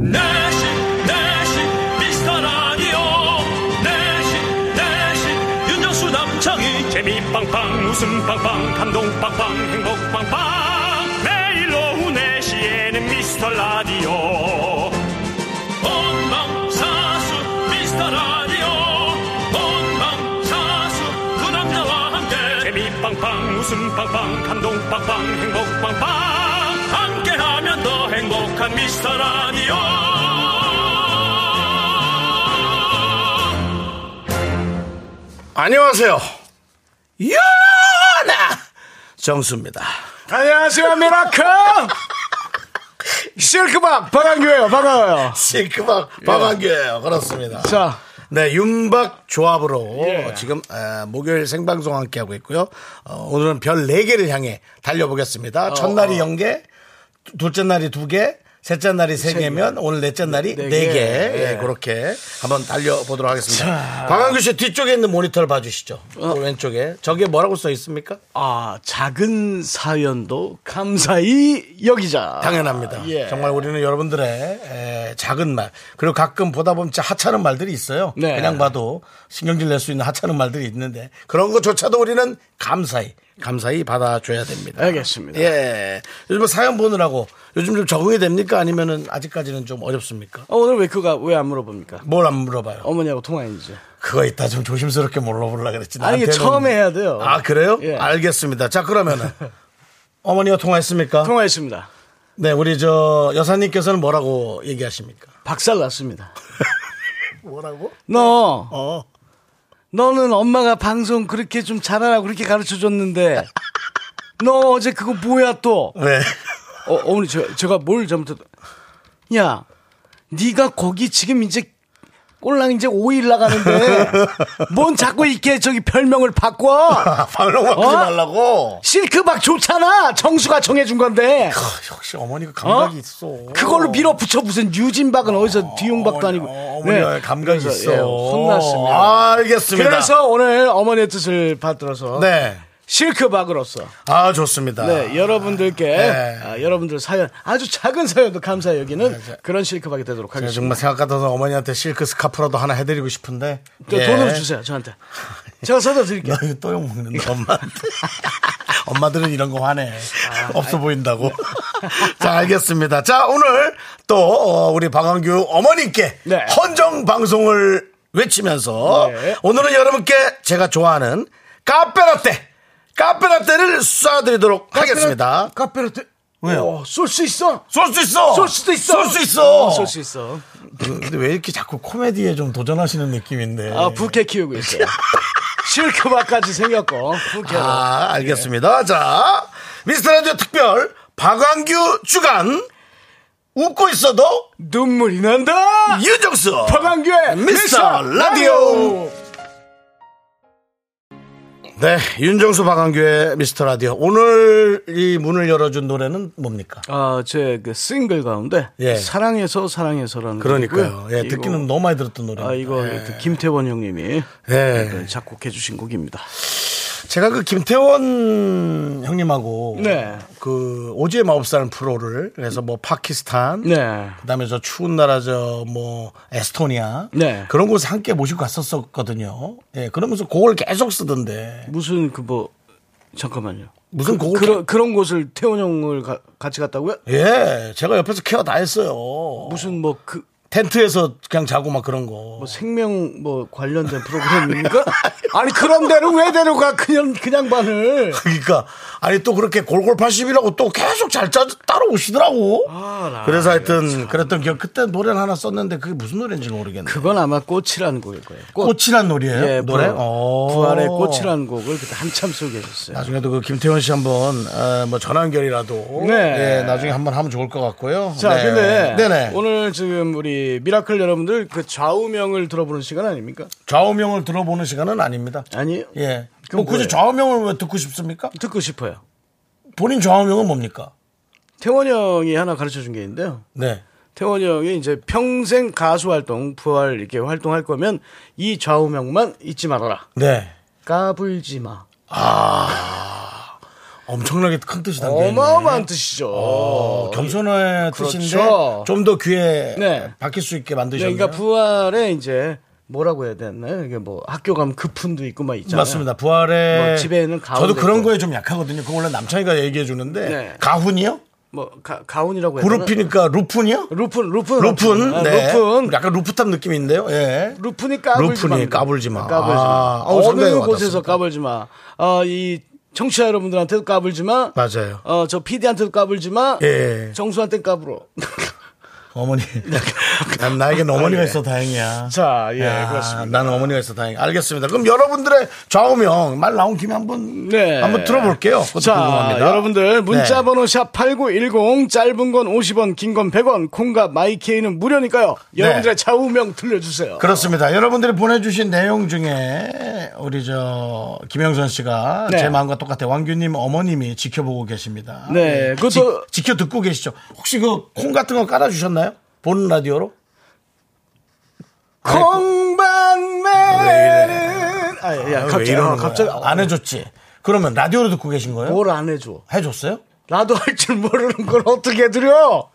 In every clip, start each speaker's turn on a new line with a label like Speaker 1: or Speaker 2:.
Speaker 1: 내시 내시 미스터라디오 내시 내시 윤정수 남창희
Speaker 2: 재미 빵빵 웃음 빵빵 감동 빵빵 행복 빵빵 매일 오후 네시에는 미스터 라디오
Speaker 1: 본방사수 미스터라디오 본방사수 그 남자와 함께
Speaker 2: 재미 빵빵 웃음 빵빵 감동 빵빵 행복 빵빵
Speaker 1: 함께하면 더 행복한 미스터라디오
Speaker 3: 안녕하세요. 연아 정수입니다.
Speaker 4: 안녕하세요, 미라클! 실크박, 박한규예요 반가워요.
Speaker 3: 실크박 박완규예요. 그렇습니다.
Speaker 4: 자,
Speaker 3: 네, 윤박 조합으로
Speaker 4: 예.
Speaker 3: 지금 에, 목요일 생방송 함께 하고 있고요. 어, 오늘은 별 4개를 향해 달려보겠습니다. 첫날이 0개, 둘째 날이 2개, 셋째 날이 3개면 오늘 넷째 날이 4개. 예, 그렇게 한번 달려보도록 하겠습니다. 박한규 씨 뒤쪽에 있는 모니터를 봐주시죠. 왼쪽에. 저게 뭐라고 써 있습니까?
Speaker 4: 아, 작은 사연도 감사히 여기자.
Speaker 3: 아, 당연합니다.
Speaker 4: 예.
Speaker 3: 정말 우리는 여러분들의 에, 작은 말 그리고 가끔 보다 보면 진짜 하찮은 말들이 있어요.
Speaker 4: 네.
Speaker 3: 그냥 봐도 신경질 낼 수 있는 하찮은 말들이 있는데 그런 것조차도 우리는 감사히 감사히 받아줘야 됩니다.
Speaker 4: 알겠습니다.
Speaker 3: 예. 요즘 사연 보느라고 요즘 좀 적응이 됩니까? 아니면은 아직까지는 좀 어렵습니까?
Speaker 4: 어, 오늘 왜 그가 왜 안 물어봅니까?
Speaker 3: 뭘 안 물어봐요.
Speaker 4: 어머니하고 통화했는지.
Speaker 3: 그거 있다 좀 조심스럽게 물어보려 그랬지.
Speaker 4: 아니, 이게
Speaker 3: 나한테는.
Speaker 4: 처음에 해야 돼요.
Speaker 3: 아 그래요?
Speaker 4: 예.
Speaker 3: 알겠습니다. 자 그러면은 어머니와 통화했습니까?
Speaker 4: 통화했습니다.
Speaker 3: 네 우리 저 여사님께서는 뭐라고 얘기하십니까?
Speaker 4: 박살 났습니다.
Speaker 3: 뭐라고?
Speaker 4: 너,
Speaker 3: 어.
Speaker 4: 너는 엄마가 방송 그렇게 좀 잘하라고 그렇게 가르쳐 줬는데, 너 어제 그거 뭐야 또?
Speaker 3: 왜?
Speaker 4: 어, 어머니 저, 제가 뭘 잘못했? 야, 네가 거기 지금 이제 꼴랑 이제 5일 나가는데 뭔 자꾸 이렇게 저기 별명을 바꿔?
Speaker 3: 발로 아, 바꾸지
Speaker 4: 어?
Speaker 3: 말라고.
Speaker 4: 실크박 좋잖아. 정수가 정해준 건데.
Speaker 3: 아, 역시 어머니가 감각이
Speaker 4: 어?
Speaker 3: 있어.
Speaker 4: 그걸로 밀어붙여 무슨 유진박은 어디서 뒤용박도 아니고.
Speaker 3: 어, 어머니가
Speaker 4: 네.
Speaker 3: 감각이
Speaker 4: 그래서,
Speaker 3: 있어.
Speaker 4: 예, 혼났습니다.
Speaker 3: 아, 알겠습니다.
Speaker 4: 그래서 오늘 어머니의 뜻을 받들어서
Speaker 3: 네.
Speaker 4: 실크박으로서
Speaker 3: 아, 좋습니다.
Speaker 4: 네, 여러분들께
Speaker 3: 네.
Speaker 4: 아, 여러분들 사연 아주 작은 사연도 감사히 여기는 그런 실크박이 되도록
Speaker 3: 제가
Speaker 4: 하겠습니다.
Speaker 3: 네, 정말 생각 같아서 어머니한테 실크 스카프라도 하나 해드리고 싶은데.
Speaker 4: 저
Speaker 3: 예.
Speaker 4: 돈으로 주세요 저한테 제가 써다 드릴게요
Speaker 3: 야, 이거 또 욕먹는다, 엄마한테. 엄마들은 이런 거 화내.
Speaker 4: 아,
Speaker 3: 없어 보인다고. 자, 알겠습니다. 자, 오늘 또, 어, 우리 박광규 어머님께
Speaker 4: 네.
Speaker 3: 헌정 방송을 외치면서
Speaker 4: 네.
Speaker 3: 오늘은 여러분께 제가 좋아하는 카페라떼! 카페라떼를 쏴드리도록 하겠습니다.
Speaker 4: 카페라떼
Speaker 3: 네, 왜요?
Speaker 4: 쏠수 있어
Speaker 3: 쏠 수 있어!
Speaker 4: 쏠 수도 있어
Speaker 3: 쏠수 있어! 음,
Speaker 4: 어, 쏠수 있어
Speaker 3: 근데 왜 이렇게 자꾸 코미디에 좀 도전하시는 느낌인데.
Speaker 4: 아 부캐 키우고 있어요 실크바까지 생겼고 부캐로
Speaker 3: 아, 알겠습니다. 자, 미스터 라디오 특별 박완규 주간 웃고 있어도
Speaker 4: 눈물이 난다
Speaker 3: 유정수
Speaker 4: 박완규의
Speaker 3: 예. 미스터 라디오. 네, 윤정수 박완규의 미스터 라디오. 오늘 이 문을 열어준 노래는 뭡니까?
Speaker 4: 아제 그 싱글 가운데
Speaker 3: 예.
Speaker 4: 사랑해서 사랑해서라는
Speaker 3: 그러니까요.
Speaker 4: 곡이고요.
Speaker 3: 예,
Speaker 4: 이거-
Speaker 3: 듣기는 너무 많이 들었던 노래.
Speaker 4: 아 이거 그 김태원 형님이 그
Speaker 3: 예.
Speaker 4: 작곡해 주신 곡입니다
Speaker 3: 제가 그 김태원 형님하고
Speaker 4: 네.
Speaker 3: 그 오지의 마법사라는 프로를 그래서 뭐 파키스탄
Speaker 4: 네
Speaker 3: 그다음에 저 추운 나라 저 뭐 에스토니아
Speaker 4: 네.
Speaker 3: 그런 곳에 함께 모시고 갔었었거든요. 예, 그러면서 그걸 계속 쓰던데
Speaker 4: 무슨 그 뭐 잠깐만요.
Speaker 3: 무슨
Speaker 4: 그,
Speaker 3: 곡을
Speaker 4: 그런 그런 곳을 태원 형을 가- 같이 갔다고요?
Speaker 3: 예, 제가 옆에서 케어 다 했어요.
Speaker 4: 무슨 뭐 그 뭐
Speaker 3: 텐트에서 그냥 자고 막 그런 거.
Speaker 4: 생명 뭐 관련된 프로그램입니까? 아니 그런 데를 왜 데려가 그냥 그냥 반을?
Speaker 3: 그러니까 아니 또 그렇게 골골 80이라고 또 계속 잘 짜, 따라오시더라고.
Speaker 4: 아,
Speaker 3: 그래서 하여튼 그랬던 기억 그때 노래를 하나 썼는데 그게 무슨 노래인지 모르겠네.
Speaker 4: 그건 아마 꽃이라는 곡일 거예요. 꽃.
Speaker 3: 꽃이란 노래예요.
Speaker 4: 예,
Speaker 3: 노래.
Speaker 4: 부활-
Speaker 3: 어.
Speaker 4: 부활의 꽃이라는 곡을 그때 한참 소개해 줬어요.
Speaker 3: 나중에도 그 김태원 씨 한번 에, 뭐 전환결이라도
Speaker 4: 네.
Speaker 3: 예, 나중에 한번 하면 좋을 것 같고요.
Speaker 4: 자,
Speaker 3: 네.
Speaker 4: 근데
Speaker 3: 네네.
Speaker 4: 오늘 지금 우리 미라클 여러분들 그 좌우명을 들어보는 시간 아닙니까?
Speaker 3: 좌우명을 들어보는 시간은 아닙니다.
Speaker 4: 아니요.
Speaker 3: 예.
Speaker 4: 그럼
Speaker 3: 뭐 굳이
Speaker 4: 뭐예요?
Speaker 3: 좌우명을 왜 듣고 싶습니까?
Speaker 4: 듣고 싶어요.
Speaker 3: 본인 좌우명은 뭡니까?
Speaker 4: 태원 형이 하나 가르쳐 준 게 있는데요.
Speaker 3: 네.
Speaker 4: 태원이 형이 이제 평생 가수 활동, 부활 이렇게 활동할 거면 이 좌우명만 잊지 말아라.
Speaker 3: 네.
Speaker 4: 까불지 마.
Speaker 3: 아, 엄청나게 큰 뜻이 담겨 있네.
Speaker 4: 어마어마한 뜻이죠.
Speaker 3: 어, 겸손의
Speaker 4: 그렇죠.
Speaker 3: 뜻인데 좀 더 귀에
Speaker 4: 네.
Speaker 3: 박힐 수 있게 만드셨네요.
Speaker 4: 그러니까 부활에 이제 뭐라고 해야 되나요? 이게 뭐 학교 가면 급훈도 있고 막 있잖아요.
Speaker 3: 맞습니다. 부활에
Speaker 4: 뭐 집에는 가훈
Speaker 3: 저도 그런
Speaker 4: 있고.
Speaker 3: 거에 좀 약하거든요. 그거 원래 남창이가 얘기해 주는데
Speaker 4: 네.
Speaker 3: 가훈이요?
Speaker 4: 뭐 가, 가운이라고 해야 되나?
Speaker 3: 그룹이니까 루푼이요?
Speaker 4: 루푼 루푼
Speaker 3: 루푼,
Speaker 4: 아,
Speaker 3: 네.
Speaker 4: 루푼
Speaker 3: 약간 루프탑 느낌인데요. 예.
Speaker 4: 루푼이 까불지 마.
Speaker 3: 루푼이 까불지 마.
Speaker 4: 까불지 마.
Speaker 3: 아, 어우, 상당히
Speaker 4: 어느
Speaker 3: 와닿습니다.
Speaker 4: 곳에서 까불지 마. 어, 이 청취자 여러분들한테도 까불지 마.
Speaker 3: 맞아요.
Speaker 4: 어, 저 PD한테도 까불지 마.
Speaker 3: 예.
Speaker 4: 정수한테 까불어.
Speaker 3: 어머니. 난 나에겐 어머니가 있어 다행이야.
Speaker 4: 아, 예. 자, 예,
Speaker 3: 아,
Speaker 4: 그렇습니다.
Speaker 3: 난 어머니가 있어 다행. 알겠습니다. 그럼 여러분들의 좌우명 말 나온 김에 한번
Speaker 4: 네.
Speaker 3: 한번 들어볼게요. 그것도
Speaker 4: 자,
Speaker 3: 궁금합니다.
Speaker 4: 여러분들 문자
Speaker 3: 네.
Speaker 4: 번호 샵 8910 짧은 건 50원, 긴 건 100원, 콩과 마이케이는 무료니까요.
Speaker 3: 네.
Speaker 4: 여러분들의 좌우명 들려주세요.
Speaker 3: 그렇습니다. 여러분들이 보내주신 내용 중에 우리 저 김영선 씨가
Speaker 4: 네.
Speaker 3: 제 마음과 똑같아 왕규님 어머님이 지켜보고 계십니다.
Speaker 4: 네,
Speaker 3: 예.
Speaker 4: 그것도-
Speaker 3: 지, 켜 듣고 계시죠. 혹시 그 콩 같은 거 깔아주셨나요? 보는 라디오로? 아, 그
Speaker 4: 콩반매는 아, 야,
Speaker 3: 아, 왜
Speaker 4: 갑자기
Speaker 3: 이러는
Speaker 4: 아, 갑자기
Speaker 3: 거야? 안 해줬지. 그러면 라디오로 듣고 계신 거예요?
Speaker 4: 뭘 안 해줘.
Speaker 3: 해줬어요?
Speaker 4: 나도 할 줄 모르는 걸 어떻게 드려?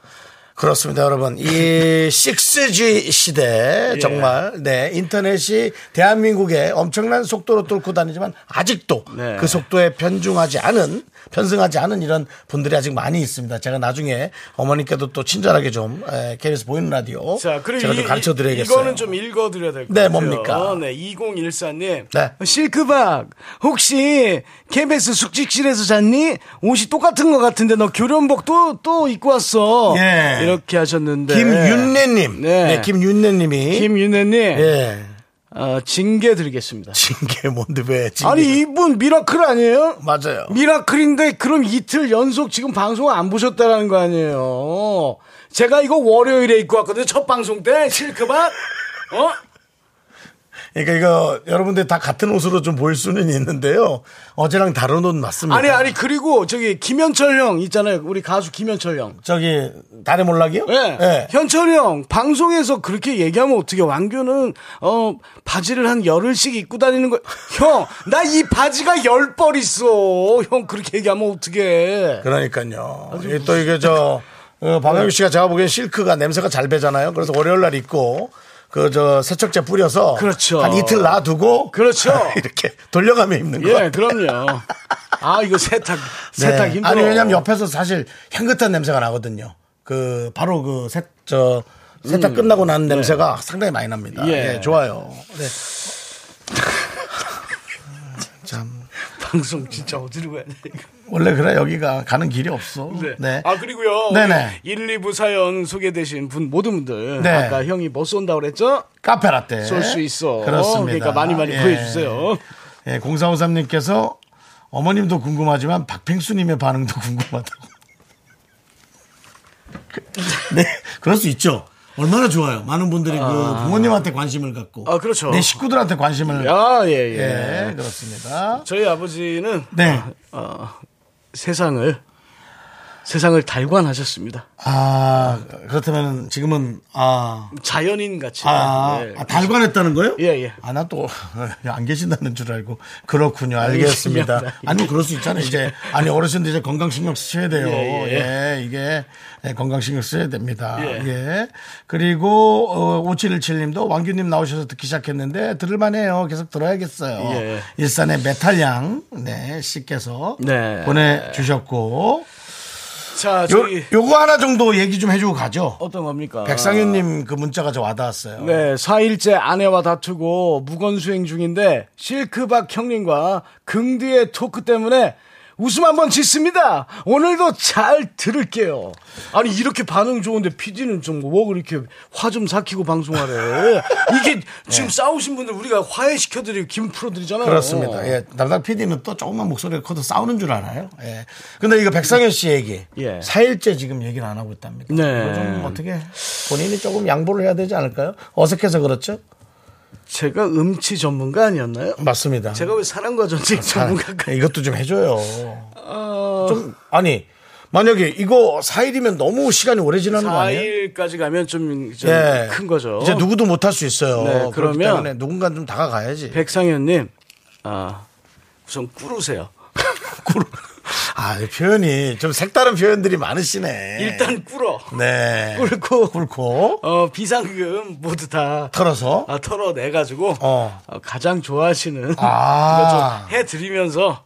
Speaker 3: 그렇습니다, 여러분. 이 6G 시대 정말 네 인터넷이 대한민국의 엄청난 속도로 뚫고 다니지만 아직도
Speaker 4: 네.
Speaker 3: 그 속도에 편중하지 않은 편승하지 않은 이런 분들이 아직 많이 있습니다. 제가 나중에 어머니께도 또 친절하게 좀 에, KBS 보이는 라디오
Speaker 4: 자, 그리고
Speaker 3: 어? 제가
Speaker 4: 이,
Speaker 3: 좀 가르쳐 드려야겠어요.
Speaker 4: 이거는 좀 읽어 드려야 될 것
Speaker 3: 네,
Speaker 4: 같아요.
Speaker 3: 뭡니까?
Speaker 4: 네, 2014님.
Speaker 3: 네.
Speaker 4: 실크박 혹시 KBS 숙직실에서 잤니? 옷이 똑같은 것 같은데 너 교련복도 또 입고 왔어.
Speaker 3: 예.
Speaker 4: 이렇게 하셨는데.
Speaker 3: 김윤래님, 네,
Speaker 4: 네.
Speaker 3: 김윤래님이
Speaker 4: 김윤래님.
Speaker 3: 예
Speaker 4: 어, 징계 드리겠습니다.
Speaker 3: 징계 뭔데 왜 징계?
Speaker 4: 아니 이분 미라클 아니에요?
Speaker 3: 맞아요.
Speaker 4: 미라클인데 그럼 이틀 연속 지금 방송 안 보셨다라는 거 아니에요? 제가 이거 월요일에 입고 왔거든요. 첫 방송 때 실크박. 어?
Speaker 3: 그러니까 이거 여러분들 다 같은 옷으로 좀 보일 수는 있는데요. 어제랑 다른 옷 맞습니다.
Speaker 4: 아니 아니 그리고 저기 김현철 형 있잖아요. 우리 가수 김현철 형.
Speaker 3: 저기 달의 몰락이요?
Speaker 4: 예.
Speaker 3: 예.
Speaker 4: 현철 형 방송에서 그렇게 얘기하면 어떻게 왕규는 어 바지를 한 열흘씩 입고 다니는 거. 형 나 이 바지가 열 벌 있어. 형 그렇게 얘기하면 어떻게?
Speaker 3: 그러니까요. 이게 또 이게 저 어, 박영규 씨가 제가 보기엔 실크가 냄새가 잘 배잖아요. 그래서 월요일 날 입고 그 저 세척제 뿌려서
Speaker 4: 그렇죠.
Speaker 3: 한 이틀 놔두고
Speaker 4: 그렇죠.
Speaker 3: 이렇게 돌려가며 입는 거. 네.
Speaker 4: 예, 그럼요. 아 이거 세탁 세탁 힘들어.
Speaker 3: 아니 왜냐면 옆에서 사실 향긋한 냄새가 나거든요. 그 바로 그세저 세탁 끝나고 난 냄새가 상당히 많이 납니다.
Speaker 4: 음. 네. 예.
Speaker 3: 예, 좋아요. 네. 참
Speaker 4: 방송 진짜 어디로 가야 돼? 이거.
Speaker 3: 원래 그래 여기가 가는 길이 없어.
Speaker 4: 네.
Speaker 3: 네.
Speaker 4: 아 그리고요.
Speaker 3: 네네.
Speaker 4: 1, 2부 사연 소개되신 분 모든 분들
Speaker 3: 네.
Speaker 4: 아까 형이 뭐 쏜다 그랬죠?
Speaker 3: 카페 라떼.
Speaker 4: 쏠수 있어.
Speaker 3: 그렇습니다.
Speaker 4: 그러니까 많이 많이 구해주세요.
Speaker 3: 예, 0453님께서 어머님도 궁금하지만 박팽수님의 반응도 궁금하다고. 네, 그럴 수 있죠. 얼마나 좋아요. 많은 분들이 그 부모님한테 관심을 갖고.
Speaker 4: 아, 그렇죠.
Speaker 3: 내 식구들한테 관심을.
Speaker 4: 아, 예, 예.
Speaker 3: 예, 그렇습니다.
Speaker 4: 저희 아버지는
Speaker 3: 네.
Speaker 4: 어, 세상을 세상을 달관하셨습니다.
Speaker 3: 아, 그렇다면 지금은, 아,
Speaker 4: 자연인 같이.
Speaker 3: 아,
Speaker 4: 예.
Speaker 3: 아, 달관했다는 거예요?
Speaker 4: 예, 예.
Speaker 3: 아, 나 또, 안 계신다는 줄 알고. 그렇군요. 알겠습니다.
Speaker 4: 미안합니다.
Speaker 3: 아니, 그럴 수 있잖아요. 이제, 아니, 어르신들 이제 건강신경 쓰셔야 돼요.
Speaker 4: 예,
Speaker 3: 예, 이게, 예, 건강신경 써야 됩니다.
Speaker 4: 예.
Speaker 3: 예. 그리고, 어, 5717님도 왕규님 나오셔서 듣기 시작했는데, 들을만 해요. 계속 들어야겠어요.
Speaker 4: 예.
Speaker 3: 일산의 메탈양, 네, 씨께서
Speaker 4: 네.
Speaker 3: 보내주셨고,
Speaker 4: 자,
Speaker 3: 요,
Speaker 4: 저희
Speaker 3: 요거 하나 정도 얘기 좀 해주고 가죠.
Speaker 4: 어떤 겁니까?
Speaker 3: 백상현님 그 문자가 저 와닿았어요.
Speaker 4: 네, 4일째 아내와 다투고 무건수행 중인데 실크박 형님과 긍디의 토크 때문에 웃음 한번 짓습니다. 오늘도 잘 들을게요. 아니 이렇게 반응 좋은데 PD는 좀뭐 그렇게 화 좀 삭히고 방송하래. 이게 지금 싸우신 분들 우리가 화해시켜드리고 김 풀어드리잖아요.
Speaker 3: 네. 그렇습니다. 예. 담당 PD는 또 조금만 목소리가 커도 싸우는 줄 알아요. 예. 근데 이거 백상현 씨 얘기.
Speaker 4: 예.
Speaker 3: 4일째 지금 얘기를 안 하고 있답니다.
Speaker 4: 네.
Speaker 3: 이거 좀 어떻게 본인이 조금 양보를 해야 되지 않을까요? 어색해서 그렇죠?
Speaker 4: 제가 음치 전문가 아니었나요?
Speaker 3: 맞습니다.
Speaker 4: 제가 왜 사랑과 전쟁
Speaker 3: 자,
Speaker 4: 전문가가? 그 어.
Speaker 3: 이것도 좀 해줘요. 좀, 아니, 만약에 이거 4일이면 너무 시간이 오래 지나는 거 아니에요?
Speaker 4: 4일까지 가면 좀 큰
Speaker 3: 예.
Speaker 4: 거죠.
Speaker 3: 이제 누구도 못 할 수 있어요.
Speaker 4: 네,
Speaker 3: 그렇기
Speaker 4: 그러면-
Speaker 3: 때문에 누군가 좀 다가가야지.
Speaker 4: 백상현님, 아, 우선 꿇으세요.
Speaker 3: 꿇- 아, 이 표현이 좀 색다른 표현들이 많으시네.
Speaker 4: 일단 꿇어.
Speaker 3: 네.
Speaker 4: 꿇고
Speaker 3: 꿇고.
Speaker 4: 어, 비상금 모두 다
Speaker 3: 털어서.
Speaker 4: 아, 털어내가지고
Speaker 3: 어.
Speaker 4: 어, 가장 좋아하시는
Speaker 3: 아.
Speaker 4: 이거 좀 해드리면서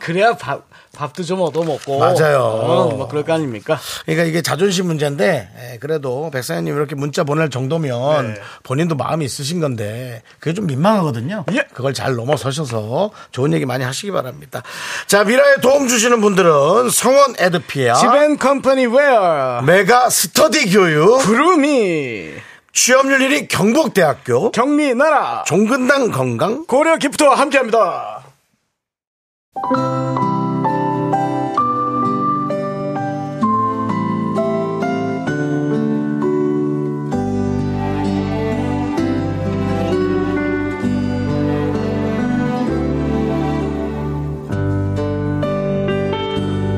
Speaker 4: 그래야 밥, 밥도 좀 얻어먹고
Speaker 3: 맞아요.
Speaker 4: 어, 뭐 그럴 거 아닙니까?
Speaker 3: 그러니까 이게 자존심 문제인데 예, 그래도 백사연님 이렇게 문자 보낼
Speaker 4: 네.
Speaker 3: 정도면 본인도 마음이 있으신 건데 그게 좀 민망하거든요.
Speaker 4: 예.
Speaker 3: 그걸 잘 넘어서셔서 좋은 얘기 많이 하시기 바랍니다. 자 미라에 도움 주시는 분들은 성원 에드피아,
Speaker 4: 지벤 컴퍼니 웨어
Speaker 3: 메가 스터디 교육,
Speaker 4: 구름이
Speaker 3: 취업률 1위 경북대학교,
Speaker 4: 경리 나라
Speaker 3: 종근당 건강,
Speaker 4: 고려 기프트 함께합니다.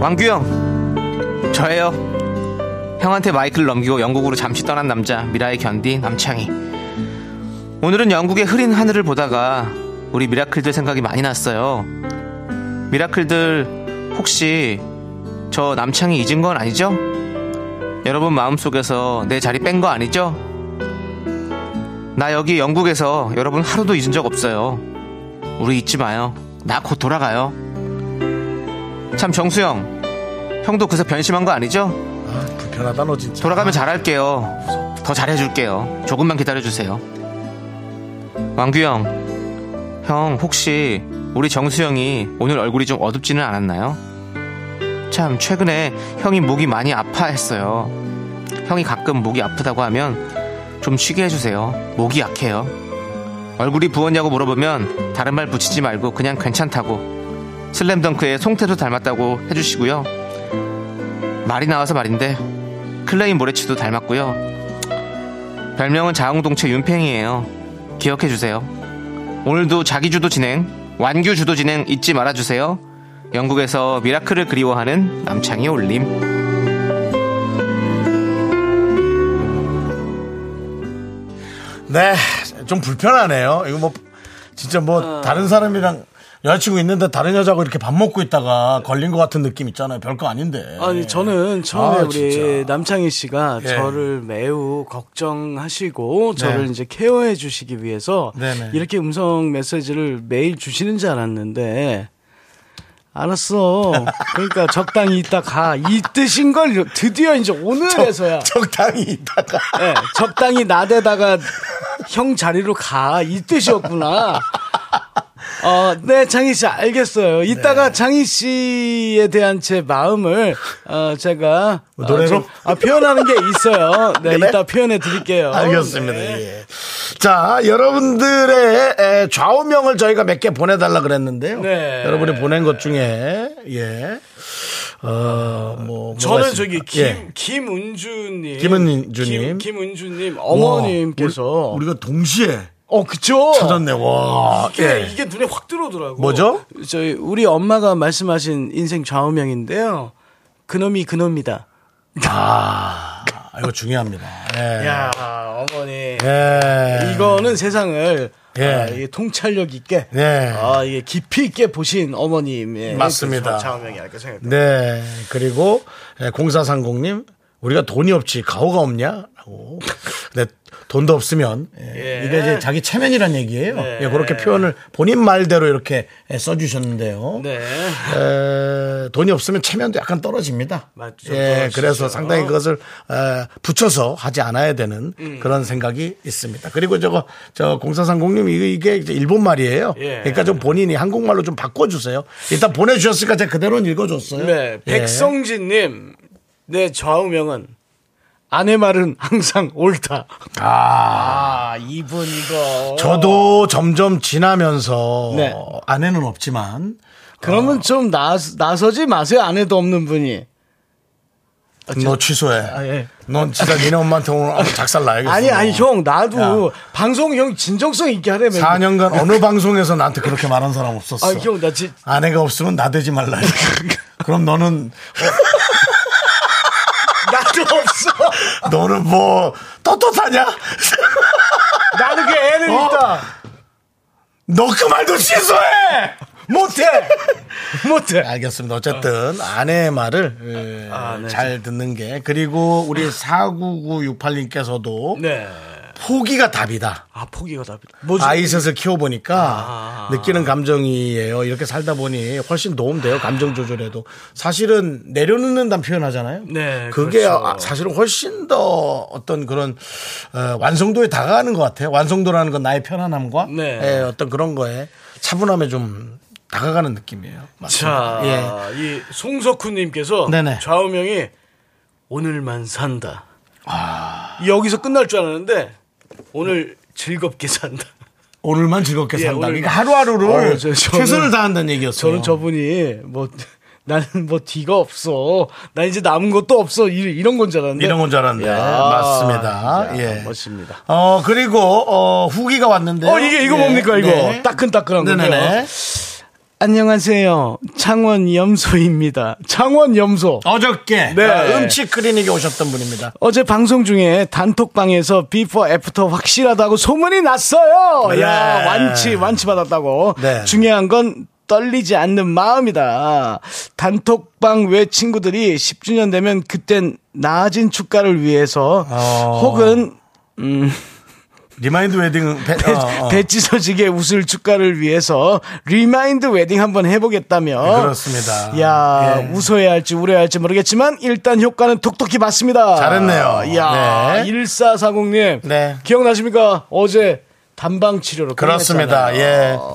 Speaker 5: 왕규형 저예요 형한테 마이크를 넘기고 영국으로 잠시 떠난 남자 미라의 견디 남창희 오늘은 영국의 흐린 하늘을 보다가 우리 미라클들 생각이 많이 났어요 미라클들 혹시 저 남창희 잊은 건 아니죠? 여러분 마음속에서 내 자리 뺀 거 아니죠? 나 여기 영국에서 여러분 하루도 잊은 적 없어요 우리 잊지 마요 나 곧 돌아가요 참 정수영 형도 그새 변심한 거 아니죠?
Speaker 3: 불편하다 너 진짜.
Speaker 5: 그렇죠. 돌아가면 잘할게요 더 잘해줄게요 조금만 기다려주세요 왕규형 형 혹시 우리 정수영이 오늘 얼굴이 좀 어둡지는 않았나요? 참 최근에 형이 목이 많이 아파했어요 형이 가끔 목이 아프다고 하면 좀 쉬게 해주세요 목이 약해요 얼굴이 부었냐고 물어보면 다른 말 붙이지 말고 그냥 괜찮다고 슬램덩크의 송태도 닮았다고 해주시고요. 말이 나와서 말인데 클레인 모래치도 닮았고요. 별명은 자웅동체 윤팽이에요. 기억해 주세요. 오늘도 자기 주도 진행, 완규 주도 진행 잊지 말아 주세요. 영국에서 미라클을 그리워하는 남창희 올림.
Speaker 3: 네, 좀 불편하네요. 이거 뭐 진짜
Speaker 4: 어.
Speaker 3: 뭐 다른 사람이랑 여자친구 있는데 다른 여자하고 이렇게 밥 먹고 있다가 걸린 것 같은 느낌 있잖아요. 별거 아닌데.
Speaker 4: 아니 저는 처음에
Speaker 3: 아,
Speaker 4: 우리
Speaker 3: 진짜.
Speaker 4: 남창희 씨가
Speaker 3: 예.
Speaker 4: 저를 매우 걱정하시고 저를 이제 케어해 주시기 위해서
Speaker 3: 네. 네네.
Speaker 4: 이렇게 음성 메시지를 매일 주시는 줄 알았는데 알았어. 그러니까 적당히 있다 가. 이 뜻인 걸 드디어 이제 오늘에서야
Speaker 3: 적당히 있다가.
Speaker 4: 예, 적당히 나대다가 형 자리로 가. 이 뜻이었구나. 어, 네, 장희 씨, 알겠어요.
Speaker 3: 네.
Speaker 4: 이따가 장희 씨에 대한 제 마음을, 어, 제가. 어,
Speaker 3: 노래로?
Speaker 4: 좀, 아, 표현하는 게 있어요. 네,
Speaker 3: 그래?
Speaker 4: 이따 표현해 드릴게요.
Speaker 3: 알겠습니다.
Speaker 4: 네.
Speaker 3: 예. 자, 여러분들의 에, 좌우명을 저희가 몇 개 보내달라 그랬는데요.
Speaker 4: 네.
Speaker 3: 여러분이 보낸 것 중에, 예. 어, 뭐.
Speaker 4: 저는 저기, 김,
Speaker 3: 예.
Speaker 4: 김은주님.
Speaker 3: 김은주님.
Speaker 4: 김, 은주님 어머님께서.
Speaker 3: 와, 우리, 우리가 동시에
Speaker 4: 어, 그쵸?
Speaker 3: 찾았네, 와.
Speaker 4: 이게,
Speaker 3: 예.
Speaker 4: 이게 눈에 확 들어오더라고.
Speaker 3: 뭐죠?
Speaker 4: 저희 우리 엄마가 말씀하신 인생 좌우명인데요. 그놈이 그놈이다.
Speaker 3: 아, 이거 중요합니다. 예.
Speaker 4: 야 어머니.
Speaker 3: 예.
Speaker 4: 이거는 세상을
Speaker 3: 예.
Speaker 4: 아, 이게 통찰력 있게,
Speaker 3: 예.
Speaker 4: 아 이게 깊이 있게 보신 어머님의
Speaker 3: 맞습니다.
Speaker 4: 그 좌- 좌우명이 아닐까 생각합니다.
Speaker 3: 네. 그리고 0430님, 우리가 돈이 없지 가오가 없냐? 라고. 근데 돈도 없으면 예,
Speaker 4: 예.
Speaker 3: 이게 이제 자기 체면이란 얘기예요.
Speaker 4: 네.
Speaker 3: 예, 그렇게 표현을 본인 말대로 이렇게 예, 써주셨는데요.
Speaker 4: 네.
Speaker 3: 에, 돈이 없으면 체면도 약간 떨어집니다.
Speaker 4: 맞죠.
Speaker 3: 예,
Speaker 4: 떨어지죠. 음.
Speaker 3: 그래서 상당히 그것을 에, 붙여서 하지 않아야 되는 그런 생각이 있습니다. 그리고 저거 저 0430님 이게, 이게 이제 일본 말이에요.
Speaker 4: 예.
Speaker 3: 그러니까 좀 본인이 한국말로 좀 바꿔주세요. 일단 보내주셨으니까 제가 그대로는 읽어줬어요.
Speaker 4: 네,
Speaker 3: 예.
Speaker 4: 백성진님, 내 좌우명은 아내 말은 항상 옳다. 아, 이분 이거.
Speaker 3: 저도 점점 지나면서
Speaker 4: 네.
Speaker 3: 아내는 없지만
Speaker 4: 그러면 좀 나, 나서지 마세요. 아내도 없는 분이.
Speaker 3: 너 취소해.
Speaker 4: 아, 예.
Speaker 3: 넌 진짜 니네 엄마한테 오늘 아주 작살 나야겠어.
Speaker 4: 아니 아니
Speaker 3: 너.
Speaker 4: 형 나도 방송 형 진정성 있게 하래.
Speaker 3: 4년간 어느 방송에서 나한테 그렇게 말한 사람 없었어.
Speaker 4: 아형나 지
Speaker 3: 아내가 없으면 나대지 말라.
Speaker 4: 그러니까.
Speaker 3: 그럼 너는
Speaker 4: 나도 없어.
Speaker 3: 너는 뭐 떳떳하냐?
Speaker 4: 나도 그 애는
Speaker 3: 어?
Speaker 4: 있다.
Speaker 3: 너 그 말도 취소해. 못해! 못해! 알겠습니다. 어쨌든 아내의 말을 예,
Speaker 4: 아, 네,
Speaker 3: 잘 듣는 게 그리고 우리 49968님께서도
Speaker 4: 네.
Speaker 3: 포기가 답이다.
Speaker 4: 아, 포기가 답이다. 뭐지?
Speaker 3: 아이 셋을
Speaker 4: 아.
Speaker 3: 키워보니까 느끼는 감정이에요. 이렇게 살다 보니 훨씬 도움돼요. 감정 조절에도. 사실은 내려놓는다는 표현하잖아요.
Speaker 4: 네,
Speaker 3: 그게
Speaker 4: 그렇죠.
Speaker 3: 아, 사실은 훨씬 더 어떤 그런 어, 완성도에 다가가는 것 같아요. 완성도라는 건 나의 편안함과
Speaker 4: 네.
Speaker 3: 예, 어떤 그런 거에 차분함에 좀 다가가는 느낌이에요.
Speaker 4: 자,
Speaker 3: 맞습니다. 예.
Speaker 4: 이 송석훈님께서
Speaker 3: 네네.
Speaker 4: 좌우명이 오늘만 산다. 여기서 끝날 줄 알았는데 오늘 즐겁게 산다.
Speaker 3: 오늘만 즐겁게
Speaker 4: 예,
Speaker 3: 산다.
Speaker 4: 오늘만.
Speaker 3: 그러니까 하루하루를
Speaker 4: 어, 저- 저는-
Speaker 3: 최선을 다한다는 얘기였어요.
Speaker 4: 저는 저분이 뭐 나는 뭐 뒤가 없어. 나 이제 남은 것도 없어. 이- 이런 건 줄 알았는데. 아,
Speaker 3: 이런 건 줄 알았는데
Speaker 4: 야,
Speaker 3: 맞습니다.
Speaker 4: 야,
Speaker 3: 예.
Speaker 4: 멋집니다.
Speaker 3: 어 그리고 어 후기가 왔는데.
Speaker 4: 어 이게 이거 뭡니까 이거 따끈따끈한
Speaker 3: 네네네.
Speaker 4: 건데요. 안녕하세요. 창원 염소입니다. 창원 염소.
Speaker 3: 어저께
Speaker 4: 네.
Speaker 3: 어, 음치 클리닉에 오셨던 분입니다.
Speaker 4: 어제 방송 중에 단톡방에서 비포 애프터 확실하다고 소문이 났어요.
Speaker 3: 네.
Speaker 4: 야, 완치 완치 받았다고.
Speaker 3: 네.
Speaker 4: 중요한 건 떨리지 않는 마음이다. 단톡방 외 친구들이 10주년 되면 그땐 나아진 축가를 위해서
Speaker 3: 어.
Speaker 4: 혹은
Speaker 3: 리마인드 웨딩 배,
Speaker 4: 배,
Speaker 3: 어, 어.
Speaker 4: 찢어지게 웃을 축가를 위해서 리마인드 웨딩 한번 해보겠다며.
Speaker 3: 네, 그렇습니다.
Speaker 4: 야
Speaker 3: 예.
Speaker 4: 웃어야 할지 울어야 할지 모르겠지만 일단 효과는 톡톡히 봤습니다.
Speaker 3: 잘했네요.
Speaker 4: 야
Speaker 3: 네.
Speaker 4: 1440님.
Speaker 3: 네.
Speaker 4: 기억나십니까? 어제 단방 치료로
Speaker 3: 그렇습니다.
Speaker 4: 끝났잖아요.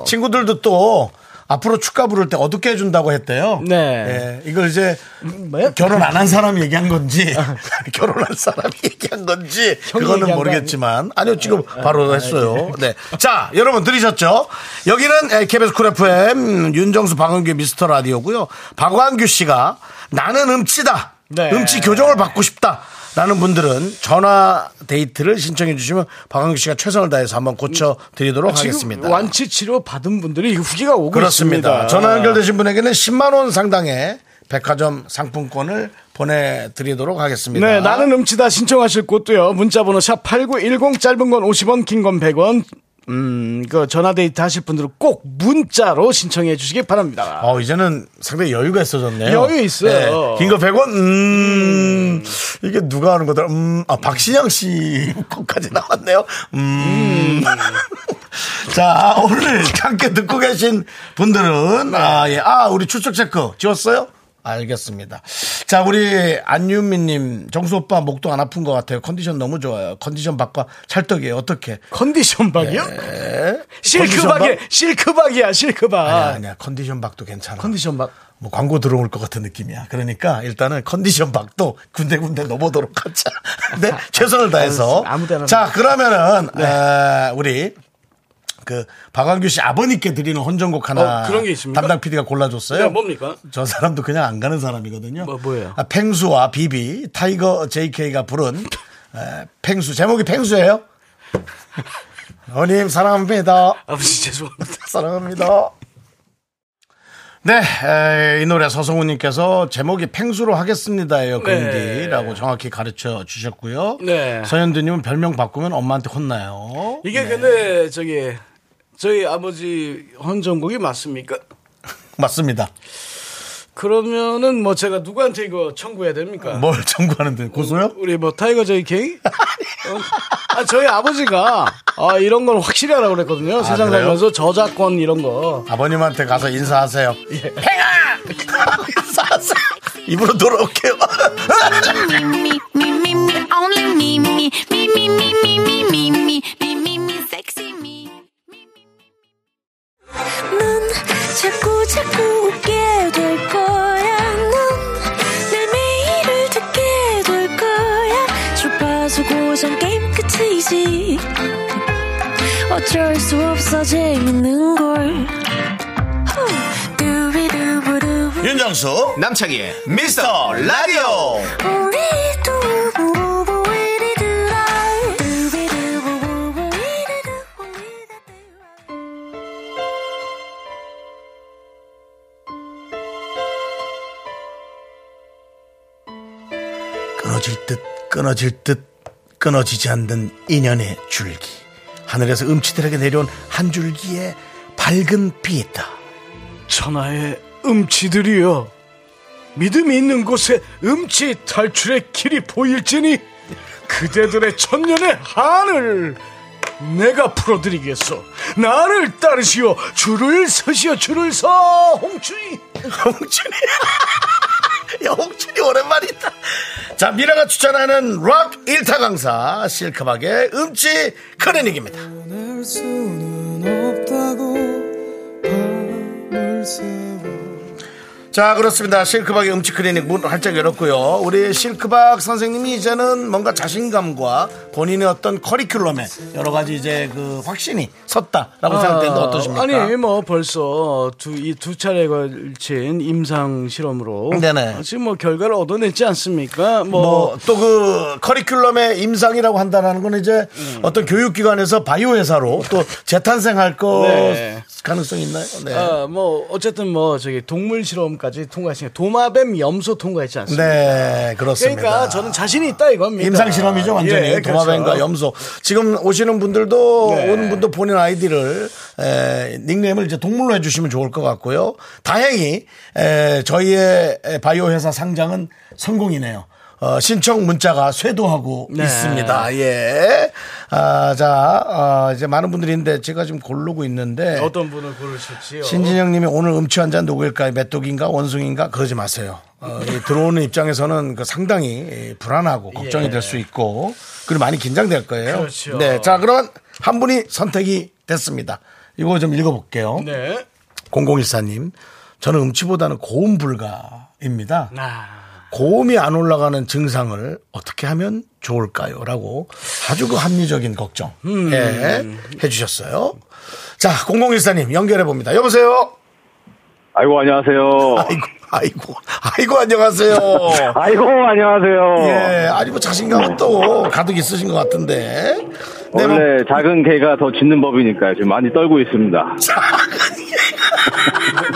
Speaker 3: 예. 친구들도 또 앞으로 축가 부를 때 어둡게 해준다고 했대요.
Speaker 4: 네.
Speaker 3: 예. 이걸 이제
Speaker 4: 뭐요?
Speaker 3: 결혼 안 한 사람이 얘기한 건지 결혼한 사람이 얘기한 건지
Speaker 4: 형이
Speaker 3: 그거는
Speaker 4: 얘기한 거
Speaker 3: 모르겠지만 아니요 지금 바로 했어요.
Speaker 4: 예.
Speaker 3: 네. 자 여러분 들으셨죠? 여기는 에, KBS 쿨 FM 윤정수 박은규 미스터 라디오고요. 박광규 씨가 나는 음치다.
Speaker 4: 네.
Speaker 3: 음치 교정을 받고 싶다. 라는 분들은 전화 데이트를 신청해 주시면 박광규 씨가 최선을 다해서 한번 고쳐 드리도록 하겠습니다.
Speaker 4: 어, 지금 완치 치료 받은 분들이 후기가 오고
Speaker 3: 그렇습니다.
Speaker 4: 있습니다.
Speaker 3: 전화
Speaker 4: 아.
Speaker 3: 연결되신 분에게는 10만 원 상당의 백화점 상품권을 보내드리도록 하겠습니다.
Speaker 4: 네, 나는 음치다 신청하실 곳도요. 문자번호 샵 8910 짧은 건 50원, 긴 건 100원. 음, 그 전화데이트 하실 분들은 꼭 문자로 신청해 주시기 바랍니다.
Speaker 3: 어, 이제는 상당히 여유가 있어졌네요.
Speaker 4: 여유 있어요.
Speaker 3: 긴거 100원? 음, 이게 누가 하는 거더라? 음, 아, 박신양 씨 것까지 나왔네요. 음. 자, 오늘 함께 듣고 계신 분들은, 아, 예. 아, 우리 출석 체크 지웠어요? 알겠습니다. 자, 우리 안유미님, 정수 오빠 목도 안 아픈 것 같아요. 컨디션 너무 좋아요. 컨디션 박과 찰떡이에요. 어떻게?
Speaker 4: 컨디션 박이요? 실크
Speaker 3: 컨디션
Speaker 4: 네. 박이
Speaker 3: 박?
Speaker 4: 실크 박이야, 실크 박.
Speaker 3: 아니야, 아니야. 컨디션 박도 괜찮아.
Speaker 4: 컨디션 박.
Speaker 3: 뭐 광고 들어올 것 같은 느낌이야. 그러니까 일단은 컨디션 박도 군데군데 넣어보도록 하자. 네, 최선을 다해서.
Speaker 4: 아, 아무 데나 네.
Speaker 3: 자, 그러면은, 에, 우리, 그, 박완규 씨 아버님께 드리는 헌정곡 하나.
Speaker 4: 어, 그런 게 있습니까?
Speaker 3: 담당 PD가 골라줬어요.
Speaker 4: 네, 뭡니까?
Speaker 3: 저 사람도 그냥 안 가는 사람이거든요.
Speaker 4: 뭐, 뭐예요?
Speaker 3: 아, 펭수와 비비, 타이거 JK가 부른, 에, 펭수. 제목이 펭수예요 어님, 사랑합니다.
Speaker 4: 아버지 죄송합니다.
Speaker 3: 사랑합니다. 네, 에, 이 노래 서성우님께서 제목이 팽수로 하겠습니다예요,
Speaker 4: 네.
Speaker 3: 근디라고 정확히 가르쳐 주셨고요.
Speaker 4: 네.
Speaker 3: 서현두님은 별명 바꾸면 엄마한테 혼나요.
Speaker 4: 이게 근데 저기 저희 아버지 헌정곡이 맞습니까?
Speaker 3: 맞습니다.
Speaker 4: 그러면은 뭐 제가 누구한테 이거 청구해야 됩니까?
Speaker 3: 뭘 청구하는데 고소요?
Speaker 4: 우리 뭐 타이거 JK? 어? 아, 저희 아버지가 아, 이런 걸 확실히 하라고 그랬거든요. 세상
Speaker 3: 아, 그래요?
Speaker 4: 살면서 저작권 이런 거.
Speaker 3: 아버님한테 가서 인사하세요. 팽아! 인사하세요. 입으로 돌아올게요.
Speaker 6: me, me, me, me, only me, me, me, me, me, me, me, me, me, me, me, me, sexy me. 넌 자꾸 자꾸 웃게 될 거야. 넌내 매일을 듣게 될 거야. 주파수 고정 게임 끝이지. 어쩔 수 없어 재밌는 걸. 후. 두비두부두.
Speaker 3: 윤정수, 남창희의 미스터 라디오. 끊어질 듯 끊어질 듯 끊어지지 않는 인연의 줄기 하늘에서 음치들에게 내려온 한 줄기의 밝은 빛이다
Speaker 4: 천하의 음치들이여 믿음이 있는 곳에 음치 탈출의 길이 보일지니 그대들의 천년의 한을 내가 풀어드리겠소 나를 따르시오 줄을 서시오 줄을 서 홍춘이
Speaker 3: 홍춘이. 야, 홍춘이 오랜만이다. 자, 미라가 추천하는 락 1타 강사 실크박의 음치 클리닉입니다. 자, 그렇습니다. 실크박의 음치 클리닉 문 활짝 열었고요. 우리 실크박 선생님이 이제는 뭔가 자신감과 본인의 어떤 커리큘럼에 여러 가지 이제 그 확신이 섰다라고 생각되는데 어떠십니까?
Speaker 4: 아니 뭐 벌써 두 이 두 차례에 걸친 임상 실험으로
Speaker 3: 네네.
Speaker 4: 지금 뭐 결과를 얻어냈지 않습니까? 뭐,
Speaker 3: 뭐 또 그 커리큘럼의 임상이라고 한다는 건 이제 어떤 교육기관에서 바이오 회사로 또 재탄생할 거
Speaker 4: 네.
Speaker 3: 가능성이 있나요? 네.
Speaker 4: 어, 뭐 어쨌든 뭐 저기 동물 실험까지 통과했으니까 도마뱀 염소 통과했지 않습니까?
Speaker 3: 네, 그렇습니다.
Speaker 4: 그러니까 저는 자신이 있다 이겁니다.
Speaker 3: 임상 실험이죠 완전히
Speaker 4: 예,
Speaker 3: 도마뱀과
Speaker 4: 그렇죠.
Speaker 3: 염소 지금 오시는 분들도
Speaker 4: 네.
Speaker 3: 오는 분도 본인 아이디를 에, 닉네임을 이제 동물로 해주시면 좋을 것 같고요 다행히 에, 저희의 바이오 회사 상장은 성공이네요 어, 신청 문자가 쇄도하고
Speaker 4: 네.
Speaker 3: 있습니다 예 아, 자 아, 이제 많은 분들이 있는데 제가 지금 고르고 있는데
Speaker 4: 어떤 분을 고르실지요?
Speaker 3: 신진영님이 오늘 음치 환자 누구일까요? 메뚜기인가 원숭인가 그러지 마세요. 어, 이 들어오는 입장에서는 그 상당히 예, 불안하고 걱정이 될 수 있고 그리고 많이 긴장될 거예요.
Speaker 4: 그렇죠.
Speaker 3: 네, 자 그러면 한 분이 선택이 됐습니다. 이거 좀 읽어볼게요.
Speaker 4: 네.
Speaker 3: 0014님, 저는 음치보다는 고음 불가입니다.
Speaker 4: 아,
Speaker 3: 고음이 안 올라가는 증상을 어떻게 하면 좋을까요? 라고 아주 그 합리적인 걱정
Speaker 4: 음.
Speaker 3: 예, 해주셨어요. 자, 0014님 연결해 봅니다. 여보세요?
Speaker 7: 아이고 안녕하세요.
Speaker 3: 아이고, 아이고, 아이고, 안녕하세요.
Speaker 7: 아이고 안녕하세요.
Speaker 3: 예, 아니 뭐 자신감은 또 가득 있으신 것 같은데. 네, 뭐
Speaker 7: 원래 작은 개가 더 짖는 법이니까요. 지금 많이 떨고 있습니다.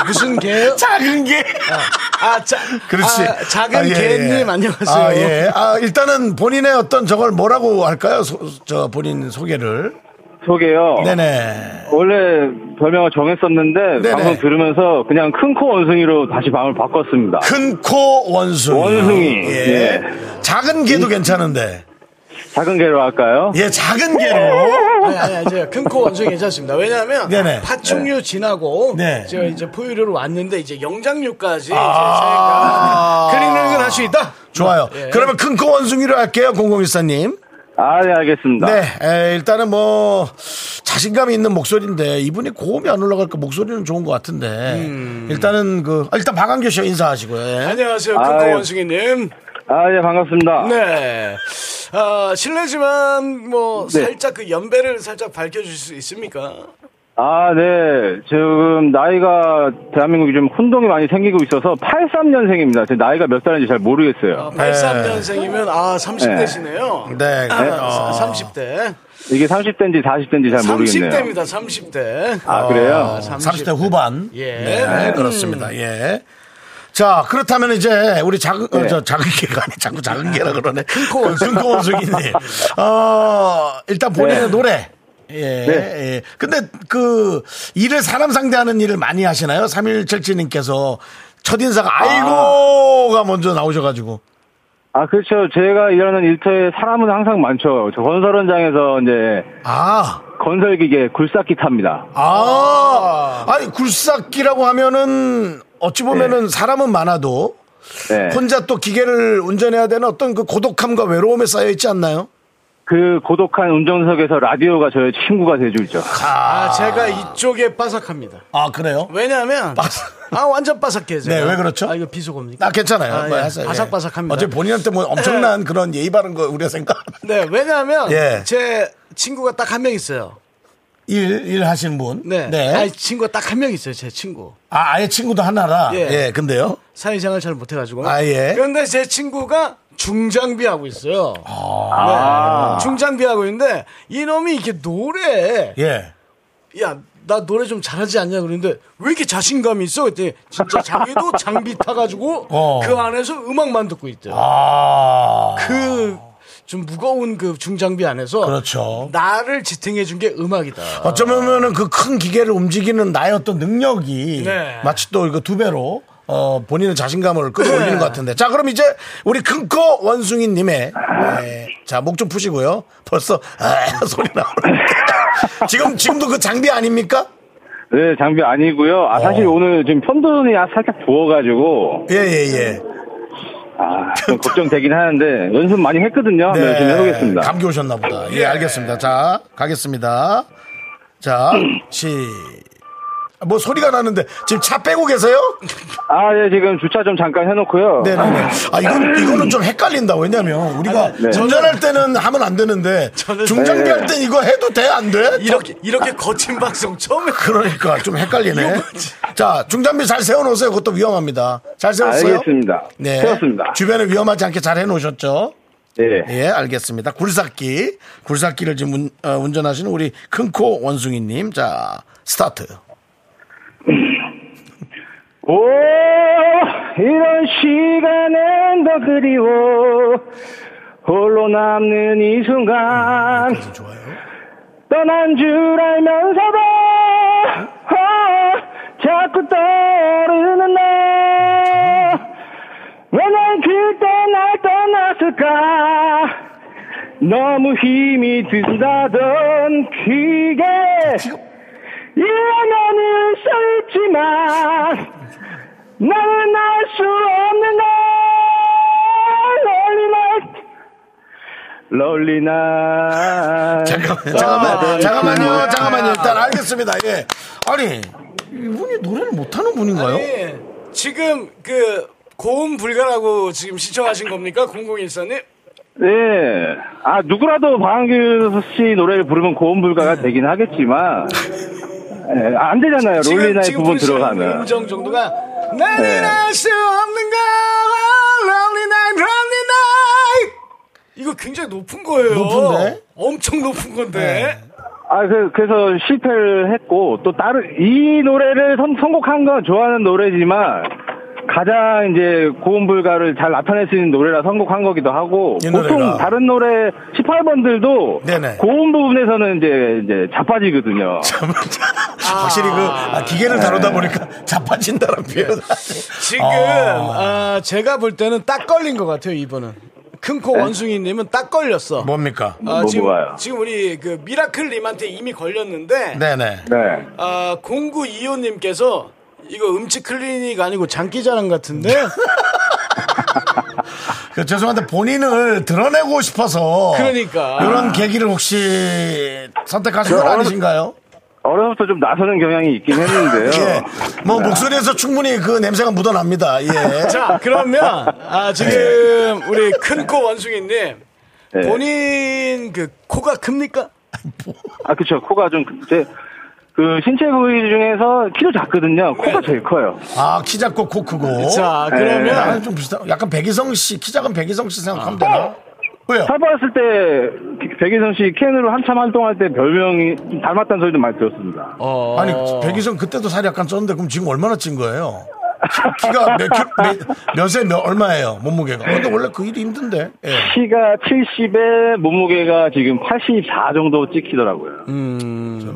Speaker 4: 무슨 개요?
Speaker 3: 작은 게.
Speaker 4: 아, 자,
Speaker 3: 그렇지.
Speaker 4: 아, 작은
Speaker 3: 아, 예,
Speaker 4: 개님
Speaker 3: 예.
Speaker 4: 안녕하세요.
Speaker 3: 아, 예. 아, 일단은 본인의 어떤 저걸 뭐라고 할까요? 소- 저 본인 소개를.
Speaker 7: 소개요.
Speaker 3: 네네.
Speaker 7: 원래 별명을 정했었는데
Speaker 3: 네네.
Speaker 7: 방송 들으면서 그냥 큰 코 원숭이로 다시 방을 바꿨습니다.
Speaker 3: 큰 코 원숭이.
Speaker 7: 원숭이.
Speaker 3: 예.
Speaker 7: 예.
Speaker 3: 작은 개도 괜찮은데.
Speaker 7: 작은 개로 할까요?
Speaker 3: 예, 작은 개로.
Speaker 4: 아니, 아니, 아니, 제가 큰코 원숭이 괜찮습니다. 왜냐하면
Speaker 3: 네네.
Speaker 4: 파충류 지나고
Speaker 3: 네.
Speaker 4: 제가 이제 포유류로 왔는데 이제 영장류까지
Speaker 3: 아.
Speaker 4: 이제 제가 클리닝을 할 수 있다.
Speaker 3: 좋아요.
Speaker 4: 예.
Speaker 3: 그러면 큰 코 원숭이로 할게요, 0014님.
Speaker 7: 아, 네 알겠습니다.
Speaker 3: 네, 에, 일단은 뭐 자신감이 있는 목소리인데 이분이 고음이 안 올라갈까 목소리는 좋은 것 같은데
Speaker 4: 음.
Speaker 3: 일단은 그 아, 일단 박한규 씨 인사하시고요. 예.
Speaker 4: 안녕하세요, 큰코
Speaker 7: 아유.
Speaker 4: 원숭이님.
Speaker 7: 아, 예 반갑습니다.
Speaker 4: 네. 아, 실례지만 뭐
Speaker 7: 네.
Speaker 4: 살짝 그 연배를 살짝 밝혀주실 수 있습니까?
Speaker 7: 아, 네. 지금 나이가 대한민국이 좀 혼동이 많이 생기고 있어서 83년생입니다. 제 나이가 몇 살인지 잘 모르겠어요.
Speaker 4: 아, 83년생이면 아 30대시네요. 아,
Speaker 3: 네, 어,
Speaker 4: 30대.
Speaker 7: 이게 30대인지 40대인지 잘 모르겠네요.
Speaker 4: 30대입니다. 30대.
Speaker 7: 아, 그래요?
Speaker 3: 30대 후반.
Speaker 4: 예.
Speaker 3: 네, 네, 그렇습니다. 예. 자, 그렇다면 이제 우리 작은 어, 저 작은 개가 아니 자꾸 작은 개라 그러네. 큰코 원숭이님. 어, 일단 본인의
Speaker 7: 네.
Speaker 3: 노래. 예, 예. 근데 그 일을 사람 상대하는 일을 많이 하시나요? 3일철지님께서 첫인사가 아이고가 먼저 나오셔가지고.
Speaker 7: 아, 그렇죠. 제가 일하는 일터에 사람은 항상 많죠. 저 건설 현장에서 이제
Speaker 3: 아,
Speaker 7: 건설기계 굴삭기 탑니다.
Speaker 3: 아, 아니 굴삭기라고 하면은 어찌 보면은 사람은 많아도
Speaker 7: 네.
Speaker 3: 혼자 또 기계를 운전해야 되는 어떤 그 고독함과 외로움에 쌓여 있지 않나요?
Speaker 7: 그 고독한 운전석에서 라디오가 저의 친구가 돼주죠.
Speaker 4: 아, 제가 이쪽에 빠삭합니다.
Speaker 3: 아 그래요?
Speaker 4: 왜냐하면
Speaker 3: 빠삭.
Speaker 4: 아 완전 빠삭해요. 제가.
Speaker 3: 네, 왜 그렇죠?
Speaker 4: 아 이거 비속어입니까?
Speaker 3: 나 괜찮아요.
Speaker 4: 아,
Speaker 3: 뭐
Speaker 4: 예.
Speaker 3: 하세요. 예.
Speaker 4: 바삭바삭합니다.
Speaker 3: 어차피 본인한테 뭐 엄청난 그런 예의 바른 거 우리가 생각.
Speaker 4: 네, 왜냐하면
Speaker 3: 예.
Speaker 4: 제 친구가 딱 한 명 있어요.
Speaker 3: 일, 일 하시는 분.
Speaker 4: 네, 아니, 친구가 딱 한 명 있어요. 제 친구.
Speaker 3: 아, 아예 친구도 하나라. 예.
Speaker 4: 예.
Speaker 3: 근데요.
Speaker 4: 사회생활 잘 못해가지고.
Speaker 3: 아, 예.
Speaker 4: 그런데 제 친구가 중장비 하고 있어요.
Speaker 3: 아.
Speaker 4: 네, 중장비 하고 있는데 이놈이 이렇게 노래.
Speaker 3: 예.
Speaker 4: 야, 나 노래 좀 잘하지 않냐 그러는데 왜 이렇게 자신감이 있어? 그랬더니 진짜 자기도 장비 타가지고
Speaker 3: 어.
Speaker 4: 그 안에서 음악만 듣고 있대요.
Speaker 3: 아.
Speaker 4: 그 좀 무거운 그 중장비 안에서
Speaker 3: 그렇죠.
Speaker 4: 나를 지탱해 준 게 음악이다.
Speaker 3: 어쩌면은 그 큰 기계를 움직이는 나의 어떤 능력이
Speaker 4: 네.
Speaker 3: 마치 또 이거 두 배로 어, 본인의 자신감을 끌어올리는 것 같은데. 자, 그럼 이제 우리 큰코 원숭이님의 네. 자, 목 좀 푸시고요. 벌써 아, 소리 나오네. 지금 지금도 그 장비 아닙니까?
Speaker 7: 네, 장비 아니고요. 아, 사실
Speaker 3: 어.
Speaker 7: 오늘 지금 편돈이 아, 살짝 부어가지고,
Speaker 3: 예, 예, 예.
Speaker 7: 아, 좀 걱정되긴 하는데, 연습 많이 했거든요. 네, 열심히 해보겠습니다.
Speaker 3: 감기 오셨나 보다. 예, 알겠습니다. 자, 가겠습니다. 자, 시. 뭐 소리가 나는데 지금 차 빼고 계세요?
Speaker 7: 아, 예, 지금 주차 좀 잠깐 해놓고요.
Speaker 3: 네네네. 아, 이건, 이거는 좀 헷갈린다. 왜냐면
Speaker 7: 아,
Speaker 3: 우리가
Speaker 7: 네.
Speaker 3: 운전할 때는 하면 안 되는데
Speaker 4: 저는-
Speaker 3: 중장비 할 땐 이거 해도 돼? 안 돼?
Speaker 4: 이렇게 이렇게 거친 방송 처음에
Speaker 3: 그러니까 좀 헷갈리네. 자, 중장비 잘 세워놓으세요. 그것도 위험합니다. 잘 세웠어요?
Speaker 7: 알겠습니다.
Speaker 3: 네.
Speaker 7: 세웠습니다.
Speaker 3: 주변에 위험하지 않게 잘 해놓으셨죠?
Speaker 7: 예.
Speaker 3: 예, 알겠습니다. 굴삭기. 굴삭기를 지금 운, 전하시는 우리 큰코 원숭이님. 자, 스타트.
Speaker 7: 오 이런 시간엔 더 그리워 홀로 남는 이 순간
Speaker 3: 좋아요.
Speaker 7: 떠난 줄 알면서도 어, 자꾸 떠오르는 너왜난 그때 날 떠났을까 너무 힘이 든다던 그게 일어나는 수 있지만 나는 알 수 없는 날 롤리 날 롤리 날
Speaker 4: 아,
Speaker 3: 잠깐만, 잠깐만, 잠깐만요, 잠깐만요. 일단 알겠습니다. 예. 아니, 이분이 노래를 못하는 분인가요?
Speaker 4: 예. 지금 그 고음 불가라고 지금 신청하신 겁니까 0014님?
Speaker 7: 네. 아, 누구라도 방한규 씨 노래를 부르면 고음
Speaker 3: 네.
Speaker 7: 불가가 되긴 하겠지만, 예, 안 되잖아요. 롤리나의 부분 들어가면. 네.
Speaker 4: 음정 정도가 나는 알 수 없는 걸 Lonely Night, Lonely Night 이거 굉장히 높은 거예요.
Speaker 3: 높은데?
Speaker 4: 엄청 높은 건데.
Speaker 7: 아, 그, 그래서 실패를 했고, 또 다른, 이 노래를 선, 선곡한 건 좋아하는 노래지만, 가장 이제 고음 불가를 잘 나타낼 수 있는 노래라 선곡한 거기도 하고,
Speaker 3: 이 노래가.
Speaker 7: 보통 다른 노래 18번들도
Speaker 3: 네네.
Speaker 7: 고음 부분에서는 이제, 이제 자빠지거든요.
Speaker 3: 확실히 그 아, 기계를 다루다
Speaker 4: 네.
Speaker 3: 보니까 자빠진다는 표현.
Speaker 4: 지금 아, 제가 볼 때는 딱 걸린 것 같아요 이번은. 큰코 원숭이님은 딱 걸렸어.
Speaker 3: 뭡니까?
Speaker 7: 네.
Speaker 4: 아,
Speaker 7: 뭐
Speaker 4: 지금,
Speaker 7: 뭐가요?
Speaker 4: 지금 우리 그 미라클님한테 이미 걸렸는데
Speaker 3: 네네.
Speaker 7: 네.
Speaker 4: 아, 0925님께서 이거 음치 클리닉 아니고 장기자랑 같은데
Speaker 3: 그 죄송한데 본인을 드러내고 싶어서
Speaker 4: 그러니까.
Speaker 3: 이런 계기를 혹시 선택하신 건
Speaker 7: 저-
Speaker 3: 아니신가요?
Speaker 7: 어려서부터 좀 나서는 경향이 있긴 했는데요.
Speaker 3: 예. 뭐 목소리에서 충분히 그 냄새가 묻어납니다. 예.
Speaker 4: 자 그러면 아, 지금 우리 큰 코 원숭이님 본인 그 코가 큽니까?
Speaker 7: 아, 그쵸. 코가 좀, 제, 그, 신체 부위 중에서 키도 작거든요. 코가 제일 커요.
Speaker 3: 아, 키 작고 코 크고.
Speaker 4: 자
Speaker 3: 아,
Speaker 4: 그러면
Speaker 3: 좀 비슷한. 약간 백이성 씨, 키 작은 백이성 씨 생각하면 되나? 왜요?
Speaker 7: 살바했을 때, 백예성 씨 캔으로 한참 활동할 때 별명이 닮았다는 소리도 많이 들었습니다.
Speaker 4: 어,
Speaker 3: 아니, 백이성 그때도 살이 약간 쪘는데 그럼 지금 얼마나 찐 거예요? 키- 키가 몇, 킬로- 몇, 몇에 몇, 얼마예요? 몸무게가. 근데 원래 그 일이 힘든데. 예.
Speaker 7: 키가 70에 몸무게가 지금 84 정도 찍히더라고요.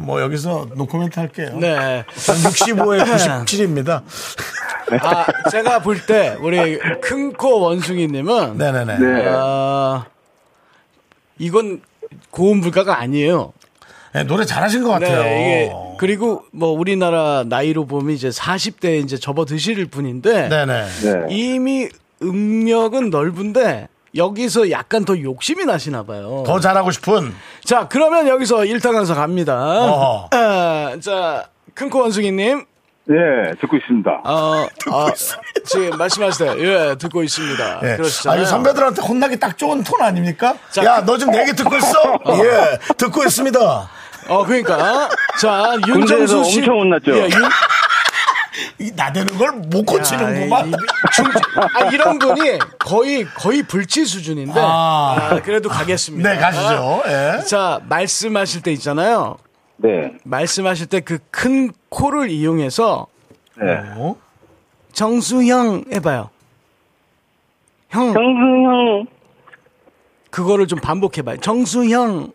Speaker 3: 뭐 여기서 노코멘트 할게요.
Speaker 4: 네.
Speaker 3: 65에 97입니다.
Speaker 4: 아, 제가 볼 때 우리 큰 코 원숭이님은
Speaker 3: 네네네.
Speaker 4: 아, 이건 고음 불가가 아니에요.
Speaker 3: 네, 노래 잘하신 것 같아요.
Speaker 4: 네, 이게 그리고 뭐 우리나라 나이로 보면 이제 40대 이제 접어 드실 분인데
Speaker 3: 네네.
Speaker 7: 네.
Speaker 4: 이미 음력은 넓은데 여기서 약간 더 욕심이 나시나 봐요.
Speaker 3: 더 잘하고 싶은
Speaker 4: 자, 그러면 여기서 일타 강사 갑니다.
Speaker 3: 어허.
Speaker 4: 아, 자, 큰코 원숭이 님.
Speaker 7: 예, 듣고 있습니다.
Speaker 4: 어, 아, 지금 말씀하세요. 예, 듣고 있습니다. 그렇죠.
Speaker 3: 예. 아,
Speaker 4: 그러시잖아요.
Speaker 3: 이 선배들한테 혼나기 딱 좋은 톤 아닙니까?
Speaker 4: 자, 그
Speaker 3: 야, 너 지금 내게 듣고 있어? 예, 듣고 있습니다.
Speaker 4: 어, 그러니까 자, 윤정수
Speaker 7: 군대에서
Speaker 4: 씨
Speaker 7: 엄청 혼났죠?
Speaker 4: 예, 윤-
Speaker 3: 이 나대는 걸 못
Speaker 4: 아, 이-
Speaker 3: 고치는구만.
Speaker 4: 중- 아, 이런 분이 거의 거의 불치 수준인데
Speaker 3: 아.
Speaker 4: 아, 그래도 가겠습니다.
Speaker 3: 네, 가시죠. 예.
Speaker 4: 자 말씀하실 때 있잖아요.
Speaker 7: 네.
Speaker 4: 말씀하실 때 그 큰 코를 이용해서
Speaker 7: 네.
Speaker 4: 정수형 해봐요. 형,
Speaker 7: 정승형,
Speaker 4: 그거를 좀 반복해봐요. 정수형,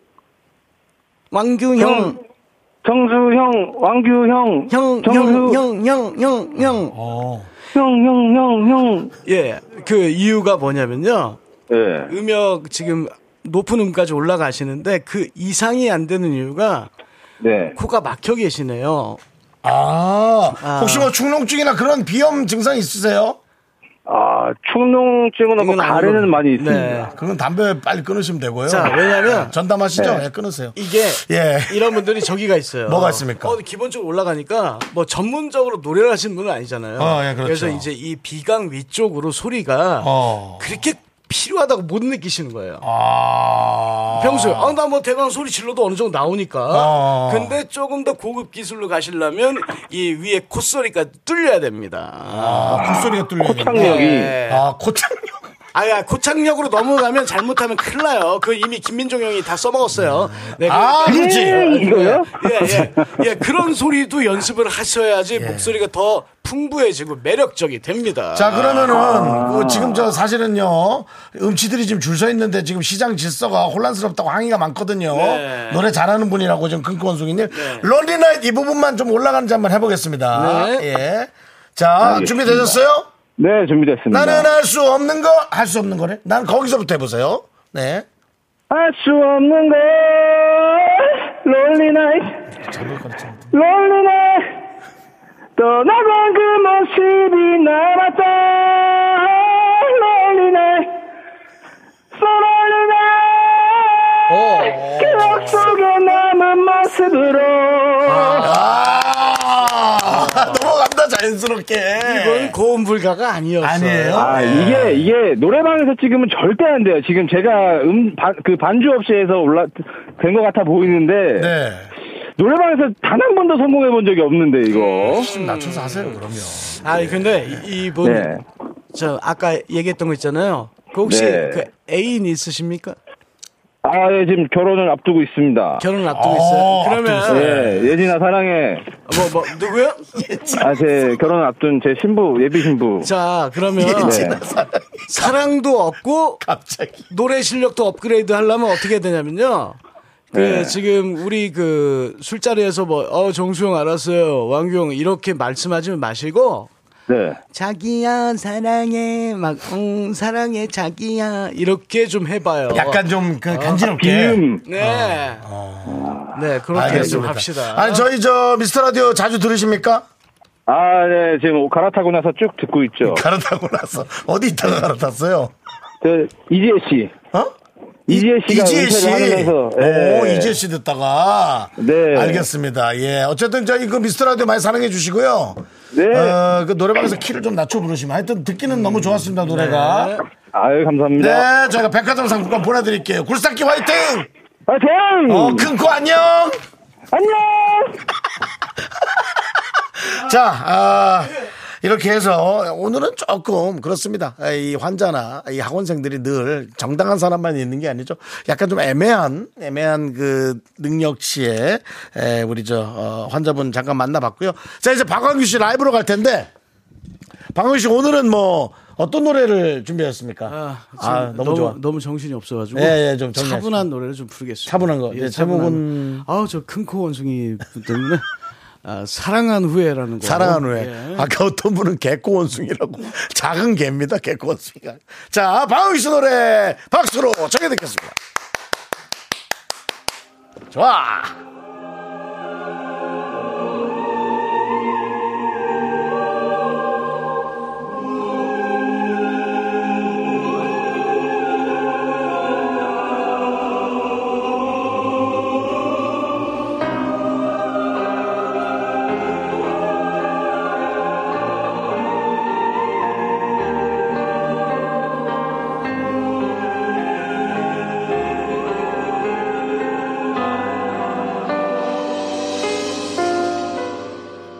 Speaker 4: 왕규형,
Speaker 7: 정수형, 왕규형,
Speaker 4: 형, 형,
Speaker 7: 정수,
Speaker 4: 형, 형, 형, 형.
Speaker 7: 형, 형, 형, 형.
Speaker 4: 예, 그 이유가 뭐냐면요.
Speaker 7: 예.
Speaker 4: 음역 지금 높은 음까지 올라가시는데 그 이상이 안 되는 이유가
Speaker 7: 네.
Speaker 4: 코가 막혀 계시네요.
Speaker 3: 아,
Speaker 4: 아.
Speaker 3: 혹시 뭐 충농증이나 그런 비염 증상 있으세요?
Speaker 7: 아, 충농증은 없고
Speaker 4: 이건 아니고.
Speaker 7: 가래는 많이 있습니다.
Speaker 4: 네.
Speaker 3: 그건 담배 빨리 끊으시면 되고요.
Speaker 4: 자, 왜냐면 네.
Speaker 3: 전담하시죠? 예, 끊으세요.
Speaker 4: 이게
Speaker 3: 예.
Speaker 4: 이런 분들이 저기가 있어요.
Speaker 3: 뭐가 있습니까?
Speaker 4: 어, 기본적으로 올라가니까 뭐 전문적으로 노래를 하시는 분은 아니잖아요.
Speaker 3: 어, 예, 그렇죠.
Speaker 4: 래서 이제 이 비강 위쪽으로 소리가
Speaker 3: 어.
Speaker 4: 그렇게 필요하다고 못 느끼시는 거예요.
Speaker 3: 아.
Speaker 4: 평소에 아, 나 뭐 대강 소리 질러도 어느 정도 나오니까.
Speaker 3: 어.
Speaker 4: 근데 조금 더 고급 기술로 가시려면 이 위에 콧소리가 뚫려야 됩니다.
Speaker 3: 아, 콧소리가 뚫려요.
Speaker 7: 창력이
Speaker 3: 아, 코창력.
Speaker 4: 예. 아야 고창력으로 넘어가면 잘못하면 큰일 나요. 그 이미 김민종 형이 다 써먹었어요. 네,
Speaker 3: 아, 그렇지.
Speaker 7: 이거요?
Speaker 4: 예예 예, 예, 그런 소리도 연습을 하셔야지 목소리가 더 풍부해지고 매력적이 됩니다.
Speaker 3: 자, 그러면은,
Speaker 4: 아.
Speaker 3: 그 지금 저 사실은요, 음치들이 지금 줄 서 있는데 지금 시장 질서가 혼란스럽다고 항의가 많거든요.
Speaker 4: 네.
Speaker 3: 노래 잘하는 분이라고 지금 큰권송이님. 롤리나잇 이 부분만 좀 올라가는지 한번 해보겠습니다.
Speaker 4: 네.
Speaker 3: 예. 자, 준비되셨어요?
Speaker 7: 네, 준비됐습니다.
Speaker 3: 나는 할 수 없는 거, 할 수 없는 거래. 난 거기서부터 해보세요. 네.
Speaker 7: 알 수 없는 걸 롤리나잇 롤리나잇 떠나간 그 모습이 남았다 롤리나잇 소 롤리나잇 그 기억 속에 남은 모습으로
Speaker 3: 아, 넘어간다, 자연스럽게.
Speaker 4: 이건 고음 불가가 아니었어요.
Speaker 3: 아니에요?
Speaker 7: 아 이게 이게 노래방에서 찍으면 절대 안 돼요 지금 제가 음그 반주 없이 해서 올라 된 것 같아 보이는데
Speaker 3: 네.
Speaker 7: 노래방에서 단 한 번도 성공해 본 적이 없는데
Speaker 4: 어?
Speaker 7: 이거.
Speaker 3: 좀 낮춰서 하세요, 그럼요.
Speaker 4: 아니, 근데 이- 이분
Speaker 8: 음.
Speaker 7: 네.
Speaker 4: 저 아까 얘기했던 거 있잖아요. 그 혹시
Speaker 7: 네.
Speaker 4: 그 애인 있으십니까?
Speaker 7: 아, 예, 지금 결혼을 앞두고 있습니다.
Speaker 4: 결혼 앞두고
Speaker 3: 어,
Speaker 4: 있어요.
Speaker 3: 앞두고
Speaker 4: 그러면
Speaker 7: 예, 예진아 사랑해.
Speaker 4: 뭐 뭐 누구요?
Speaker 7: 아, 제 결혼 앞둔 제 신부, 예비 신부.
Speaker 4: 자 그러면
Speaker 3: 예.
Speaker 7: 네.
Speaker 4: 사랑도 없고
Speaker 3: 갑자기.
Speaker 4: 노래 실력도 업그레이드 하려면 어떻게 해야 되냐면요. 그
Speaker 7: 네.
Speaker 4: 지금 우리 그 술자리에서 뭐어 정수영 알았어요 왕규영 이렇게 말씀하지 마시고
Speaker 7: 네.
Speaker 4: 자기야 사랑해 막응 사랑해 자기야 이렇게 좀 해봐요.
Speaker 3: 약간 좀, 그, 간지럽게.
Speaker 7: 아,
Speaker 8: 예.
Speaker 3: 아,
Speaker 7: 비음.
Speaker 4: 네. 네 그렇게 좀
Speaker 3: 어. 알겠습니다.
Speaker 4: 합시다.
Speaker 3: 아니 저희 저 미스터 라디오 자주 들으십니까?
Speaker 7: 아, 네, 지금 옷 갈아타고 나서 쭉 듣고 있죠.
Speaker 3: 갈아타고 나서 어디 있다가 갈아탔어요?
Speaker 7: 저, 네. 이지혜 씨.
Speaker 3: 어?
Speaker 7: 이지혜 씨가
Speaker 3: 이지혜 씨.
Speaker 7: 은퇴를 하면서.
Speaker 3: 오
Speaker 7: 예.
Speaker 3: 이지혜 씨 듣다가.
Speaker 7: 네.
Speaker 3: 알겠습니다. 예. 어쨌든 저희 그 미스터 라디오 많이 사랑해 주시고요.
Speaker 7: 네.
Speaker 3: 어, 그 노래방에서 키를 좀 낮춰 부르시면 하여튼 듣기는 너무 좋았습니다 노래가.
Speaker 7: 아유,
Speaker 3: 네.
Speaker 7: 감사합니다.
Speaker 3: 저희가 백화점 상품권 보내드릴게요. 굴삭기 화이팅.
Speaker 7: 화이팅!
Speaker 3: 어, 큰코 안녕.
Speaker 7: 아, 안녕!
Speaker 3: 자, 아, 이렇게 해서 오늘은 조금 그렇습니다. 아, 이 환자나 이 학원생들이 늘 정당한 사람만 있는 게 아니죠. 약간 좀 애매한 애매한 그 능력치에 에, 우리 저 어, 환자분 잠깐 만나봤고요. 자, 이제 박광규 씨 라이브로 갈 텐데 박광규 씨 오늘은 뭐 어떤 노래를 준비했습니까? 아,
Speaker 4: 지금
Speaker 3: 너무, 좋아.
Speaker 4: 너무 정신이 없어가지고
Speaker 3: 예, 예, 좀 정리하시죠.
Speaker 4: 차분한 노래를 좀 부르겠습니다.
Speaker 3: 차분한 거. 예, 제목은-
Speaker 4: 아우 저 큰코 원숭이 때문에 아, 사랑한 후에라는 거.
Speaker 3: 사랑한 후에
Speaker 4: 예.
Speaker 3: 아까 어떤 분은 개코 원숭이라고 작은 개입니다 개코 원숭이가 자 박광규 씨 노래 박수로 정해 듣겠습니다 좋아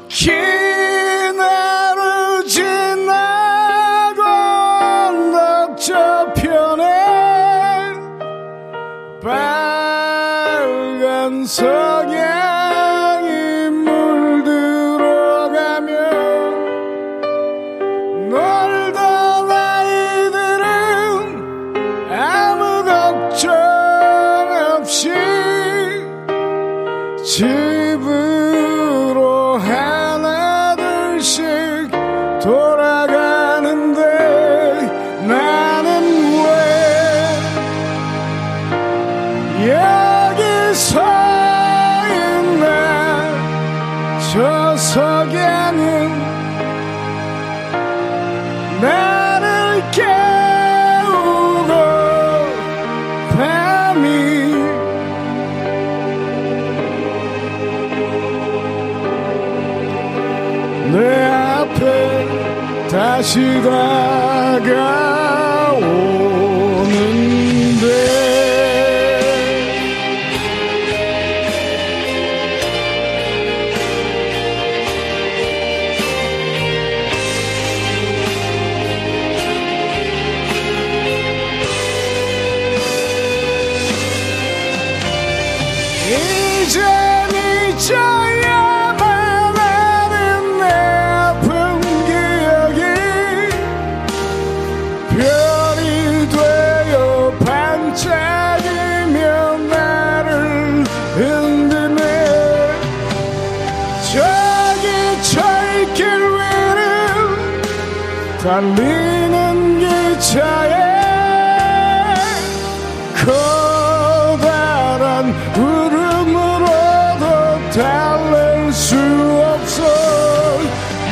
Speaker 4: 긴 하루 지나고 낙저편에 빨간 석양이 물들어가며 놀던 아이들은 아무 걱정 없이 집으로 하나둘씩 돌아가는데 나는 왜 여기서 있나 저석에는 나를 깨우고 밤이 내 앞에 다시 다가오는데 이젠 네 잊어야만 하는 내 아픈 기억이 별이 되어 반짝이며 나를 흔드네 저기 철길 위를 달리는 기차에 커다란 울음으로도 달랠 수 없어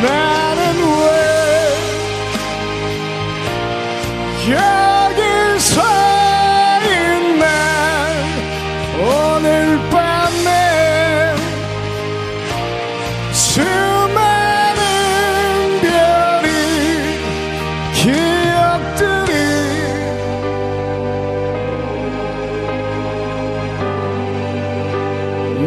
Speaker 4: 나는 왜 여기서 있나 오늘 밤에 수많은 별이 기억들이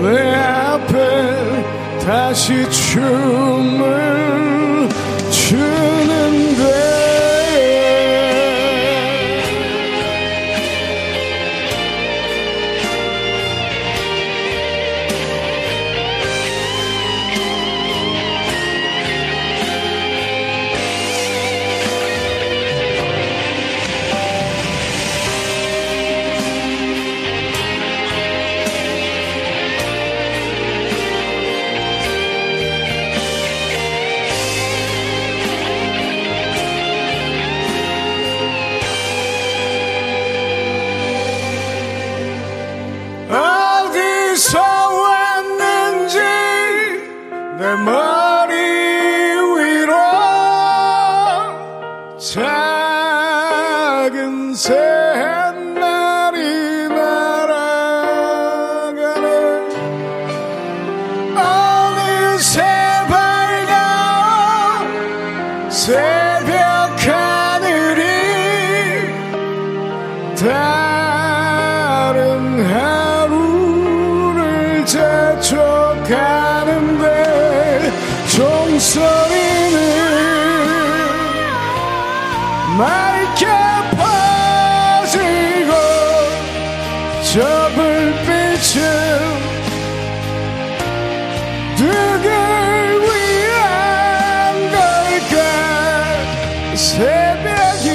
Speaker 4: 내 앞에 다시 춤을 추는데 어디서 왔는지 내 머리 위로 작은 새 한 마리 날아가네 어느새 밝아 새벽 하늘이 다른 하루를 재촉하는데 종소리는 맑게 퍼지고 저 불빛은 누굴 위한 걸까 새벽이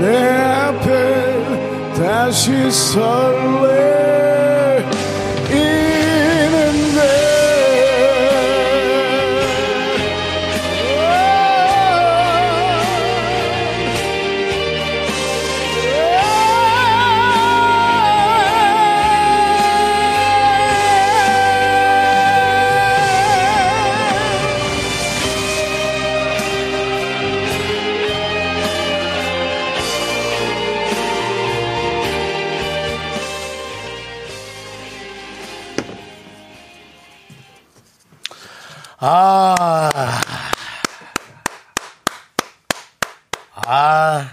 Speaker 4: 내 앞에 다시 설레 이는데 아!
Speaker 1: 아. 아.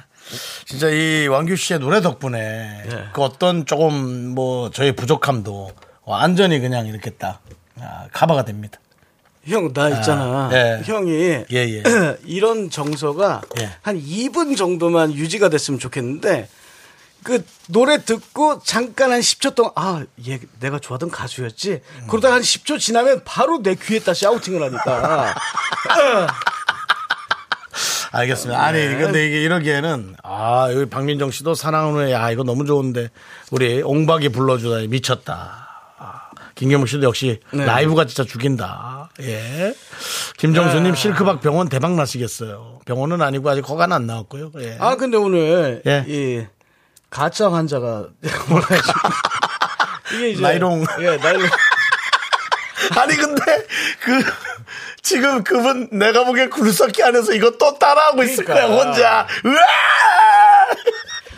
Speaker 1: 진짜 이 왕규 씨의 노래 덕분에 그 어떤 조금 뭐 저의 부족함도 완전히 그냥 이렇게 딱 아, 커버가 됩니다.
Speaker 3: 형, 나
Speaker 1: 아,
Speaker 3: 있잖아.
Speaker 1: 예.
Speaker 3: 형이
Speaker 1: 예.
Speaker 3: 이런 정서가
Speaker 1: 예.
Speaker 3: 한 2분 정도만 유지가 됐으면 좋겠는데 그 노래 듣고 잠깐 한 10초 동안 아, 얘 내가 좋아하던 가수였지. 그러다가 한 10초 지나면 바로 내 귀에 다시 아우팅을 하니까. 알겠습니다. 아니, 근데 이게 이러기에는, 아, 여기 박민정 씨도 사랑하는 야, 이거 너무 좋은데, 우리 옹박이 불러주다니 미쳤다. 아, 김경욱 씨도 역시 라이브가 진짜 죽인다. 예. 김정수님 실크박 병원 대박 나시겠어요. 병원은 아니고 아직 허가는 안 나왔고요. 예.
Speaker 4: 아 근데 오늘
Speaker 3: 예.
Speaker 4: 이 가짜 환자가 뭐라가지고 이게 이제
Speaker 3: 나이롱.
Speaker 4: 예 나이롱
Speaker 3: 아니 근데 그 지금 그분 내가 보기엔 굴삭기 안에서 이거 또 따라하고 있을 거야
Speaker 4: 그러니까.
Speaker 3: 혼자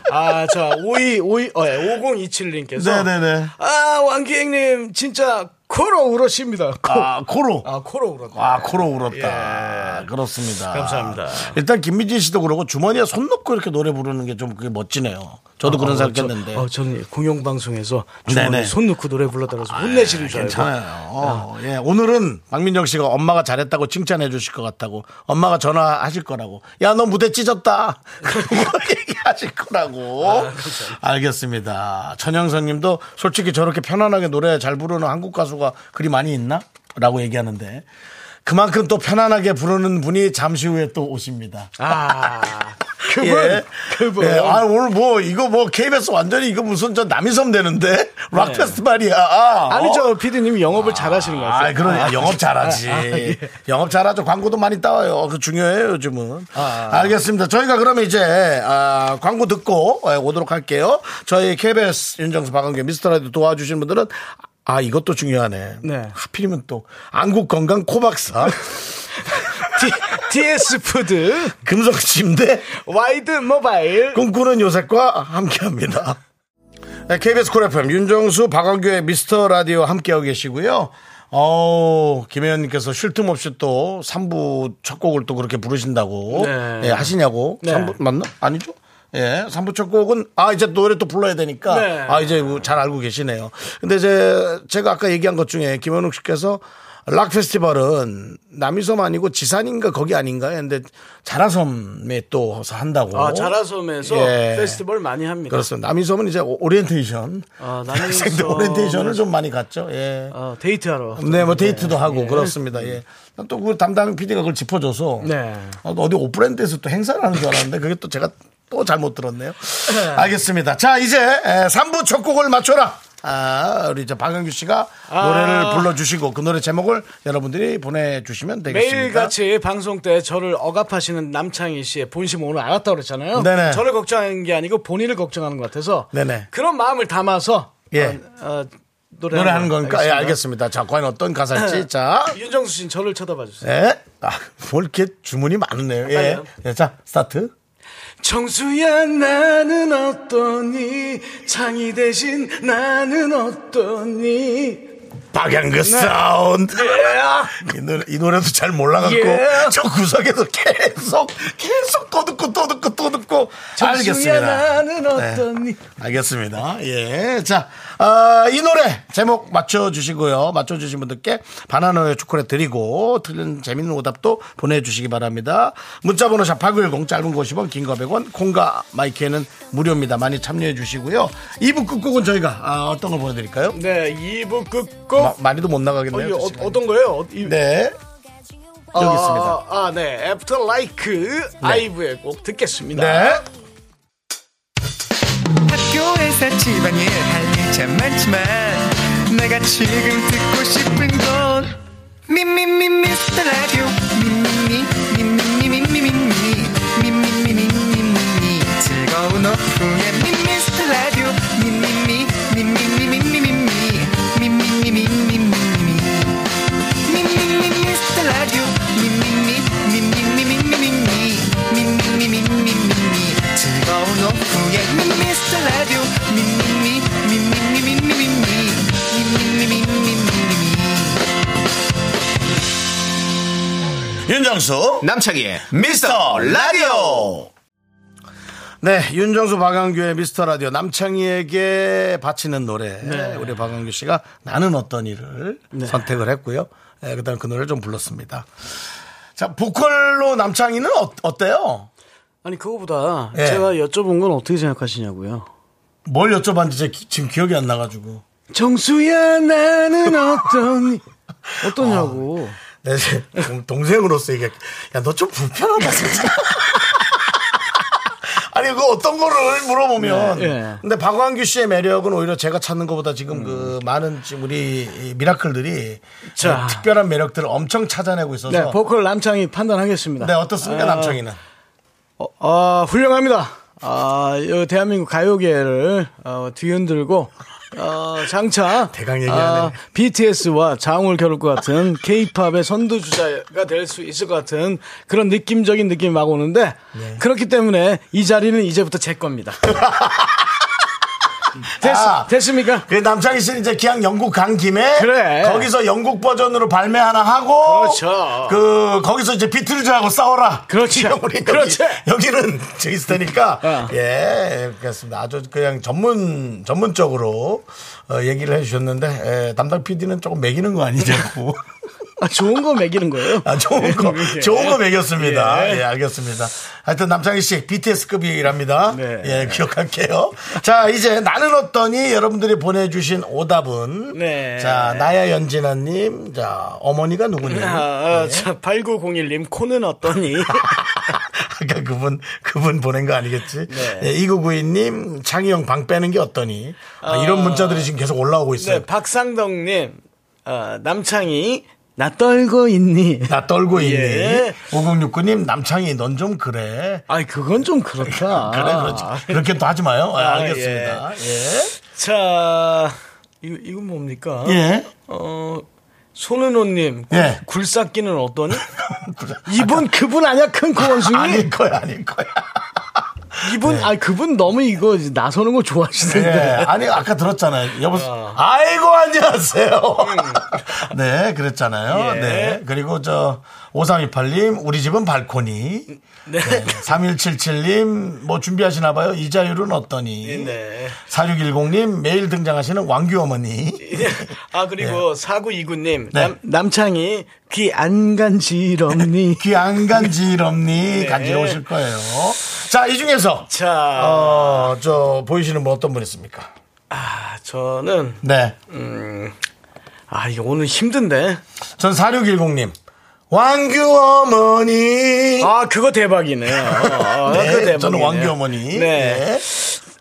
Speaker 3: 으아
Speaker 4: 아자 52, 52, 어, 예, 5027님께서
Speaker 3: 네네네
Speaker 4: 아 왕기행님 진짜 코로 울으십니다 코.
Speaker 3: 아 코로
Speaker 4: 아 코로 울었다 예.
Speaker 3: 아 코로 울었다 그렇습니다
Speaker 4: 감사합니다.
Speaker 3: 일단 김미진 씨도 그러고 주머니에 손 넣고 이렇게 노래 부르는 게 좀 그게 멋지네요 저도 그런 생각했는데
Speaker 4: 저, 어, 저는 공영방송에서 주머니
Speaker 3: 네네. 아,
Speaker 4: 손 넣고 노래 불러달라서 혼내시는 줄 알고
Speaker 3: 괜찮아요. 어, 예, 오늘은 박민정 씨가 엄마가 잘했다고 칭찬해 주실 것 같다고 엄마가 전화하실 거라고 야 너 무대 찢었다 그러고 얘기하실 거라고
Speaker 4: 아, 그렇죠.
Speaker 3: 알겠습니다. 천영선님도 솔직히 저렇게 편안하게 노래 잘 부르는 한국 가수가 그리 많이 있나? 라고 얘기하는데 그만큼 또 편안하게 부르는 분이 잠시 후에 또 오십니다.
Speaker 4: 아 그분
Speaker 3: 예.
Speaker 4: 그분
Speaker 3: 예, 아, 오늘 뭐, 이거 뭐, KBS 완전히 이거 무슨 저 남이섬 되는데? 락 페스티벌이야. 아,
Speaker 4: 네. 아니
Speaker 3: 어?
Speaker 4: 저 PD님이 영업을 잘하시는 것 같아요 아, 예.
Speaker 3: 아, 그러니 영업 잘하지. 영업 잘하죠. 광고도 많이 따와요. 그 중요해요, 요즘은.
Speaker 4: 아,
Speaker 3: 알겠습니다. 저희가 그러면 이제 아, 광고 듣고 예, 오도록 할게요. 저희 KBS 윤정수 박은규 미스터라디오 도와주신 분들은 아, 이것도 중요하네.
Speaker 4: 네.
Speaker 3: 하필이면 또 안국 건강 코박사,
Speaker 4: T- TS 푸드
Speaker 3: 금속 침대,
Speaker 4: 와이드 모바일
Speaker 3: 꿈꾸는 요셉과 함께합니다. 네, KBS 쿨 FM 윤정수 박원규의 미스터 라디오 함께하고 계시고요. 어우, 김혜연님께서 쉴 틈 없이 또 3부 첫 곡을 또 그렇게 부르신다고
Speaker 4: 네.
Speaker 3: 예, 하시냐고.
Speaker 4: 네.
Speaker 3: 3부 맞나? 아니죠? 예, 3부 첫 곡은 아 이제 노래 또 불러야 되니까
Speaker 4: 네.
Speaker 3: 아 이제 잘 알고 계시네요. 근데 이제 제가 아까 얘기한 것 중에 김현욱 씨께서 락 페스티벌은 남이섬 아니고 지산인가 거기 아닌가 했는데 자라섬에 또 한다고.
Speaker 4: 아, 자라섬에서
Speaker 3: 어? 예.
Speaker 4: 페스티벌 많이 합니다.
Speaker 3: 그렇습니다. 남이섬은 이제 오- 오리엔테이션.
Speaker 4: 아, 남이섬.
Speaker 3: 학생들 오리엔테이션을 좀 많이 갔죠. 예.
Speaker 4: 어, 데이트하러.
Speaker 3: 네, 뭐 데이트도 하고 그렇습니다. 예. 또 그 담당 PD가 그걸 짚어줘서
Speaker 4: 네.
Speaker 3: 어, 어디 오프랜드에서 또 행사를 하는 줄 알았는데 그게 또 제가 또 잘못 들었네요. 알겠습니다. 자, 이제 예, 3부 첫 곡을 맞춰라. 아, 우리 이제 박영규 씨가
Speaker 4: 아.
Speaker 3: 노래를 불러주시고 그 노래 제목을 여러분들이 보내주시면 되겠습니다.
Speaker 4: 매일같이 방송 때 저를 억압하시는 남창희 씨의 본심 오늘 알았다고 그랬잖아요.
Speaker 3: 네네.
Speaker 4: 저를 걱정하는 게 아니고 본인을 걱정하는 것 같아서
Speaker 3: 네네.
Speaker 4: 그런 마음을 담아서
Speaker 3: 예.
Speaker 4: 어, 어, 노래하는,
Speaker 3: 노래하는 건가? 예, 알겠습니다. 자, 과연 어떤 가사일지. 자.
Speaker 4: 윤정수 씨는 저를 쳐다봐 주세요.
Speaker 3: 예. 아, 뭘 이렇게 주문이 많네요. 예.
Speaker 4: 빨라요.
Speaker 3: 예, 자, 스타트.
Speaker 4: 정수야 나는 어떠니 창희 대신 나는 어떠니 네.
Speaker 3: 박양그 사운드. 이, 노래, 이 노래도 잘 몰라갖고
Speaker 4: 예.
Speaker 3: 저 구석에서 계속 계속 또 듣고 또 듣고 또 듣고
Speaker 4: 정수야
Speaker 3: 알겠습니다. 네.
Speaker 4: 나는 어떠니
Speaker 3: 알겠습니다. 예. 자, 아, 이 노래 제목 맞춰주시고요. 맞춰주신 분들께 바나나의 초콜릿 드리고 틀린 재밌는 오답도 보내주시기 바랍니다. 문자번호 샵8910 짧은 거 50원, 긴 거 100원, 콩과 마이크에는 무료입니다. 많이 참여해주시고요. 2부 끝곡은 저희가 아, 어떤 걸 보내드릴까요?
Speaker 4: 네 2부 끝곡
Speaker 3: 마- 많이도 못
Speaker 4: 어,
Speaker 3: 나가겠네요.
Speaker 4: 이거
Speaker 3: 저
Speaker 4: 어,
Speaker 3: 시간에.
Speaker 4: 어떤 거예요? 어, 이-
Speaker 3: 네. 여기 있습니다.
Speaker 4: 아, 아, 네. 애프터 라이크 아이브의 곡 듣겠습니다.
Speaker 3: 네.
Speaker 9: 학교에서 집안일 할 일 참 많지만 내가 지금 듣고 싶은 건 미미미 미스터 라디오 미미미 미미미 미미미 미미미 미미미 미미미 즐거운 오후에 미스터 라디오 미미미 미미미 미미미 미미미 미미미 미미미 미스터 라디오 미미미 미미미 미미미 미미미 미미미 즐거운 오후에 미스터 라디오 미미미 미미미 미미미 미미미 미미미
Speaker 3: 윤정수
Speaker 5: 남창희의
Speaker 3: 미스터 라디오. 네, 윤정수 박영규의 미스터 라디오 남창희에게 바치는 노래.
Speaker 4: 네.
Speaker 3: 우리 박영규 씨가 나는 어떤 일을 선택을 했고요. 네, 그다음 그 노래를 좀 불렀습니다. 자, 보컬로 남창희는 어, 때요
Speaker 4: 아니, 그거보다
Speaker 3: 예.
Speaker 4: 제가 여쭤본 건 어떻게 생각하시냐고요.
Speaker 3: 뭘 여쭤봤는지 제가 기- 지금 기억이 안 나가지고.
Speaker 4: 정수야, 나는 어떤, 어떠냐고.
Speaker 3: 내 동- 동생으로서 얘기할게. 야, 너 좀 불편하다, 진짜. 아니 그 어떤 거를 물어보면
Speaker 4: 네, 예.
Speaker 3: 근데 박광규 씨의 매력은 오히려 제가 찾는 것보다 지금 그 많은 지금 우리 이 미라클들이
Speaker 4: 자.
Speaker 3: 그 특별한 매력들을 엄청 찾아내고 있어서
Speaker 4: 네, 보컬 남창이 판단하겠습니다.
Speaker 3: 네, 어떻습니까
Speaker 4: 아,
Speaker 3: 남창이는
Speaker 4: 어, 아, 훌륭합니다. 아, 이 대한민국 가요계를 어, 뒤흔들고 어, 장차 아,
Speaker 3: 대강 얘기하네.
Speaker 4: BTS와 장을 겨룰 것 같은 K-팝의 선두주자가 될 수 있을 것 같은 그런 느낌적인 느낌이 막 오는데 그렇기 때문에 이 자리는 이제부터 제 겁니다. 됐,
Speaker 3: 아.
Speaker 4: 됐습니까?
Speaker 3: 그 남창희 씨는 이제 기왕 영국 간 김에
Speaker 4: 그래.
Speaker 3: 거기서 영국 버전으로 발매 하나 하고
Speaker 4: 그렇죠.
Speaker 3: 그 거기서 이제 비틀즈하고 싸워라.
Speaker 4: 그렇지.
Speaker 3: 지금 우리
Speaker 4: 그렇지.
Speaker 3: 여기, 는 제이스테니까
Speaker 4: 어.
Speaker 3: 예 그렇습니다. 아주 그냥 전문 전문적으로 어, 얘기를 해주셨는데 예, 담당 PD는 조금 매기는 거 아니냐고.
Speaker 4: 아, 좋은 거 먹이는 거예요.
Speaker 3: 아, 좋은 거,
Speaker 4: 예.
Speaker 3: 좋은 거 매겼습니다.
Speaker 4: 예.
Speaker 3: 예, 알겠습니다. 하여튼 남창희 씨, BTS급이랍니다.
Speaker 4: 네.
Speaker 3: 예, 기억할게요. 자, 이제 나는 어떠니 여러분들이 보내주신 오답은.
Speaker 4: 네.
Speaker 3: 자, 나야 연진아님, 자, 어머니가 누구니?
Speaker 4: 아, 아, 자, 8901님 코는 어떠니?
Speaker 3: 아까 그분, 그분 보낸 거 아니겠지?
Speaker 4: 네.
Speaker 3: 예, 2992님, 창희형 방 빼는 게 어떠니? 아, 이런 문자들이 지금 계속 올라오고 있어요.
Speaker 4: 네, 박상덕님, 어, 남창이 나 떨고 있니?
Speaker 3: 나 떨고 있니?
Speaker 4: 예.
Speaker 3: 5069님, 남창희, 넌 좀 그래.
Speaker 4: 아이 그건 좀 그렇다.
Speaker 3: 그래, 그렇지. 아, 그렇게 또 하지 마요. 아,
Speaker 4: 아,
Speaker 3: 알겠습니다. 예.
Speaker 4: 자, 이, 이건 뭡니까?
Speaker 3: 예.
Speaker 4: 어, 손은호님, 굴-
Speaker 3: 예.
Speaker 4: 굴삭기는 어떠니? 이분 그분 아니야 큰 코원숭이? 예.
Speaker 3: 아닐 거야, 아닐 거야.
Speaker 4: 이분 아 그분 너무 이거 나서는 거 좋아하시는데.
Speaker 3: 네, 어. 아니 아까 들었잖아요. 여보세요. 아이고 안녕하세요. 네, 그랬잖아요.
Speaker 4: 예.
Speaker 3: 네. 그리고 저 5328님 우리 집은 발코니. 네. 3177님 뭐 준비하시나 봐요. 이자율은 어떠니?
Speaker 4: 네.
Speaker 3: 4610님 매일 등장하시는 왕규 어머니.
Speaker 4: 아 그리고 사구이구님
Speaker 3: 네.
Speaker 4: 남, 남창이 귀 안 간지럽니?
Speaker 3: 귀 안 간지럽니? 간지러우실 거예요. 자, 이 중에서
Speaker 4: 자,
Speaker 3: 어, 저 보이시는 분 어떤 분 있습니까?
Speaker 4: 아, 저는
Speaker 3: 네.
Speaker 4: 아 이거 오늘 힘든데.
Speaker 3: 전 4610님. 왕규 어머니.
Speaker 4: 아, 그거 대박이네요. 어,
Speaker 3: 네,
Speaker 4: 그거 대박이네요.
Speaker 3: 저는 왕규 어머니.
Speaker 4: 네.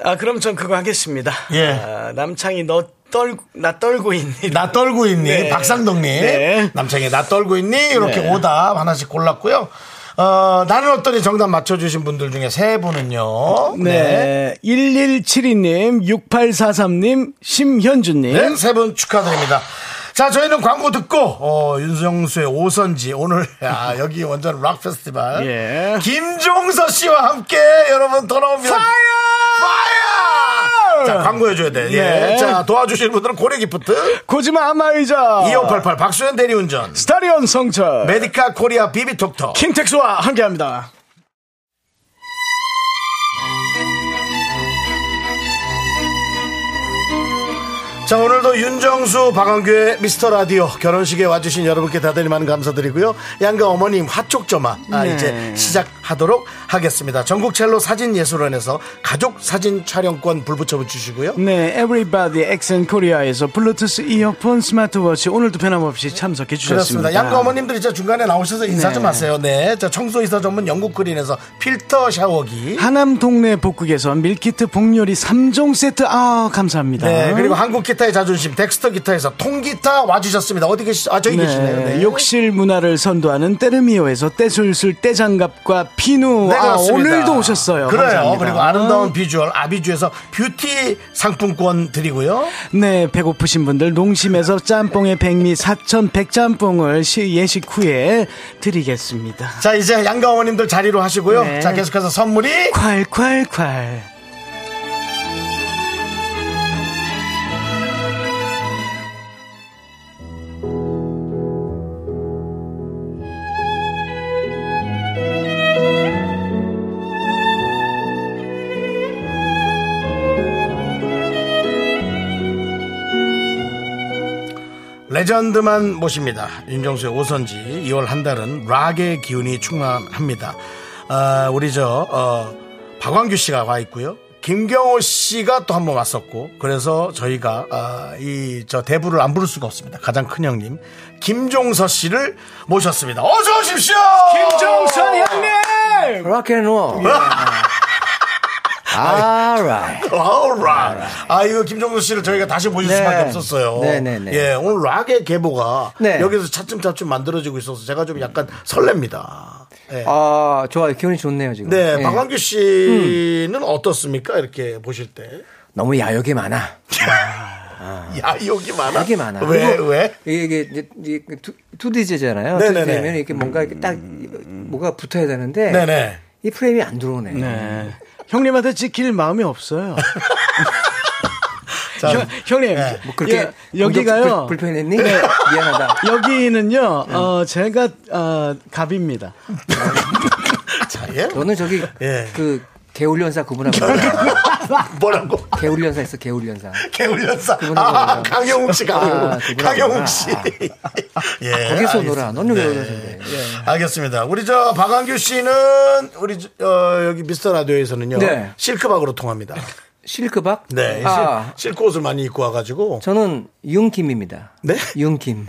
Speaker 4: 아, 그럼 전 그거 하겠습니다.
Speaker 3: 예.
Speaker 4: 아, 남창이 너 떨, 나 떨고 있니?
Speaker 3: 나 떨고 있니?
Speaker 4: 네.
Speaker 3: 박상덕님.
Speaker 4: 네.
Speaker 3: 남창이 나 떨고 있니? 이렇게
Speaker 4: 네.
Speaker 3: 오답 하나씩 골랐고요. 어, 나는 어떠니 정답 맞춰주신 분들 중에 세 분은요.
Speaker 4: 네. 1172님, 6843님, 심현주님.
Speaker 3: 네, 세 분 축하드립니다. 자, 저희는 광고 듣고, 어, 윤정수의 오선지, 오늘, 아, 여기 완전 락 페스티벌.
Speaker 4: 예.
Speaker 3: 김종서 씨와 함께 여러분 돌아옵니다. 파이어! 자, 광고해줘야 돼. 예.
Speaker 4: 네.
Speaker 3: 자, 도와주실 분들은 고래 기프트,
Speaker 4: 고지마 아마의자.
Speaker 3: 2588 박수현 대리운전,
Speaker 4: 스타리온 성철.
Speaker 3: 메디카 코리아 비비톡톡,
Speaker 4: 킹텍스와 함께 합니다.
Speaker 3: 자 오늘도 윤정수 박원규의 미스터 라디오 결혼식에 와주신 여러분께 다들 많은 감사드리고요 양가 어머님 화촉점화 아,
Speaker 4: 네.
Speaker 3: 이제 시작하도록 하겠습니다 전국 첼로 사진예술원에서 가족 사진 촬영권 불붙여 주시고요
Speaker 4: 네, Everybody 엑센 코리아에서 블루투스 이어폰 스마트워치 오늘도 변함없이 참석해 주셨습니다.
Speaker 3: 그렇습니다 양가 어머님들 이제 중간에 나오셔서 인사
Speaker 4: 네.
Speaker 3: 좀 하세요 네자 청소이사 전문 영국 그린에서 필터 샤워기
Speaker 4: 하남 동네 복국에서 밀키트 복요리 3종 세트 아 감사합니다.
Speaker 3: 네 그리고 한국 기타의 자존심 덱스터 기타에서 통기타 와주셨습니다 어디 계시 아 저기 계시네요 네.
Speaker 4: 욕실 문화를 선도하는 때르미오에서 떼술술 떼장갑과 피누
Speaker 3: 네,
Speaker 4: 아,
Speaker 3: 그렇습니다.
Speaker 4: 오늘도 오셨어요.
Speaker 3: 그래요.
Speaker 4: 감사합니다. 어?
Speaker 3: 그리고 아름다운 비주얼 아비주에서 뷰티 상품권 드리고요.
Speaker 4: 네 배고프신 분들 농심에서 짬뽕의 백미 4,100짬뽕을 시 예식 후에 드리겠습니다.
Speaker 3: 자 이제 양가 어머님들 자리로 하시고요.
Speaker 4: 네.
Speaker 3: 자 계속해서 선물이
Speaker 4: 콸콸콸.
Speaker 3: 레전드만 모십니다. 윤정수의 오선지 2월 한 달은 락의 기운이 충만합니다. 아, 우리 저 어, 박광규 씨가 와 있고요. 김경호 씨가 또 한 번 왔었고 그래서 저희가 아, 이 저 대부를 안 부를 수가 없습니다. 가장 큰 형님 김종서 씨를 모셨습니다. 어서 오십시오.
Speaker 8: 예.
Speaker 4: 김종선 형님. 락앤롤.
Speaker 8: 알아.
Speaker 3: 아우 락. 아 이거 김종국 씨를 저희가 다시 모실
Speaker 8: 네.
Speaker 3: 수밖에 없었어요.
Speaker 8: 네, 네, 네.
Speaker 3: 예 오늘 락의 계보가
Speaker 8: 네.
Speaker 3: 여기서 차츰차츰 만들어지고 있어서 제가 좀 약간 설렙니다. 예.
Speaker 8: 아, 좋아요. 기분이 좋네요, 지금.
Speaker 3: 네
Speaker 8: 예.
Speaker 3: 박광규 씨는 어떻습니까 이렇게 보실 때?
Speaker 8: 너무 야욕이 많아.
Speaker 3: 야 여기 많아.
Speaker 8: 되게 많아.
Speaker 3: 왜
Speaker 8: 그리고
Speaker 3: 왜?
Speaker 8: 이게, 이게 이제 이게 그 두, 두디제잖아요.
Speaker 3: 네네네. 음,
Speaker 8: 두디제면 이렇게 뭔가 이렇게 딱 뭐가 붙어야 되는데
Speaker 3: 네네.
Speaker 8: 이 프레임이 안 들어오네.
Speaker 4: 네. 형님한테 지킬 마음이 없어요.
Speaker 3: 자,
Speaker 4: 형- 형님, 예,
Speaker 3: 네.
Speaker 8: 뭐 그렇게
Speaker 4: 여- 여기가요.
Speaker 8: 공격- 불, 불편했니? 미안하다.
Speaker 4: 여기는요,
Speaker 3: 네.
Speaker 4: 어, 제가, 어, 갑입니다.
Speaker 3: 자, 예.
Speaker 8: 너는 저기
Speaker 3: 예.
Speaker 8: 그 개울연사 그분하고
Speaker 3: 뭐라고?
Speaker 8: 개울연사 있어 개울연사.
Speaker 3: 개울연사.
Speaker 8: 그분은
Speaker 3: 아,
Speaker 8: 뭐예요?
Speaker 3: 강영욱 씨, 강영욱.
Speaker 8: 아, 그분은
Speaker 3: 강영욱
Speaker 8: 뭐야?
Speaker 3: 씨. 예.
Speaker 8: 거기서 놀아.
Speaker 3: 알겠습니다.
Speaker 8: 너는
Speaker 3: 네.
Speaker 8: 왜 그러는데? 예.
Speaker 3: 알겠습니다. 우리 저 박한규 씨는 우리 저, 어, 여기 미스터 라디오에서는요.
Speaker 8: 네.
Speaker 3: 실크박으로 통합니다.
Speaker 8: 실크박?
Speaker 3: 네.
Speaker 8: 아,
Speaker 3: 실, 크 옷을 많이 입고 와가지고.
Speaker 8: 저는 융킴입니다.
Speaker 3: 네?
Speaker 8: 융킴.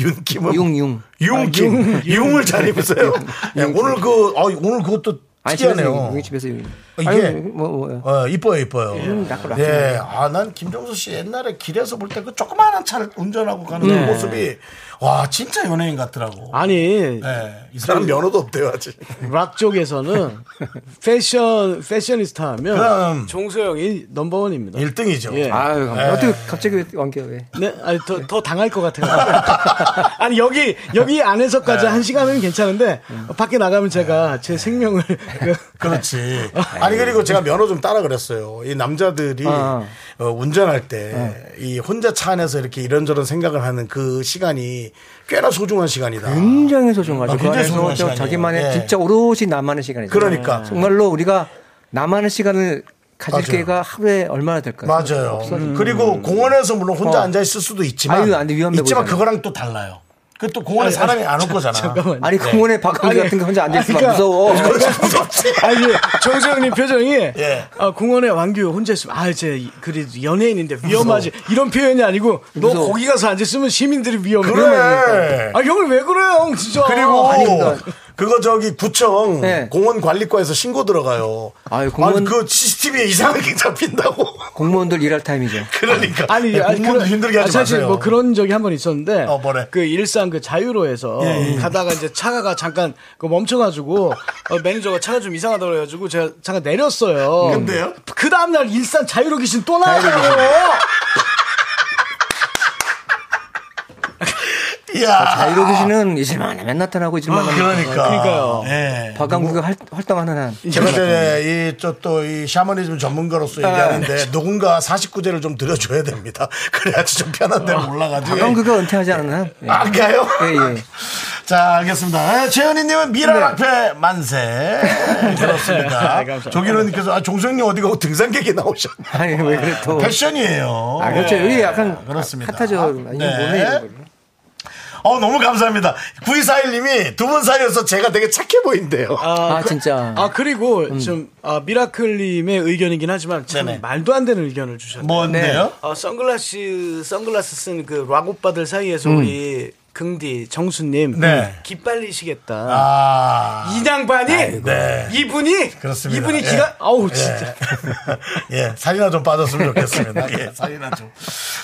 Speaker 3: 윤김은
Speaker 8: 융융.
Speaker 3: 융김. 융을 잘 입으세요. 예, 오늘 그 어, 오늘 그것도
Speaker 8: 아니 집에서
Speaker 3: 특이하네요. 어,
Speaker 8: 융, 융 집에서 융.
Speaker 3: 이게-
Speaker 8: 아니, 뭐 뭐요?
Speaker 3: 어, 이뻐요, 이뻐요.
Speaker 8: 낚으러
Speaker 3: 예. 아, 난 김종수 씨 옛날에 길에서 볼 때 그 조그마한 차를 운전하고 가는 그 모습이 와, 진짜 연예인 같더라고.
Speaker 4: 아니,
Speaker 3: 예. 이 사람 면허도 없대요, 아직.
Speaker 4: 락 쪽에서는 패션, 패셔니스타 하면
Speaker 3: 그럼.
Speaker 4: 종소영이 넘버원입니다.
Speaker 3: 1등이죠.
Speaker 4: 예.
Speaker 8: 아유, 감사합니다. 어떻게 갑자기 왜 왕겨 왜?
Speaker 4: 네, 아니 더, 더 당할 것 같아요. 아니 여기 여기 안에서까지
Speaker 3: 네.
Speaker 4: 한 시간은 괜찮은데 밖에 나가면 제가 제 생명을 그
Speaker 3: 그렇지. 아니 예. 그리고 제가 면허 좀 따라 그랬어요. 이 남자들이 어, 운전할 때 이 혼자 차 안에서 이렇게 이런저런 생각을 하는 그 시간이 꽤나 소중한 시간이다.
Speaker 8: 굉장히 소중하죠.
Speaker 3: 아,
Speaker 8: 그
Speaker 3: 굉장히 소중한
Speaker 8: 안에서 저-
Speaker 3: 시간이에요.
Speaker 8: 자기만의
Speaker 3: 예.
Speaker 8: 진짜 오롯이 나만의 시간이죠. 예.
Speaker 3: 그러니까.
Speaker 8: 정말로 우리가 나만의 시간을 가질
Speaker 3: 맞아요.
Speaker 8: 기회가 하루에 얼마나 될까요?
Speaker 3: 맞아요. 그리고 공원에서 물론 혼자
Speaker 8: 어.
Speaker 3: 앉아 있을 수도 있지만
Speaker 8: 아유, 안 돼. 위험해
Speaker 3: 있지만
Speaker 8: 보이잖아.
Speaker 3: 그거랑 또 달라요. 그 또 공원에 사람이 안 올 거잖아.
Speaker 4: 잠깐만요.
Speaker 3: 네.
Speaker 8: 아니 공원에 박근혜 같은 거 혼자 앉아있으면 네.
Speaker 3: 그러니까
Speaker 8: 무서워.
Speaker 3: 무섭지.
Speaker 4: 아니 정소영님 표정이
Speaker 3: 예.
Speaker 4: 아, 공원에 왕규 혼자 있으면 아제 그래도 연예인인데 위험하지 이런 표현이 아니고 너
Speaker 8: 무서워.
Speaker 4: 거기 가서 앉아 있으면 시민들이 위험해.
Speaker 3: 그래.
Speaker 4: 아 형을 왜 그래요, 형 진짜.
Speaker 3: 그리고
Speaker 8: 아니, 그러니까.
Speaker 3: 그거 저기 구청
Speaker 8: 네.
Speaker 3: 공원 관리과에서 신고 들어가요.
Speaker 8: 아유, 공원-
Speaker 3: 아니, 그 CCTV에 이상하게 잡힌다고.
Speaker 8: 공무원들 일할 타임이죠.
Speaker 3: 그러니까
Speaker 4: 아니,
Speaker 3: 네,
Speaker 4: 아니
Speaker 3: 공무원도
Speaker 4: 그런-
Speaker 3: 힘들게 하지
Speaker 4: 아, 사실
Speaker 3: 마세요.
Speaker 4: 뭐 그런 적이 한 번 있었는데
Speaker 3: 어, 뭐래?
Speaker 4: 그 일산 그 자유로에서
Speaker 3: 예, 예.
Speaker 4: 가다가 이제 차가 잠깐 그 멈춰가지고 어, 매니저가 차가 좀 이상하다고 그래가지고 제가 잠깐 내렸어요.
Speaker 3: 근데요?
Speaker 4: 그 다음날 일산 자유로 귀신 또 나와요.
Speaker 3: 이야.
Speaker 8: 자유로 계시는 이질만 하면 나타나고 이질만 하면
Speaker 3: 그러니까.
Speaker 4: 그러니까요.
Speaker 3: 예.
Speaker 8: 박강구가 활- 활동하는 한.
Speaker 3: 제가 이제 이저또이 샤머니즘
Speaker 8: 네.
Speaker 3: 전문가로서 얘기하는데 누군가 49제를 좀 드려줘야 됩니다. 그래야지 좀 편한 데로 올라가지.
Speaker 8: 어, 박강구가 은퇴하지 않은 한. 예.
Speaker 3: 아, 가요?
Speaker 8: 예, 네. 예.
Speaker 3: 자, 알겠습니다. 예, 최현희님은 미란 앞에 만세.
Speaker 8: 네,
Speaker 3: 그렇습니다. 조기로님께서 아, 종성님 어디 가고 등산객이 나오셨나?
Speaker 8: 아니 왜 그래 또.
Speaker 3: 패션이에요.
Speaker 8: 어. 아 그렇죠. 여기 약간
Speaker 3: 그렇습니다.
Speaker 8: 카타죠. 아니면
Speaker 3: 네.
Speaker 8: 몸에 이런 걸로.
Speaker 3: 어, 너무 감사합니다. 9241님이 두 분 사이에서 제가 되게 착해 보인대요.
Speaker 8: 아, 진짜.
Speaker 4: 아 그리고 좀 아, 미라클님의 의견이긴 하지만 참
Speaker 3: 음. 네네.
Speaker 4: 말도 안 되는 의견을 주셨네요.
Speaker 3: 뭔데요?
Speaker 4: 어, 선글라스 선글라스 쓴 그 락 오빠들 사이에서 우리 긍디 정수님
Speaker 3: 음. 네.
Speaker 8: 음.
Speaker 4: 기빨리시겠다.
Speaker 3: 아.
Speaker 4: 이 양반이
Speaker 3: 네.
Speaker 4: 이분이
Speaker 3: 그렇습니다.
Speaker 4: 이분이
Speaker 3: 예.
Speaker 4: 기가 아우 진짜
Speaker 3: 예. 예, 살이나 좀 빠졌으면 좋겠습니다. 예, 살이나 좀.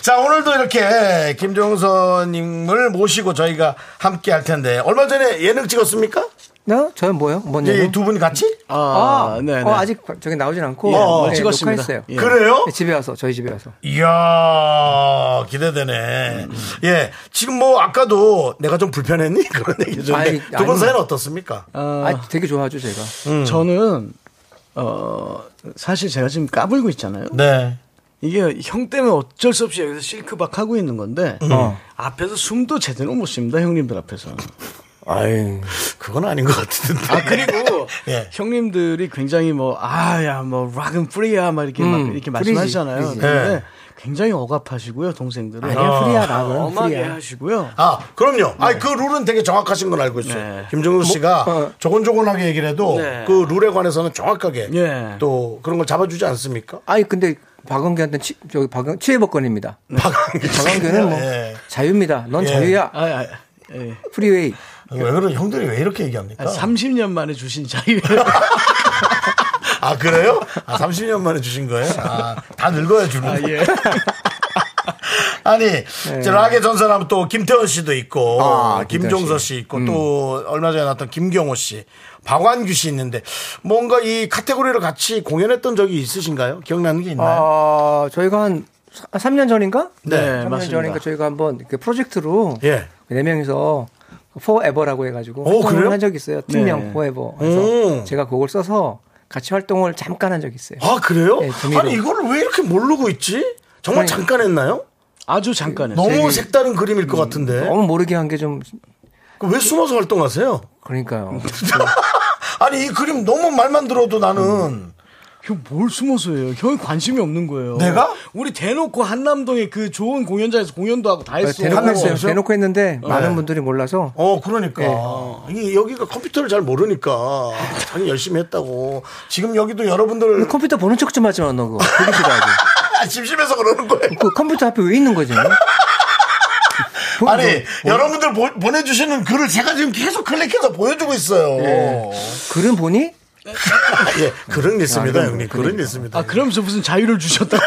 Speaker 3: 자, 오늘도 이렇게 김종서님을 모시고 저희가 함께 할 텐데 얼마 전에 예능 찍었습니까?
Speaker 8: 나 저는 뭐요? 뭔 얘기?
Speaker 3: 두 분 예, 같이?
Speaker 8: 네. 아,
Speaker 4: 네,
Speaker 8: 어,
Speaker 4: 네.
Speaker 8: 아직 저기 나오진 않고
Speaker 4: 어,
Speaker 8: 예,
Speaker 4: 찍었습니다.
Speaker 8: 녹화했어요.
Speaker 4: 예.
Speaker 3: 그래요?
Speaker 8: 네, 집에 와서 저희 집에 와서.
Speaker 3: 이야, 기대되네. 예, 지금 뭐 아까도 내가 좀 불편했니 그런 얘기죠.
Speaker 8: 아니,
Speaker 3: 두 분
Speaker 8: 아니. 뭐.
Speaker 3: 사이는 어떻습니까?
Speaker 8: 아, 되게 좋아하죠 제가.
Speaker 4: 저는 어 사실 제가 지금 까불고 있잖아요.
Speaker 3: 네.
Speaker 4: 이게 형 때문에 어쩔 수 없이 여기서 실크박 하고 있는 건데 어. 앞에서 숨도 제대로 못 쉽니다 형님들 앞에서.
Speaker 8: 아유.
Speaker 3: 그건 아닌 것 같은데.
Speaker 4: 아 그리고
Speaker 3: 예.
Speaker 4: 형님들이 굉장히 뭐 아야 뭐 락은 프리야 막 이렇게 막 이렇게
Speaker 8: 프리지,
Speaker 4: 말씀하시잖아요.
Speaker 8: 프리지.
Speaker 4: 근데
Speaker 3: 예.
Speaker 4: 굉장히 억압하시고요 동생들은
Speaker 8: 아니야 프리야 나는
Speaker 4: 엄하게
Speaker 8: 프리야.
Speaker 4: 하시고요.
Speaker 3: 아, 그럼요. 아니, 그 룰은 되게 정확하신 건 알고 있어요.
Speaker 4: 네.
Speaker 3: 김정은 씨가
Speaker 8: 어.
Speaker 3: 조곤조곤하게 얘기를 해도
Speaker 4: 네.
Speaker 3: 그 룰에 관해서는 정확하게
Speaker 4: 예.
Speaker 3: 또 그런 걸 잡아주지 않습니까?
Speaker 8: 아니 근데 박원규한테 치, 저기 박원 치외법권입니다.
Speaker 3: 박완규
Speaker 8: 박원규는 뭐
Speaker 3: 예.
Speaker 8: 자유입니다. 넌
Speaker 3: 예.
Speaker 8: 자유야.
Speaker 4: 아, 아, 예.
Speaker 8: 프리웨이.
Speaker 3: 왜 그런 형들이 왜 이렇게 얘기합니까?
Speaker 4: 아, 30년 만에 주신 자유.
Speaker 3: 아, 그래요? 아, 30년 만에 주신 거예요? 아, 다 늙어야 주는 거예요. 아니, 저 락의 전사라면 또 김태원 씨도 있고,
Speaker 8: 네. 아, 김태원
Speaker 3: 김종서 씨 있고, 또 얼마 전에 나왔던 김경호 씨, 박완규 씨 있는데, 뭔가 이 카테고리를 같이 공연했던 적이 있으신가요? 기억나는 게 있나요?
Speaker 8: 아, 저희가 한 3년 전인가?
Speaker 3: 네,
Speaker 8: 3년
Speaker 3: 맞습니다.
Speaker 8: 전인가 저희가 한번 그 프로젝트로
Speaker 3: 예.
Speaker 8: 네 명이서 포에버라고 해가지고
Speaker 3: 오,
Speaker 8: 활동을
Speaker 3: 그래요?
Speaker 8: 한 적이 있어요. 팀명 포에버. 그래서
Speaker 3: 오.
Speaker 8: 제가 그걸 써서 같이 활동을 잠깐 한 적이 있어요.
Speaker 3: 아, 그래요?
Speaker 8: 네, 재미로. 네.
Speaker 3: 아니, 이거를 왜 이렇게 모르고 있지? 정말
Speaker 8: 아니,
Speaker 3: 잠깐 했나요?
Speaker 4: 아주 잠깐에.
Speaker 3: 너무 색다른 그림일 것 같은데.
Speaker 8: 너무 모르게 한 게 좀
Speaker 3: 그왜 숨어서 활동하세요?
Speaker 8: 그러니까요.
Speaker 3: 네. 아니, 이 그림 너무 말만 들어도 나는.
Speaker 4: 형뭘 숨어서 해요? 형이 관심이 없는 거예요.
Speaker 3: 내가?
Speaker 4: 우리 대놓고 한남동에 그 좋은 공연장에서 공연도 하고 다 했어.
Speaker 8: 대놓고 했어요.
Speaker 3: 했어요?
Speaker 8: 대놓고 했는데
Speaker 3: 네.
Speaker 8: 많은 분들이 몰라서
Speaker 3: 어, 그러니까. 이게 여기가 컴퓨터를 잘 모르니까. 자기 열심히 했다고. 지금 여기도 여러분들
Speaker 8: 컴퓨터 보는 척 좀 하지 마, 너 그거. 되게 싫어하지.
Speaker 3: 심심해서 그러는 거예요.
Speaker 8: 그 컴퓨터 앞에 왜 있는 거지?
Speaker 3: 아니, 여러분들 보, 내주시는 글을 제가 지금 계속 클릭해서 보여주고 있어요.
Speaker 8: 글은 보니?
Speaker 3: 예, 그런 게 있습니다, 형님. 그런 게 있습니다.
Speaker 4: 아, 그러면서 무슨 자유를 주셨다고.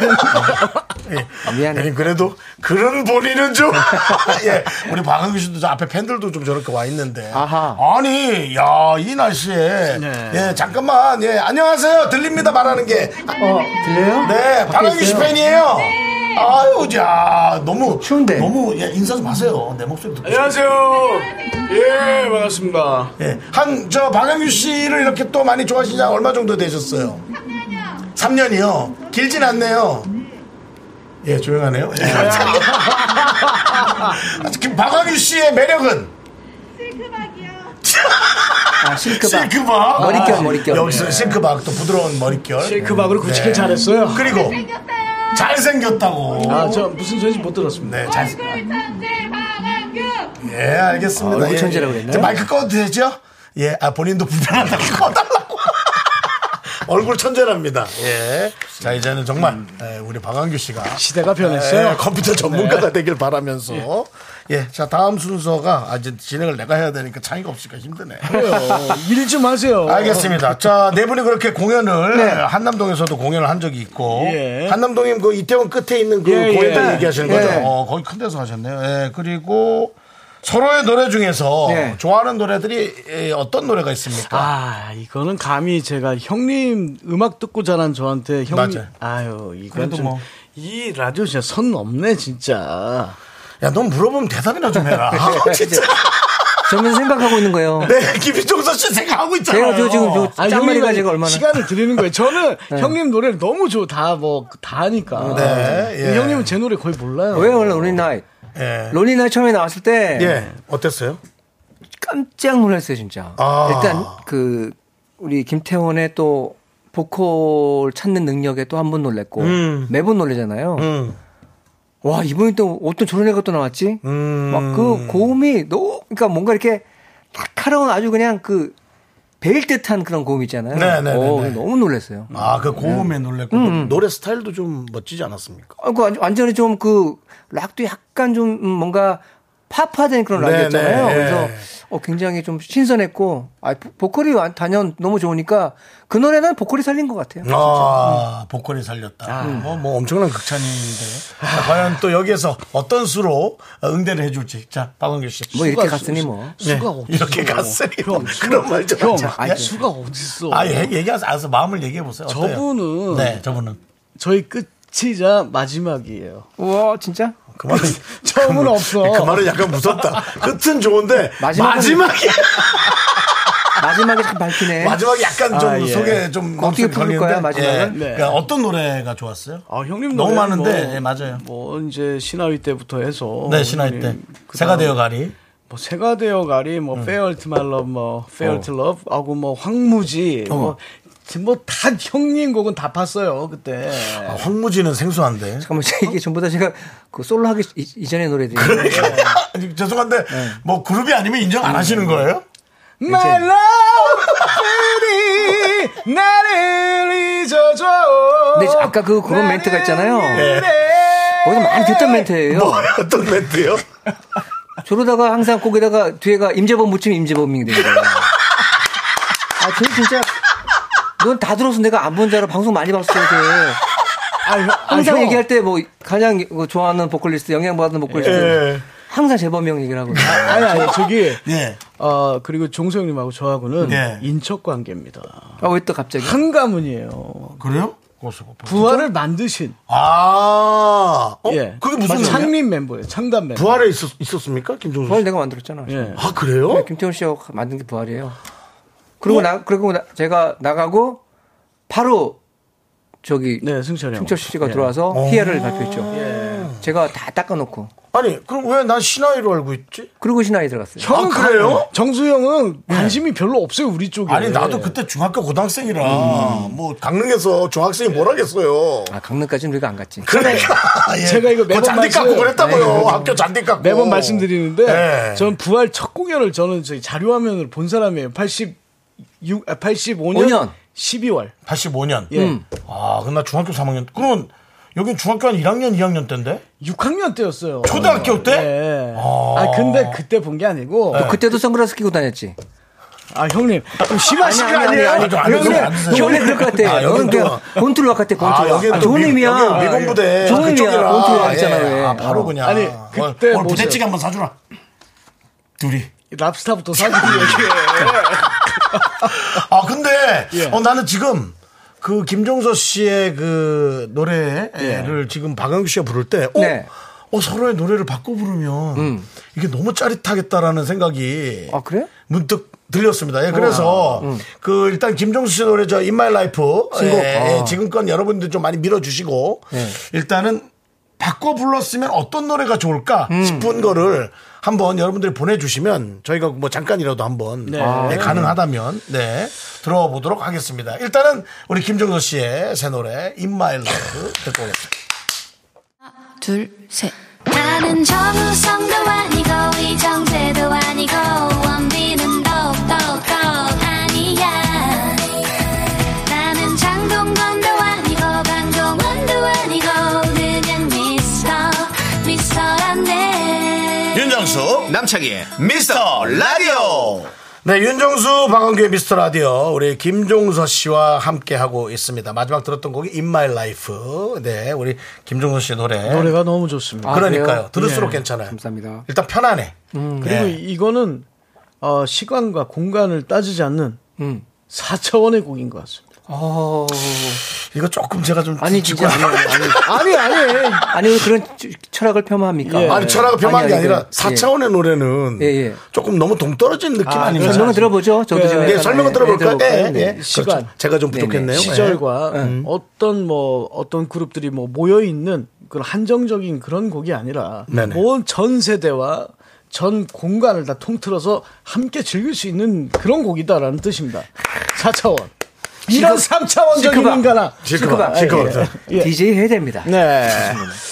Speaker 3: 예.
Speaker 8: 아, 미안해.
Speaker 3: 형님, 그래도 그런 본인은 좀. 예, 우리 박은규 씨도 저 앞에 팬들도 좀 저렇게 와 있는데.
Speaker 8: 아하.
Speaker 3: 니 야, 이 날씨에.
Speaker 8: 네.
Speaker 3: 예, 잠깐만. 예, 안녕하세요. 들립니다, 말하는 게.
Speaker 8: 어, 들려요?
Speaker 3: 네, 박은규 씨
Speaker 8: 있어요? 네.
Speaker 3: 팬이에요. 아유, 자, 너무
Speaker 8: 추운데.
Speaker 3: 너무 예, 인사 좀 하세요. 내 목소리 듣고. 싶어요.
Speaker 4: 예, 반갑습니다.
Speaker 3: 예, 한저 박은규 씨를 이렇게 또 많이 좋아하시지 얼마 정도 되셨어요? 3년이요. 길진 않네요. 예, 조용하네요. 예. 지금 박은규 씨의 매력은
Speaker 8: 아, 실크박.
Speaker 3: 실크박.
Speaker 8: 머릿결,
Speaker 3: 아,
Speaker 8: 머릿결. 네.
Speaker 3: 여기서 실크박 또 부드러운 머릿결.
Speaker 4: 실크박으로 구치를
Speaker 3: 네.
Speaker 4: 그 잘했어요.
Speaker 3: 그리고 잘생겼다고.
Speaker 4: 아, 저 무슨 소리인지 못 들었습니다.
Speaker 3: 네, 잘. 예, 알겠습니다.
Speaker 8: 아, 얼굴
Speaker 3: 예,
Speaker 8: 천재라고
Speaker 3: 예.
Speaker 8: 그랬나요?
Speaker 3: 이제 마이크 꺼도 되죠? 예, 아, 본인도 불편하다고 꺼달라고. 얼굴 천재랍니다. 예. 자, 이제는 정말,
Speaker 8: 음.
Speaker 3: 예, 우리 박완규 씨가.
Speaker 4: 시대가 변했어요.
Speaker 3: 예, 컴퓨터 전문가가
Speaker 8: 네.
Speaker 3: 되길 바라면서. 예. 자, 다음 순서가, 아, 이제 진행을 내가 해야 되니까 차이가 없으니까 힘드네.
Speaker 4: 어, 일좀 하세요.
Speaker 3: 알겠습니다. 자, 네 분이 그렇게 공연을 한남동에서도 공연을 한 적이 있고
Speaker 4: 예.
Speaker 3: 한남동님 그 이태원 끝에 있는 그
Speaker 4: 예,
Speaker 3: 공연장
Speaker 4: 예.
Speaker 3: 얘기하시는
Speaker 8: 예.
Speaker 3: 거죠? 어, 거기 큰 데서 하셨네요. 예. 그리고 서로의 노래 중에서
Speaker 8: 네.
Speaker 3: 좋아하는 노래들이 예, 어떤 노래가 있습니까?
Speaker 4: 아, 이거는 감히 제가 형님 음악 듣고 자란 저한테 형님.
Speaker 3: 맞아요.
Speaker 4: 아유, 이건
Speaker 3: 그래도
Speaker 4: 좀.
Speaker 3: 뭐.
Speaker 4: 이 라디오 진짜 선 넘네, 진짜.
Speaker 3: 야, 넌 물어보면 대답이나 좀 해라. 아, 진짜.
Speaker 8: 저는 생각하고 있는 거예요.
Speaker 3: 네, 김희종서 씨 생각하고 있잖아요.
Speaker 8: 제가 저 지금 저
Speaker 4: 아니,
Speaker 8: 짠마리가
Speaker 4: 형님은
Speaker 8: 제가 얼마나.
Speaker 4: 시간을 드리는 거예요. 저는 형님 노래를 너무 좋아. 다 뭐, 다 하니까.
Speaker 3: 네, 예.
Speaker 4: 근데 형님은 제 노래 거의 몰라요.
Speaker 8: 왜 원래 로니 나이?
Speaker 3: 예.
Speaker 8: 로니 나이 처음에 나왔을 때
Speaker 3: 예. 어땠어요?
Speaker 8: 깜짝 놀랐어요, 진짜.
Speaker 3: 아.
Speaker 8: 일단 그 우리 김태원의 또 보컬 찾는 능력에 또 한 번 놀랬고
Speaker 3: 음.
Speaker 8: 매번 놀래잖아요. 와 이번에 또 어떤 저런 애가 또 나왔지?
Speaker 3: 음.
Speaker 8: 막 그 고음이 너무 그러니까 뭔가 이렇게 날카로운 아주 그냥 그 베일 듯한 그런 고음 있잖아요.
Speaker 3: 네, 네, 네,
Speaker 8: 오,
Speaker 3: 네.
Speaker 8: 너무 놀랐어요.
Speaker 3: 아, 그 고음에 놀랬고 노래 스타일도 좀 멋지지 않았습니까?
Speaker 8: 아, 그 완- 완전히 좀 그 락도 약간 좀 음, 뭔가 팝화된 그런
Speaker 3: 네,
Speaker 8: 락이었잖아요.
Speaker 3: 네,
Speaker 8: 그래서
Speaker 3: 네.
Speaker 8: 어, 굉장히 좀 신선했고, 아, 보- 보컬이 완- 단연 너무 좋으니까 그 노래는 보컬이 살린 것 같아요.
Speaker 3: 아, 보컬이 살렸다. 뭐, 뭐
Speaker 4: 음,
Speaker 3: 엄청난 극찬인데. 자, 과연 또 여기에서 어떤 수로 응대를 해줄지. 자, 박원규 씨.
Speaker 8: 뭐 이렇게
Speaker 4: 수가
Speaker 8: 갔으니 뭐.
Speaker 4: 수가
Speaker 3: 아, 네.
Speaker 4: 어딨어.
Speaker 3: 이렇게 갔으니 뭐
Speaker 4: 형,
Speaker 3: 그런
Speaker 4: 수가-
Speaker 3: 말좀
Speaker 4: 형,
Speaker 3: 하지 마.
Speaker 4: 아니, 수가 어딨어.
Speaker 3: 아, 예, 얘기하세요. 알아서 마음을 얘기해보세요. 어때요?
Speaker 4: 저분은-
Speaker 3: 네, 저분은.
Speaker 4: 저희 끝이자 마지막이에요.
Speaker 8: 우와, 진짜?
Speaker 3: 그 말은.
Speaker 4: 처음은 없어.
Speaker 3: 그 말은 약간 무섭다. 끝은 좋은데.
Speaker 8: 마지막은-
Speaker 3: 마지막이.
Speaker 8: 마지막에 참 밝히네.
Speaker 3: 마지막이 약간 좀
Speaker 4: 아, 예.
Speaker 3: 속에 좀.
Speaker 8: 어떻게
Speaker 3: 마음속에
Speaker 8: 부를
Speaker 3: 걸리는데.
Speaker 8: 거야, 마지막은?
Speaker 3: 예. 그러니까 어떤 노래가 좋았어요?
Speaker 4: 네. 아, 형님
Speaker 3: 너무
Speaker 4: 노래는
Speaker 3: 많은데.
Speaker 4: 뭐,
Speaker 3: 예, 맞아요.
Speaker 4: 뭐 이제 신화위 때부터 해서
Speaker 3: 네, 신화일 때.
Speaker 4: 형님, 그다음
Speaker 3: 새가 음. 되어 가리.
Speaker 4: 뭐 새가 되어 가리 뭐 페어 투 말럽 뭐 페어 투 러브 하고 뭐 황무지 뭐 다 형님 곡은 다 팠어요 그때.
Speaker 3: 아, 황무지는 생소한데.
Speaker 8: 잠깐만, 이게 전부 다 제가 그 솔로 하기 이- 이전의 노래들이에요.
Speaker 3: 아니, 죄송한데
Speaker 4: 네.
Speaker 3: 뭐 그룹이 아니면 인정 안 하시는 거예요?
Speaker 4: My love, 그리 나를 잊어줘.
Speaker 8: 근데 아까 그- 그런 멘트가 있잖아요.
Speaker 4: 나는
Speaker 8: 어디서 많이 듣던 네. 멘트예요.
Speaker 3: 어떤 멘트요?
Speaker 8: 저러다가 항상 거기다가 뒤에가 임재범 묻히면 임재범이 됩니다. 아, 저는 진짜 넌 다 들어서 내가 안 본 줄 알아. 방송 많이 봤어. 이제.
Speaker 4: 아,
Speaker 3: 아,
Speaker 8: 항상 얘기할 때 뭐 가장 뭐 좋아하는 보컬리스트, 영향받는 보컬리스트.
Speaker 4: 네.
Speaker 3: 예.
Speaker 8: 항상 재범이 형 얘기를 하거든요.
Speaker 4: 아니, 아니, 저기.
Speaker 3: 예.
Speaker 4: 어, 그리고 종소형님하고 저하고는
Speaker 3: 예.
Speaker 4: 인척 관계입니다.
Speaker 8: 아, 왜 또 갑자기?
Speaker 4: 한 가문이에요.
Speaker 3: 그래요?
Speaker 4: 부활을 만드신.
Speaker 3: 아, 어?
Speaker 4: 예.
Speaker 3: 그게 무슨 창
Speaker 4: 창립 멤버예요. 창단 멤버.
Speaker 3: 부활에 있었, 있었습니까? 김종수 씨?
Speaker 8: 부활 내가 만들었잖아.
Speaker 4: 예.
Speaker 3: 아, 그래요?
Speaker 8: 김태훈 씨하고 만든 게 부활이에요.
Speaker 3: 어?
Speaker 8: 그리고 나, 그리고 나- 제가 나가고 바로 저기
Speaker 4: 네, 승철이 형.
Speaker 8: 승철 씨가
Speaker 3: 예.
Speaker 8: 들어와서 피해를 발표했죠. 제가 다 닦아놓고
Speaker 3: 아니, 그럼 왜 난 신하이로 알고 있지?
Speaker 8: 그리고 신화에 들어갔어요.
Speaker 4: 형은
Speaker 3: 아, 그래요? 예.
Speaker 4: 관- 정수 형은 관심이 별로 없어요, 우리 쪽에.
Speaker 3: 아니, 나도 그때 중학교 고등학생이라,
Speaker 4: 음.
Speaker 3: 뭐, 강릉에서 중학생이 뭘 하겠어요.
Speaker 8: 아 강릉까지는 우리가 안 갔지.
Speaker 3: 그러니까. 예.
Speaker 4: 제가 이거
Speaker 3: 그거
Speaker 4: 매번
Speaker 3: 잔디 깎고
Speaker 4: 말씀-
Speaker 3: 그랬다고요. 학교 잔디 깎고.
Speaker 4: 매번 말씀드리는데
Speaker 8: 네.
Speaker 3: 예.
Speaker 4: 저는 부활 첫 공연을 저는 저희 자료화면으로 본 사람이에요. 86 아, 85년
Speaker 8: 오년.
Speaker 4: 12월.
Speaker 3: 85년.
Speaker 4: 예.
Speaker 3: 아, 그나 중학교 3학년. 그러면 여긴 중학교 한 1학년, 2학년 때인데?
Speaker 4: 6학년 때였어요.
Speaker 3: 초등학교 때?
Speaker 4: 예. 아 근데 그때 본 게 아니고
Speaker 8: 그때도 선글라스 끼고 다녔지.
Speaker 4: 아 형님 좀 심하신 거
Speaker 8: 아니, 아니,
Speaker 4: 아니에요?
Speaker 8: 아니,
Speaker 3: 좀
Speaker 8: 아니,
Speaker 3: 안
Speaker 8: 형님,
Speaker 3: 해서 안 해서.
Speaker 8: 형님 그럴 것 같아.
Speaker 3: 아,
Speaker 8: 너는
Speaker 3: 여긴
Speaker 8: 그냥
Speaker 3: 또-
Speaker 8: 본투로 같아, 본투로.
Speaker 3: 여긴
Speaker 8: 아,
Speaker 3: 또
Speaker 8: 좋은
Speaker 3: 미-
Speaker 8: 의미야.
Speaker 3: 여긴 미군부대.
Speaker 8: 좋은 의미야.
Speaker 3: 그쪽이라.
Speaker 8: 본투로
Speaker 3: 아,
Speaker 8: 있잖아,
Speaker 3: 예.
Speaker 8: 왜.
Speaker 3: 아, 바로 그냥.
Speaker 4: 아니, 그때
Speaker 3: 오늘
Speaker 4: 모습.
Speaker 3: 부대찌개 한번 사주라. 둘이.
Speaker 4: 그 랍스타부터 사주고 얘기해.
Speaker 3: 아 근데
Speaker 4: 예.
Speaker 3: 어, 나는 지금 그 김종서 씨의 그 노래를 지금 박영규 씨가 부를 때, 어,
Speaker 8: 네.
Speaker 3: 어, 서로의 노래를 바꿔 부르면 이게 너무 짜릿하겠다라는 생각이
Speaker 8: 아, 그래? 어. 아, 음.
Speaker 3: 문득 들렸습니다. 예, 그래서 그 일단 김종수 씨 노래 저 In My Life
Speaker 8: 신곡.
Speaker 3: 예, 예,
Speaker 8: 아. 예.
Speaker 3: 지금껏 여러분들 좀 많이 밀어주시고 일단은 바꿔 불렀으면 어떤 노래가 좋을까
Speaker 8: 음.
Speaker 3: 싶은 거를 한번 여러분들이 보내주시면 저희가 뭐 잠깐이라도 한번
Speaker 8: 아,
Speaker 3: 네, 가능하다면 네 들어보도록 하겠습니다. 일단은 우리 김종서 씨의 새 노래 In My Life 듣고 오겠습니다.
Speaker 6: 둘, 셋. 나는 정우성도 아니고, 이정재도 아니고, 원빈은 더욱더 아니야. 나는 장동건도 아니고, 강동원도 아니고, 그냥 미스터, 미스터란데.
Speaker 3: 윤정수
Speaker 5: 남창희의
Speaker 3: 미스터 라디오. 네, 윤정수 박원규의 미스터 라디오 우리 김종서 씨와 함께 하고 있습니다. 마지막 들었던 곡이 In My Life. 네, 우리 김종서 씨 노래.
Speaker 4: 노래가 너무 좋습니다.
Speaker 8: 아,
Speaker 3: 그러니까요.
Speaker 8: 그래요?
Speaker 3: 들을수록 괜찮아요.
Speaker 8: 감사합니다. 음,
Speaker 3: 일단 편안해.
Speaker 4: 그리고
Speaker 3: 네.
Speaker 4: 이거는 어, 시간과 공간을 따지지 않는
Speaker 8: 음.
Speaker 4: 4차원의 곡인 것 같습니다.
Speaker 8: 어,
Speaker 3: 이거 조금 제가 좀
Speaker 8: 아니, 진짜. 아니, 아니.
Speaker 4: 아니 아니
Speaker 8: 아니, 왜 그런 주- 철학을 폄하합니까?
Speaker 4: 예.
Speaker 3: 아니 철학을 폄하한
Speaker 8: 아니,
Speaker 3: 게
Speaker 8: 아니,
Speaker 3: 아니라
Speaker 8: 그-
Speaker 3: 사차원의 노래는
Speaker 8: 예, 예.
Speaker 3: 조금 너무 동떨어진 느낌 아, 닙니까
Speaker 8: 설명을 들어보죠. 저도 지금.
Speaker 3: 네,
Speaker 8: 약간,
Speaker 3: 설명을
Speaker 8: 예,
Speaker 3: 들어볼까요?
Speaker 8: 들어볼까요?
Speaker 3: 네,
Speaker 8: 네.
Speaker 3: 네.
Speaker 4: 시간.
Speaker 3: 그렇죠. 제가 좀
Speaker 8: 네네.
Speaker 3: 부족했네요. 예.
Speaker 4: 시절과 어떤 뭐 어떤 그룹들이 뭐 모여 있는 그런 한정적인 그런 곡이 아니라
Speaker 3: 네네.
Speaker 4: 온 전 세대와 전 공간을 다 통틀어서 함께 즐길 수 있는 그런 곡이다라는 뜻입니다. 4차원. 이런 3차원적인
Speaker 8: 시크바.
Speaker 4: 인간아.
Speaker 3: 시크바,
Speaker 4: 시크바.
Speaker 3: 시크바.
Speaker 4: 예, 예.
Speaker 8: DJ 해야 됩니다.
Speaker 4: 네.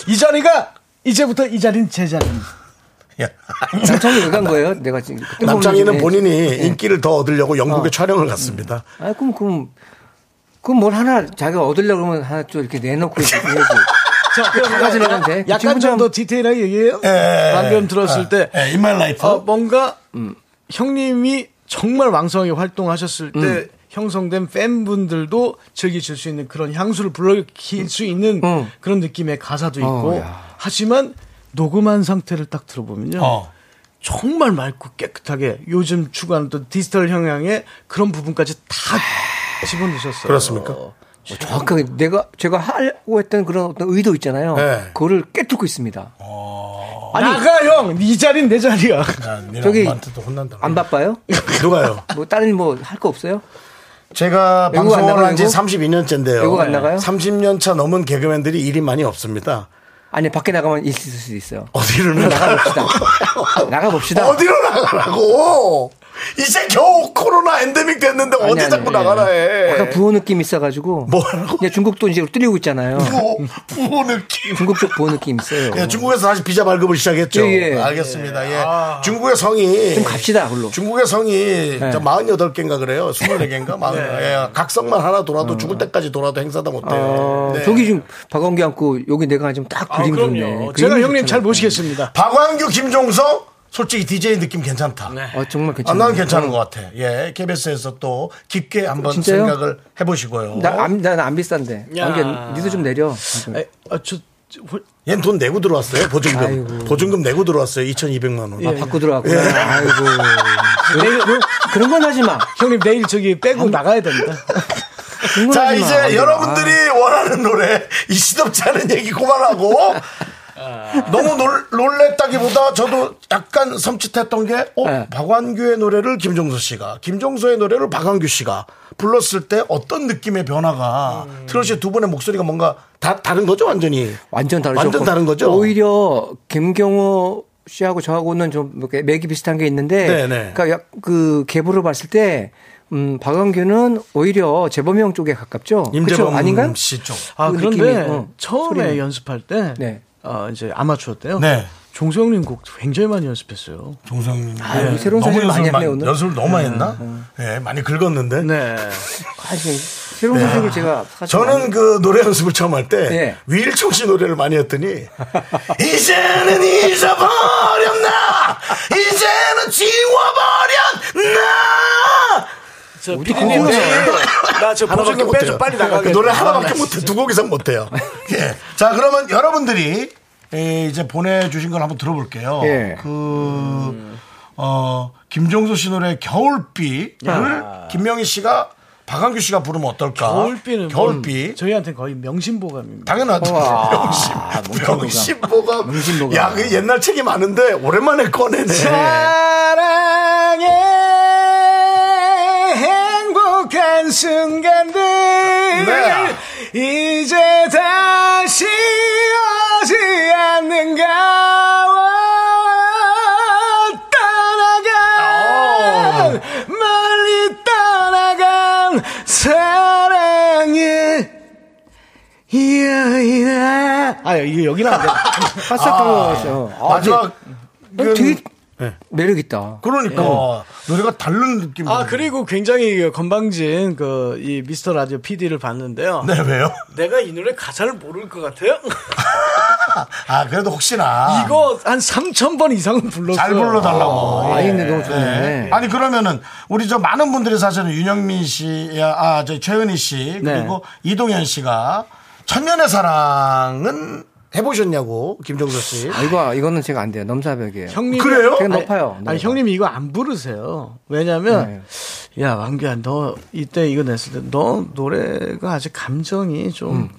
Speaker 4: 이 자리가 이제부터 이 자리는 제 자리입니다.
Speaker 3: 예.
Speaker 8: 남창이 왜간 거예요? 내가 지금. 그때
Speaker 3: 남창희는
Speaker 8: 모르겠네. 어.
Speaker 3: 본인이 인기를 더 얻으려고 영국에 촬영을 갔습니다.
Speaker 8: 아, 그럼, 그럼, 그럼 뭘 하나, 자기가 얻으려고 그러면 하나 좀 이렇게 내놓고 이렇게 해야지.
Speaker 4: 자, 그럼
Speaker 8: 다 가지는
Speaker 4: 야-
Speaker 8: 않은데.
Speaker 4: 약간
Speaker 8: 지금
Speaker 4: 좀
Speaker 8: 좀-
Speaker 4: 더 디테일하게 얘기해요.
Speaker 3: 예.
Speaker 4: 방금 들었을 때
Speaker 3: 예, In My Life.
Speaker 4: 어,
Speaker 8: 뭐,
Speaker 4: 뭔가 형님이 정말 왕성하게 활동하셨을 때
Speaker 3: 음.
Speaker 4: 형성된 팬분들도 즐기실 수 있는 그런 향수를 불러일으킬 수 있는
Speaker 3: 어.
Speaker 8: 음.
Speaker 4: 그런 느낌의 가사도 있고 하지만 녹음한 상태를 딱 들어보면요.
Speaker 3: 어.
Speaker 4: 정말 맑고 깨끗하게 요즘 추구하는 또 디지털 형향의 그런 부분까지 다 집어넣으셨어요.
Speaker 3: 그렇습니까?
Speaker 8: 정확하게 내가, 제가 하려고 했던 그런 어떤 의도 있잖아요.
Speaker 3: 네.
Speaker 8: 그거를 깨뚫고 있습니다.
Speaker 4: 나가 형, 네 자리는 내 자리야.
Speaker 3: 야, 아, 니네
Speaker 8: 저기-
Speaker 3: 엄마한테도 혼난다.
Speaker 8: 안 바빠요?
Speaker 3: 누가요?
Speaker 8: 뭐, 다른 뭐, 할 거 없어요?
Speaker 3: 제가
Speaker 8: 외국 안
Speaker 3: 방송을
Speaker 8: 나가요,
Speaker 3: 한 지
Speaker 8: 외국?
Speaker 3: 32년째인데요.
Speaker 8: 외국 안 나가요?
Speaker 3: 30년 차 넘은 개그맨들이 일이 많이 없습니다.
Speaker 8: 아니, 밖에 나가면 일 있을 수도 있어요.
Speaker 3: 어디를
Speaker 8: 나가봅시다. 나가봅시다.
Speaker 3: 어디로 나가라고? 이제 겨우 코로나 엔데믹 됐는데
Speaker 8: 아니,
Speaker 3: 어디
Speaker 8: 아니,
Speaker 3: 자꾸
Speaker 8: 아니,
Speaker 3: 나가라
Speaker 8: 아니.
Speaker 3: 해.
Speaker 8: 약간 부호 예. 느낌 이 있어가지고.
Speaker 3: 뭐라고?
Speaker 8: 이제 중국도 이제 뚫리고 있잖아요.
Speaker 3: 부호, 부호 느낌.
Speaker 8: 중국 쪽 부호 느낌 있어요.
Speaker 3: 예, 중국에서 다시 비자 발급을 시작했죠.
Speaker 8: 예, 예. 아.
Speaker 3: 알겠습니다. 예. 중국의 성이
Speaker 8: 좀 갑시다, 그걸로. 예.
Speaker 3: 중국의 성이 저 48개인가 그래요. 24개인가?
Speaker 8: 네.
Speaker 3: 40, 예. 각성만 하나 돌아도 죽을 때까지 돌아도 행사다 못해요.
Speaker 8: 어,
Speaker 3: 네. 아,
Speaker 8: 저기 지금 박원기 안고 여기 내가 지금 딱 그림 좋네.
Speaker 4: 제가
Speaker 8: 그림이
Speaker 4: 형님 잘
Speaker 8: 좋잖아요.
Speaker 4: 모시겠습니다.
Speaker 3: 박광규, 김종서 솔직히 DJ 느낌 괜찮다.
Speaker 8: 어, 정말
Speaker 3: 아,
Speaker 8: 괜찮아요.
Speaker 3: 난 괜찮은 것 같아. 예, KBS에서 또 깊게 한번
Speaker 8: 진짜요?
Speaker 3: 생각을 해보시고요.
Speaker 8: 나안 나는 안 비싼데.
Speaker 4: 야.
Speaker 8: 안개 니도 좀 내려.
Speaker 3: 네.
Speaker 4: 에, 아, 저, 저, 홀-
Speaker 3: 얘는 돈 내고 들어왔어요. 보증금.
Speaker 8: 아이고.
Speaker 3: 보증금 내고 들어왔어요. 2,200만 원.
Speaker 8: 아, 받고
Speaker 3: 예.
Speaker 8: 들어왔구나. 아이고. 내일 그- 그런 건 하지 마.
Speaker 4: 형님 내일 저기 빼고 나가야 됩니다.
Speaker 8: 그런 건
Speaker 3: 자,
Speaker 8: 하지 마. 아, 네.
Speaker 3: 이제 여러분들이 원하는 노래, 이 시덥지 않은 얘기 그만하고, 너무 놀, 놀랬다기보다 저도 약간 섬찟했던 게, 어,
Speaker 8: 네.
Speaker 3: 박완규의 노래를 김종서 씨가, 김종서의 노래를 박완규 씨가 불렀을 때 어떤 느낌의 변화가, 트롯 씨두 분의 목소리가 뭔가 다, 다른 거죠, 완전히?
Speaker 8: 음. 완전 다르죠.
Speaker 3: 완전 다른 거죠?
Speaker 8: 오히려 김경호 씨하고 저하고는 좀 이렇게 맥이 비슷한 게 있는데,
Speaker 3: 네네.
Speaker 8: 그러니까 약- 그 계보를 봤을 때, 음, 박완규는 오히려 재범형 쪽에 가깝죠. 그쵸?
Speaker 3: 임재범
Speaker 8: 아닌가요?
Speaker 3: 씨 쪽.
Speaker 4: 아,
Speaker 8: 그
Speaker 4: 그런데
Speaker 8: 느낌이, 어,
Speaker 4: 처음에
Speaker 8: 소리는.
Speaker 4: 연습할 때,
Speaker 8: 네.
Speaker 4: 어, 이제 아마추어 때요.
Speaker 3: 네.
Speaker 4: 종소형님 곡 굉장히 많이 연습했어요.
Speaker 3: 종성님.
Speaker 8: 아, 우리 새로운 사실 많이
Speaker 3: 연습을
Speaker 8: 했네, 네. 오늘.
Speaker 3: 연습을 너무 많이 했나? 예, 많이 긁었는데.
Speaker 4: 네.
Speaker 8: 아, 지금 새로운 소식을 제가. 사실
Speaker 3: 네. 저는 그 노래 연습을 처음 할 때
Speaker 8: 예.
Speaker 3: 위일청 씨 노래를 많이 했더니 이제는 잊어버렸나 이제는 지워버렸나
Speaker 4: 저
Speaker 8: 어디
Speaker 4: 피디님,
Speaker 8: 그거는-
Speaker 4: 나저
Speaker 3: 네. 하나밖에
Speaker 4: 보증금 빼줘
Speaker 3: 못해요
Speaker 4: 빨리 나가게.
Speaker 3: 그 노래 하나밖에 못해 두 곡이상 못해요 예자 그러면 여러분들이 에, 이제 보내주신 걸 한번 들어볼게요
Speaker 8: 예.
Speaker 3: 그 어, 김종수 씨 노래 겨울비를 김명희 씨가 박한규 씨가 부르면 어떨까
Speaker 4: 겨울비는
Speaker 3: 겨울비
Speaker 4: 저희한테 거의 명심보감입니다.
Speaker 3: 당연하죠. 명심보감. 명심보감.
Speaker 8: 명심보감.
Speaker 3: 야, 그 옛날 책이 많은데 오랜만에 꺼내네.
Speaker 4: 아, 사랑의 행복한 순간들
Speaker 3: 네.
Speaker 4: 이제 다시 오지 않는가 떠나간
Speaker 3: 오.
Speaker 4: 멀리 떠나간 사랑의 여인아 아 이거 여기는 안 돼.
Speaker 8: 바싹 들어가서. 아,
Speaker 3: 마지막.
Speaker 8: 근데 그, 되게
Speaker 3: 네.
Speaker 8: 매력있다.
Speaker 3: 그러니까 노래가 다른 느낌.
Speaker 4: 아 그리고 굉장히 건방진 그 이 미스터 라디오 PD를 봤는데요.
Speaker 3: 네 왜요?
Speaker 4: 내가 이 노래 가사를 모를 것 같아요.
Speaker 3: 아 그래도 혹시나
Speaker 4: 이거 한 3천 번 이상은 불렀어.
Speaker 3: 잘 불러달라고.
Speaker 8: 아,
Speaker 3: 예.
Speaker 8: 이 노래 너무 좋네.
Speaker 3: 네. 아니 그러면은 우리 저 많은 분들이 사실은 윤영민 씨, 야, 아, 저 최은희 씨 그리고 이동현 씨가 천년의 사랑은 해보셨냐고 김종서 씨.
Speaker 8: 아, 이거, 이거는 제가 안 돼요. 넘사벽이에요.
Speaker 4: 형님
Speaker 3: 그래요?
Speaker 8: 되게 네, 높아요.
Speaker 4: 아니, 형님 이거 안 부르세요. 왜냐면
Speaker 8: 네.
Speaker 4: 야 왕규야 너 이때 이거 냈을 때 너 노래가 아직 감정이
Speaker 8: 음.
Speaker 4: 좀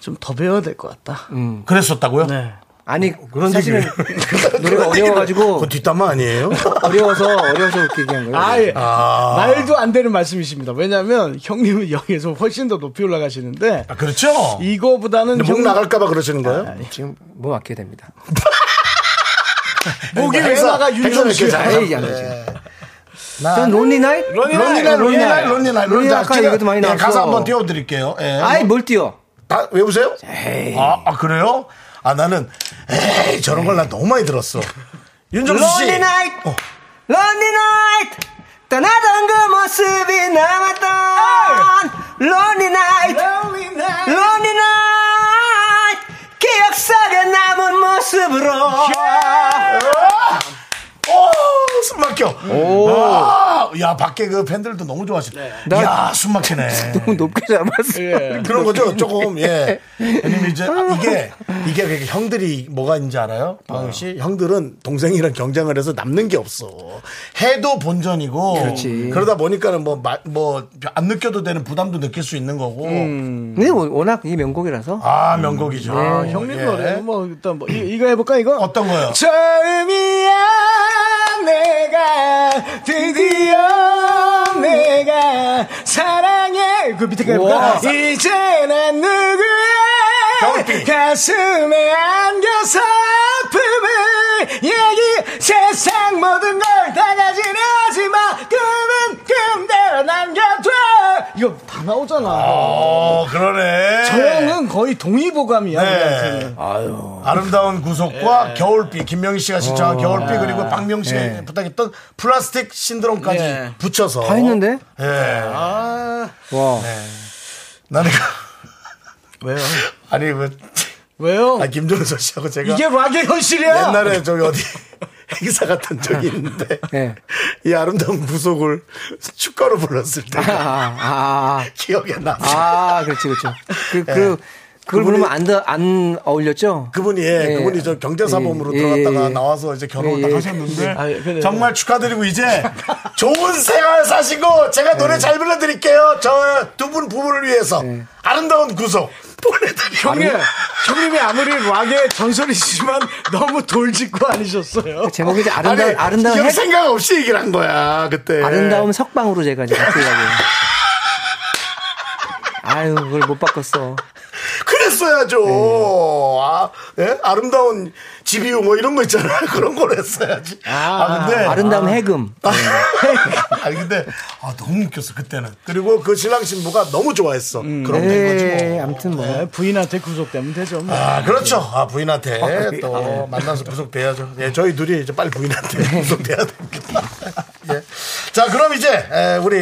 Speaker 4: 좀 더 배워야 될 것 같다.
Speaker 3: 그랬었다고요?
Speaker 4: 네.
Speaker 8: 아니,
Speaker 3: 뭐 그런
Speaker 8: 사실은
Speaker 3: 얘기를-
Speaker 8: 노래가
Speaker 3: 그러니까 그런 얘기를-
Speaker 8: 어려워가지고.
Speaker 3: 그거 뒷담화 아니에요?
Speaker 8: 어려워서, 어려워서 그렇게 얘기한 거예요.
Speaker 4: 아예
Speaker 3: 아.
Speaker 4: 말도 안 되는 말씀이십니다. 왜냐하면 형님은 여기에서 훨씬 더 높이 올라가시는데
Speaker 3: 아, 그렇죠.
Speaker 4: 이거보다는
Speaker 3: 근데 목
Speaker 4: 형-
Speaker 3: 나갈까봐 아, 그러시는 거예요?
Speaker 8: 지금 뭐 아껴야 됩니다.
Speaker 4: 목이 왜
Speaker 3: 행사-
Speaker 4: 나가
Speaker 3: 행사
Speaker 4: 윤정 씨.
Speaker 3: 몇 개잖아요. 네.
Speaker 8: 아예 얘기 안 돼, 지금.
Speaker 3: 나
Speaker 8: 전 론리 나잇?
Speaker 4: 론리 나잇,
Speaker 3: 아, 론니 나이 론니 나이 론니 나이
Speaker 8: 론리 나잇 아까 이것도 많이 나왔어.
Speaker 3: 가사 한번 띄워드릴게요. 예.
Speaker 8: 아이, 뭘 띄워.
Speaker 3: 다 외우세요? 아, 아, 그래요? 아 나는 에이 저런 걸 난 너무 많이 들었어. 윤정수 씨. 어.
Speaker 8: 론리 나잇! 론리 나잇! 떠나던 그 모습이 남았던 론리 나잇! 론리 나잇! 기억 속에 남은 모습으로
Speaker 3: 오, 숨 막혀. 아, 야, 밖에 그 팬들도 너무 좋아하시네. 야, 숨 막히네.
Speaker 8: 너무 높게 잡았어.
Speaker 4: 예.
Speaker 3: 그런 거죠. 조금 예.
Speaker 8: 네.
Speaker 3: 왜냐면 이제 아, 이게 이게 그게 형들이 뭐가 있는지 알아요? 방영 씨 형들은 동생이랑 경쟁을 해서 남는 게 없어. 해도 본전이고
Speaker 8: 그렇지.
Speaker 3: 그러다 보니까는 뭐 뭐뭐안 느껴도 되는 부담도 느낄 수 있는 거고.
Speaker 8: 음. 근데 뭐 워낙 이 명곡이라서
Speaker 3: 아 명곡이죠.
Speaker 4: 아, 형님 노래 뭐 일단 뭐 이, 거 해볼까 이거?
Speaker 3: 예. 어떤 거요?
Speaker 4: 처음이야 내가 드디어 내가 사랑해 그 밑에
Speaker 8: 우와.
Speaker 4: 해볼까? 이제 난 누구의
Speaker 3: 겨울비.
Speaker 4: 가슴에 안겨서 아픔을 얘기 세상 모든 걸 다 가지려 하지마 꿈은 꿈대로 남겨둬 이거 다 나오잖아
Speaker 3: 어 그러네.
Speaker 4: 저 형은 거의 동의보감이야 우리한테는.
Speaker 3: 네. 아름다운 구속과
Speaker 8: 예.
Speaker 3: 겨울비 김명희 씨가
Speaker 8: 어.
Speaker 3: 신청한 겨울비 그리고 박명 씨가 부탁했던 플라스틱 신드롬까지
Speaker 4: 예.
Speaker 3: 붙여서
Speaker 8: 다 했는데?
Speaker 3: 예.
Speaker 8: 와
Speaker 3: 나는 그-
Speaker 4: 왜요?
Speaker 3: 아니 그
Speaker 4: 왜요?
Speaker 3: 아, 김종서 씨하고 제가
Speaker 9: 그러니까
Speaker 4: 이게 락의 현실이야.
Speaker 3: 옛날에 저기 어디 행사 갔던 적이 있는데
Speaker 8: 네.
Speaker 3: 이 아름다운 구속을 축가로 불렀을 때
Speaker 8: 아, 아,
Speaker 3: 기억이 나.
Speaker 8: 아, 아, 그렇지, 그렇죠. 그, 그, 그걸
Speaker 3: 네. 그분이-
Speaker 8: 부르면 안, 더- 안 어울렸죠?
Speaker 3: 그분이 예,
Speaker 8: 예.
Speaker 3: 그분이 저 경제사범으로
Speaker 8: 예,
Speaker 3: 들어갔다가
Speaker 8: 예, 예.
Speaker 3: 나와서 이제 결혼을 딱
Speaker 8: 예, 예.
Speaker 3: 하셨는데
Speaker 4: 아, 예, 근데-
Speaker 3: 정말 축하드리고 이제 좋은 생활 사시고 제가
Speaker 8: 예.
Speaker 3: 노래 잘 불러드릴게요. 저 두 분 부부를 위해서 아름다운 구속 보내드리고
Speaker 4: 형님, 형님이 아무리 락의 전설이시지만 너무 돌직구
Speaker 9: 그
Speaker 4: 아니셨어요.
Speaker 8: 제목이 이제
Speaker 3: 아니,
Speaker 8: 아름다운, 아름다운,
Speaker 3: 형
Speaker 8: 해-
Speaker 3: 생각 없이 얘기를 한 거야 그때
Speaker 8: 아름다움 석방으로 제가 이제 같이 이야기 아유, 그걸 못 바꿨어. 예.
Speaker 3: 그랬어야죠. 아, 예? 아름다운 집이요 뭐 이런 거 있잖아. 그런 걸 했어야지. 아, 근데
Speaker 8: 네. 아름다운 해금.
Speaker 3: 아 근데 아 너무 웃겼어 그때는. 그리고 그 신랑 신부가 너무 좋아했어. 그런 된 거지
Speaker 8: 네,
Speaker 3: 뭐.
Speaker 8: 아무튼 뭐.
Speaker 4: 네, 부인한테 구속되면 되죠. 뭐.
Speaker 3: 아 그렇죠. 아 부인한테 또 만나서 구속돼야죠. 예, 저희 둘이 이제 빨리 부인한테 구속돼야 됩니다. 예. 자 그럼 이제 에, 우리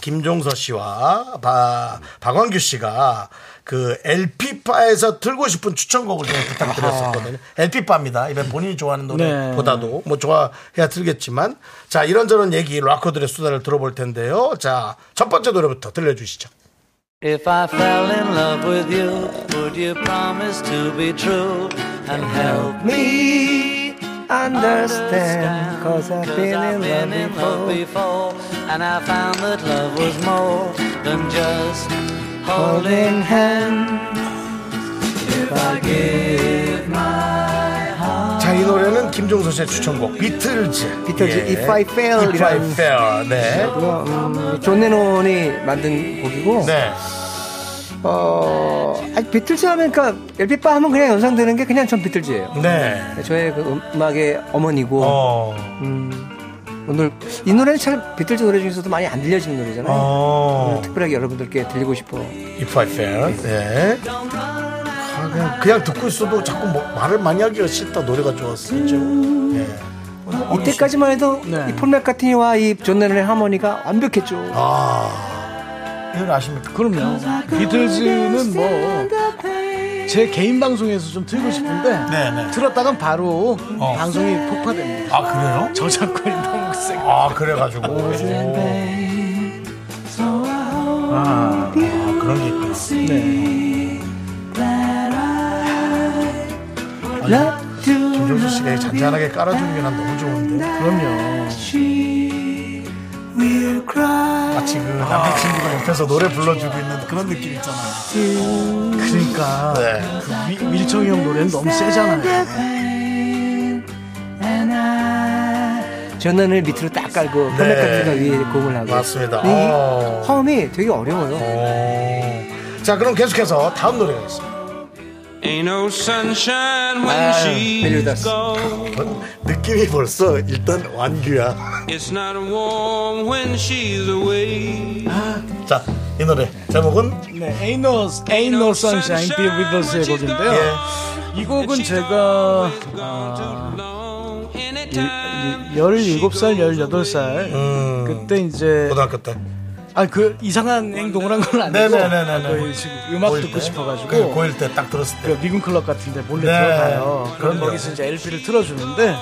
Speaker 3: 김종서 씨와 바, 박광규 씨가 그 LP바에서 틀고 싶은 추천곡을 좀 부탁드렸었거든요. LP바입니다. 이번 본인이 좋아하는 노래보다도 뭐 좋아해야 틀겠지만 자 이런저런 얘기 락커들의 수다를 들어볼 텐데요. 자 첫 번째 노래부터 들려주시죠.
Speaker 9: If I fell in love with you, would you promise to be true and help me understand? 네, Cause I've been in, love before, and I found that love was more than just holding hands. If I give my heart,
Speaker 3: 자, 이 노래는 김종서 씨의 추천곡 비틀즈. 예.
Speaker 8: 비틀즈, If I Fail
Speaker 3: If I
Speaker 8: 이라는-
Speaker 3: Fail. 네.
Speaker 8: 그거, 음, 존 레논이 만든 곡이고
Speaker 3: 네.
Speaker 8: 어, 아니, 비틀즈 하면, 그니까, 엘비빠 하면 그냥 연상되는 게 그냥 전 비틀즈예요.
Speaker 3: 네.
Speaker 8: 저의 그 음악의 어머니고,
Speaker 3: 어.
Speaker 8: 오늘, 이 노래는 참 비틀즈 노래 중에서도 많이 안 들려지는 노래잖아요.
Speaker 3: 어.
Speaker 8: 특별하게 여러분들께 들리고 싶어.
Speaker 3: If I Fail. 네. 아, 그냥, 그냥 듣고 있어도 자꾸 뭐- 말을 많이 하기가 싫다. 노래가 좋았어. 그죠? 네.
Speaker 8: 이때까지만 해도
Speaker 4: 네.
Speaker 8: 이 폴 맥카트니와 이존 레논의 하모니가 완벽했죠.
Speaker 3: 아. 이걸 아십니까?
Speaker 4: 그럼요. 비틀즈는 뭐 제 개인 방송에서 좀 틀고 싶은데
Speaker 3: 네, 네.
Speaker 4: 틀었다간 바로
Speaker 9: 어.
Speaker 4: 방송이 폭파됩니다.
Speaker 3: 아, 그래요?
Speaker 4: 저작권이 너무 세.
Speaker 3: 아, 그래가지고. 오. 아, 아, 그런 게 있구나.
Speaker 4: 네.
Speaker 8: Love to
Speaker 3: 김종수 씨가 이 잔잔하게 깔아주는 게 난 너무 좋은데.
Speaker 4: 그럼요.
Speaker 3: 마치 그 남자친구가 옆에서 노래 불러주고 있는 그런 느낌 있잖아요.
Speaker 4: 그러니까
Speaker 3: 네.
Speaker 4: 그 미- 밀정이 형 노래는 너무 세잖아요.
Speaker 8: 존 레논을 밑으로 딱 깔고 폴
Speaker 3: 네.
Speaker 8: 맥카트니가 위에 공을 하고.
Speaker 3: 맞습니다.
Speaker 8: 근데 이
Speaker 3: 어.
Speaker 8: 화음이 되게 어려워요.
Speaker 3: 오. 자, 그럼 계속해서 다음 노래가 있습니다.
Speaker 1: Ain't no sunshine when
Speaker 8: 아유, 벨류다스.
Speaker 1: gone.
Speaker 3: 느낌이 벌써 일단 완규야.
Speaker 1: It's not warm when she's away.
Speaker 3: 자, 이 노래 제목은
Speaker 4: 네, Ain't No Ain't No Sunshine Be With Us의 곡인데요.
Speaker 3: 예.
Speaker 4: 이 곡은 제가 아, 17살, 18살
Speaker 3: 음.
Speaker 4: 그때 이제
Speaker 3: 고등학교 때.
Speaker 4: 아 그 이상한 행동을 한 건 아니고
Speaker 3: 네네네네네.
Speaker 4: 그 지금 음악
Speaker 3: 고일
Speaker 4: 듣고
Speaker 3: 때?
Speaker 4: 싶어가지고
Speaker 3: 그 고일 때 딱 들었을 때.
Speaker 4: 그 미군 클럽 같은데 몰래
Speaker 3: 네.
Speaker 4: 들어가요. 그럼
Speaker 3: 그럼요.
Speaker 4: 거기서 이제 LP를 틀어주는데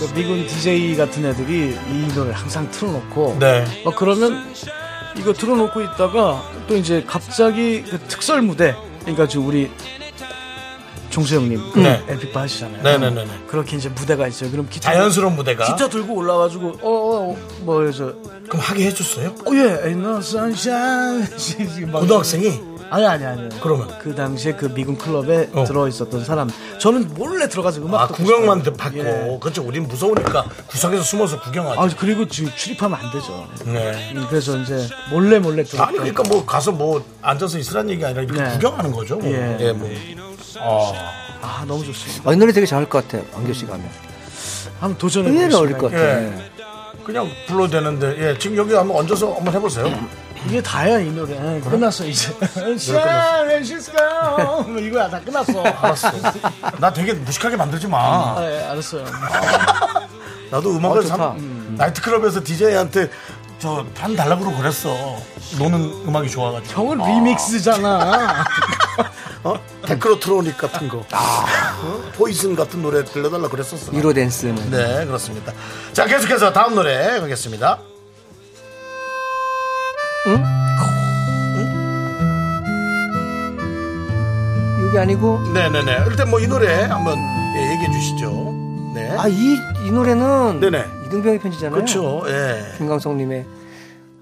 Speaker 4: 그 미군 DJ 같은 애들이 이 노래를 항상 틀어놓고
Speaker 3: 네.
Speaker 4: 막 그러면 이거 틀어놓고 있다가 또 이제 갑자기 그 특설 무대 그러니까 지금 우리 종수 형님 그
Speaker 3: 네.
Speaker 4: LP바 하시잖아요.
Speaker 3: 네네네네.
Speaker 4: 그렇게 이제 무대가 있어요. 그럼 기타
Speaker 3: 자연스러운 무대가.
Speaker 4: 기타 들고 올라와가지고 어, 어뭐 해서
Speaker 3: 그럼 하게 해줬어요?
Speaker 4: 어예 no sunshine 막
Speaker 3: 고등학생이
Speaker 4: 아니 아니 아니.
Speaker 3: 그러면?
Speaker 4: 그 당시에 그 미군 클럽에
Speaker 3: 어.
Speaker 4: 들어 있었던 사람. 저는 몰래 들어가서 음악
Speaker 3: 아,
Speaker 4: 듣고
Speaker 3: 구경만
Speaker 4: 싶어요.
Speaker 3: 받고.
Speaker 4: 예.
Speaker 3: 그렇죠. 우린 무서우니까 구석에서 숨어서 구경하죠.
Speaker 4: 아 그리고 지금 출입하면 안 되죠. 음,
Speaker 3: 네.
Speaker 4: 그래서 이제 몰래 몰래 들어.
Speaker 3: 아니 그러니까 뭐 가서 뭐 앉아서 있으란 얘기 아니라 이렇게
Speaker 4: 네.
Speaker 3: 구경하는 거죠. 뭐.
Speaker 4: 예.
Speaker 3: 예, 뭐. 아.
Speaker 4: 아 너무 좋습니다.
Speaker 8: 어, 이 노래 되게 잘할 것 같아요. 왕규 씨가 하면.
Speaker 4: 한번 도전해 보겠습니다.
Speaker 8: 의외로 어울릴 것 같아요.
Speaker 3: 예. 그냥 불러도 되는데 예 지금 여기 한번 얹어서 한번 해보세요. 예,
Speaker 4: 이게 다야 이 노래. 예, 끝났어 이제. 시간 시스가
Speaker 3: 뭐
Speaker 4: 이거야 다 끝났어.
Speaker 3: 알았어. 나 되게 무식하게 만들지 마.
Speaker 4: 아, 예, 알았어요.
Speaker 3: 나도
Speaker 4: 어,
Speaker 3: 음악을 삼,
Speaker 8: 좋다.
Speaker 3: 음. 나이트클럽에서 DJ한테 저반 달라고 그러고 그랬어. 노는 음악이 좋아가지고.
Speaker 4: 형은 리믹스잖아.
Speaker 3: 어? 데크로트로닉 같은 거. 응? 포이즌 같은 노래 들려달라 그랬었어.
Speaker 8: 유로 댄스는
Speaker 3: 네, 그렇습니다. 자, 계속해서 다음 노래 가겠습니다.
Speaker 8: 이게 아니고
Speaker 3: 네네네. 일단 뭐 이 노래 한번 예, 얘기해 주시죠. 네.
Speaker 8: 아 이 이 노래는
Speaker 3: 네네.
Speaker 8: 이등병의 편지잖아요.
Speaker 3: 그렇죠. 예.
Speaker 8: 김광석님의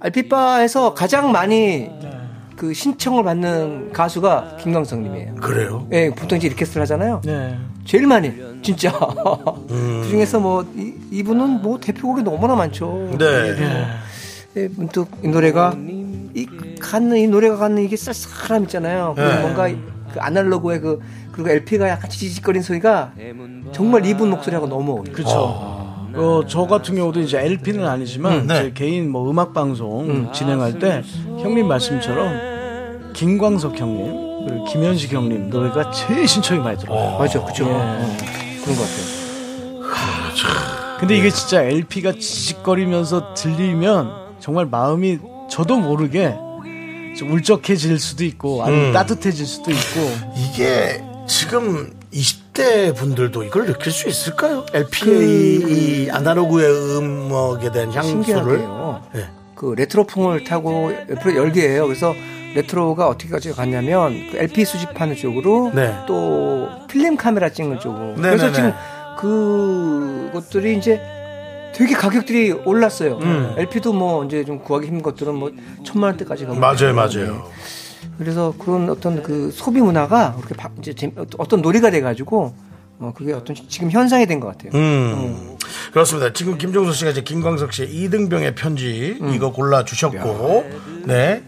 Speaker 8: 알피바에서 가장 많이
Speaker 3: 네.
Speaker 8: 그 신청을 받는 가수가 김광석님이에요.
Speaker 3: 그래요.
Speaker 8: 예, 보통 이제 리퀘스트를 하잖아요.
Speaker 3: 네.
Speaker 8: 제일 많이 진짜 그 중에서 뭐 이, 분은뭐 대표곡이 너무나 많죠.
Speaker 3: 네.
Speaker 8: 예, 문득 이 노래가 이 갖는 이 노래가 갖는 이게 쌀쌀함 있잖아요. 그
Speaker 3: 네.
Speaker 8: 뭔가 그 아날로그의 그 그리고 LP가 약간 지지직거리는 소리가 정말 이분 목소리하고 너무 어울려요.
Speaker 4: 그렇죠. 어, 저 같은 경우도 이제 LP는 아니지만
Speaker 3: 음, 네.
Speaker 4: 제 개인 뭐 음악 방송 진행할 때 형님 말씀처럼 김광석 형님 그리고 김현식 형님 노래가 제일 신청이 많이 들어요. 예.
Speaker 8: 맞아, 그죠. 어, 그런 것 같아요.
Speaker 4: 근데 이게 진짜 LP가 지직거리면서 들리면 정말 마음이 저도 모르게 좀 울적해질 수도 있고 아니면 따뜻해질 수도 있고
Speaker 3: 이게 지금 20대 분들도 이걸 느낄 수 있을까요?
Speaker 8: 그
Speaker 3: LP의 이 아날로그의 음악에 대한 향수를.
Speaker 8: 신기하게요.
Speaker 3: 예.
Speaker 8: 그 레트로풍을 타고 옆으로 열기예요. 그래서 레트로가 어떻게까지 갔냐면 그 LP 수집하는 쪽으로
Speaker 3: 네.
Speaker 8: 또 필름 카메라 찍는 쪽으로.
Speaker 3: 네,
Speaker 8: 그래서
Speaker 3: 네,
Speaker 8: 지금
Speaker 3: 네.
Speaker 8: 그것들이 이제 되게 가격들이 올랐어요.
Speaker 3: 음.
Speaker 8: LP도 뭐 이제 좀 구하기 힘든 것들은 뭐 천만 원대까지 가고.
Speaker 3: 맞아요, 맞아요.
Speaker 8: 그래서 그런 어떤 그 소비 문화가 그렇게 바- 이제 재미- 어떤 놀이가 돼가지고 어 그게 어떤 지금 현상이 된 것 같아요.
Speaker 3: 음. 그렇습니다. 지금 김종수 씨가 이제 김광석 씨의 이등병의 편지 이거 골라 주셨고, 네.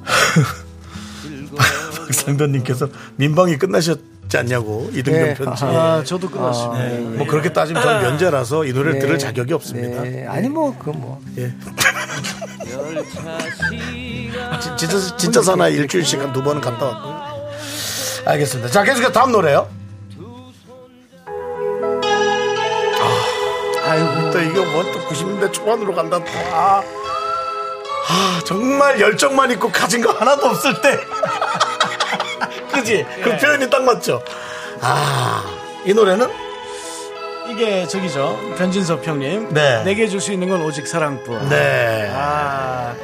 Speaker 3: 박상도님께서 민방이 끝나셨지 않냐고 이등병
Speaker 8: 네.
Speaker 3: 편지.
Speaker 4: 아 저도 끝났습니다.
Speaker 3: 예. 네. 뭐 그렇게 따지면 저는 면제라서 이 노래를
Speaker 8: 네.
Speaker 3: 들을 자격이 없습니다.
Speaker 8: 네. 아니 뭐 그건 뭐.
Speaker 3: 예. 진- 진짜 진짜 사나 일주일씩 한 두 번은 갔다 왔고. 알겠습니다. 자 계속해서 다음 노래요.
Speaker 8: 아이고.
Speaker 3: 또 이거 뭐 또 90년대 초반으로 간다 또. 아, 아, 정말 열정만 있고 가진 거 하나도 없을 때. 그지?
Speaker 4: 네.
Speaker 3: 그 표현이 딱 맞죠? 아, 이 노래는?
Speaker 4: 이게 저기죠 변진섭 형님
Speaker 3: 네.
Speaker 4: 내게 줄 수 있는 건 오직 사랑뿐.
Speaker 3: 네.
Speaker 4: 아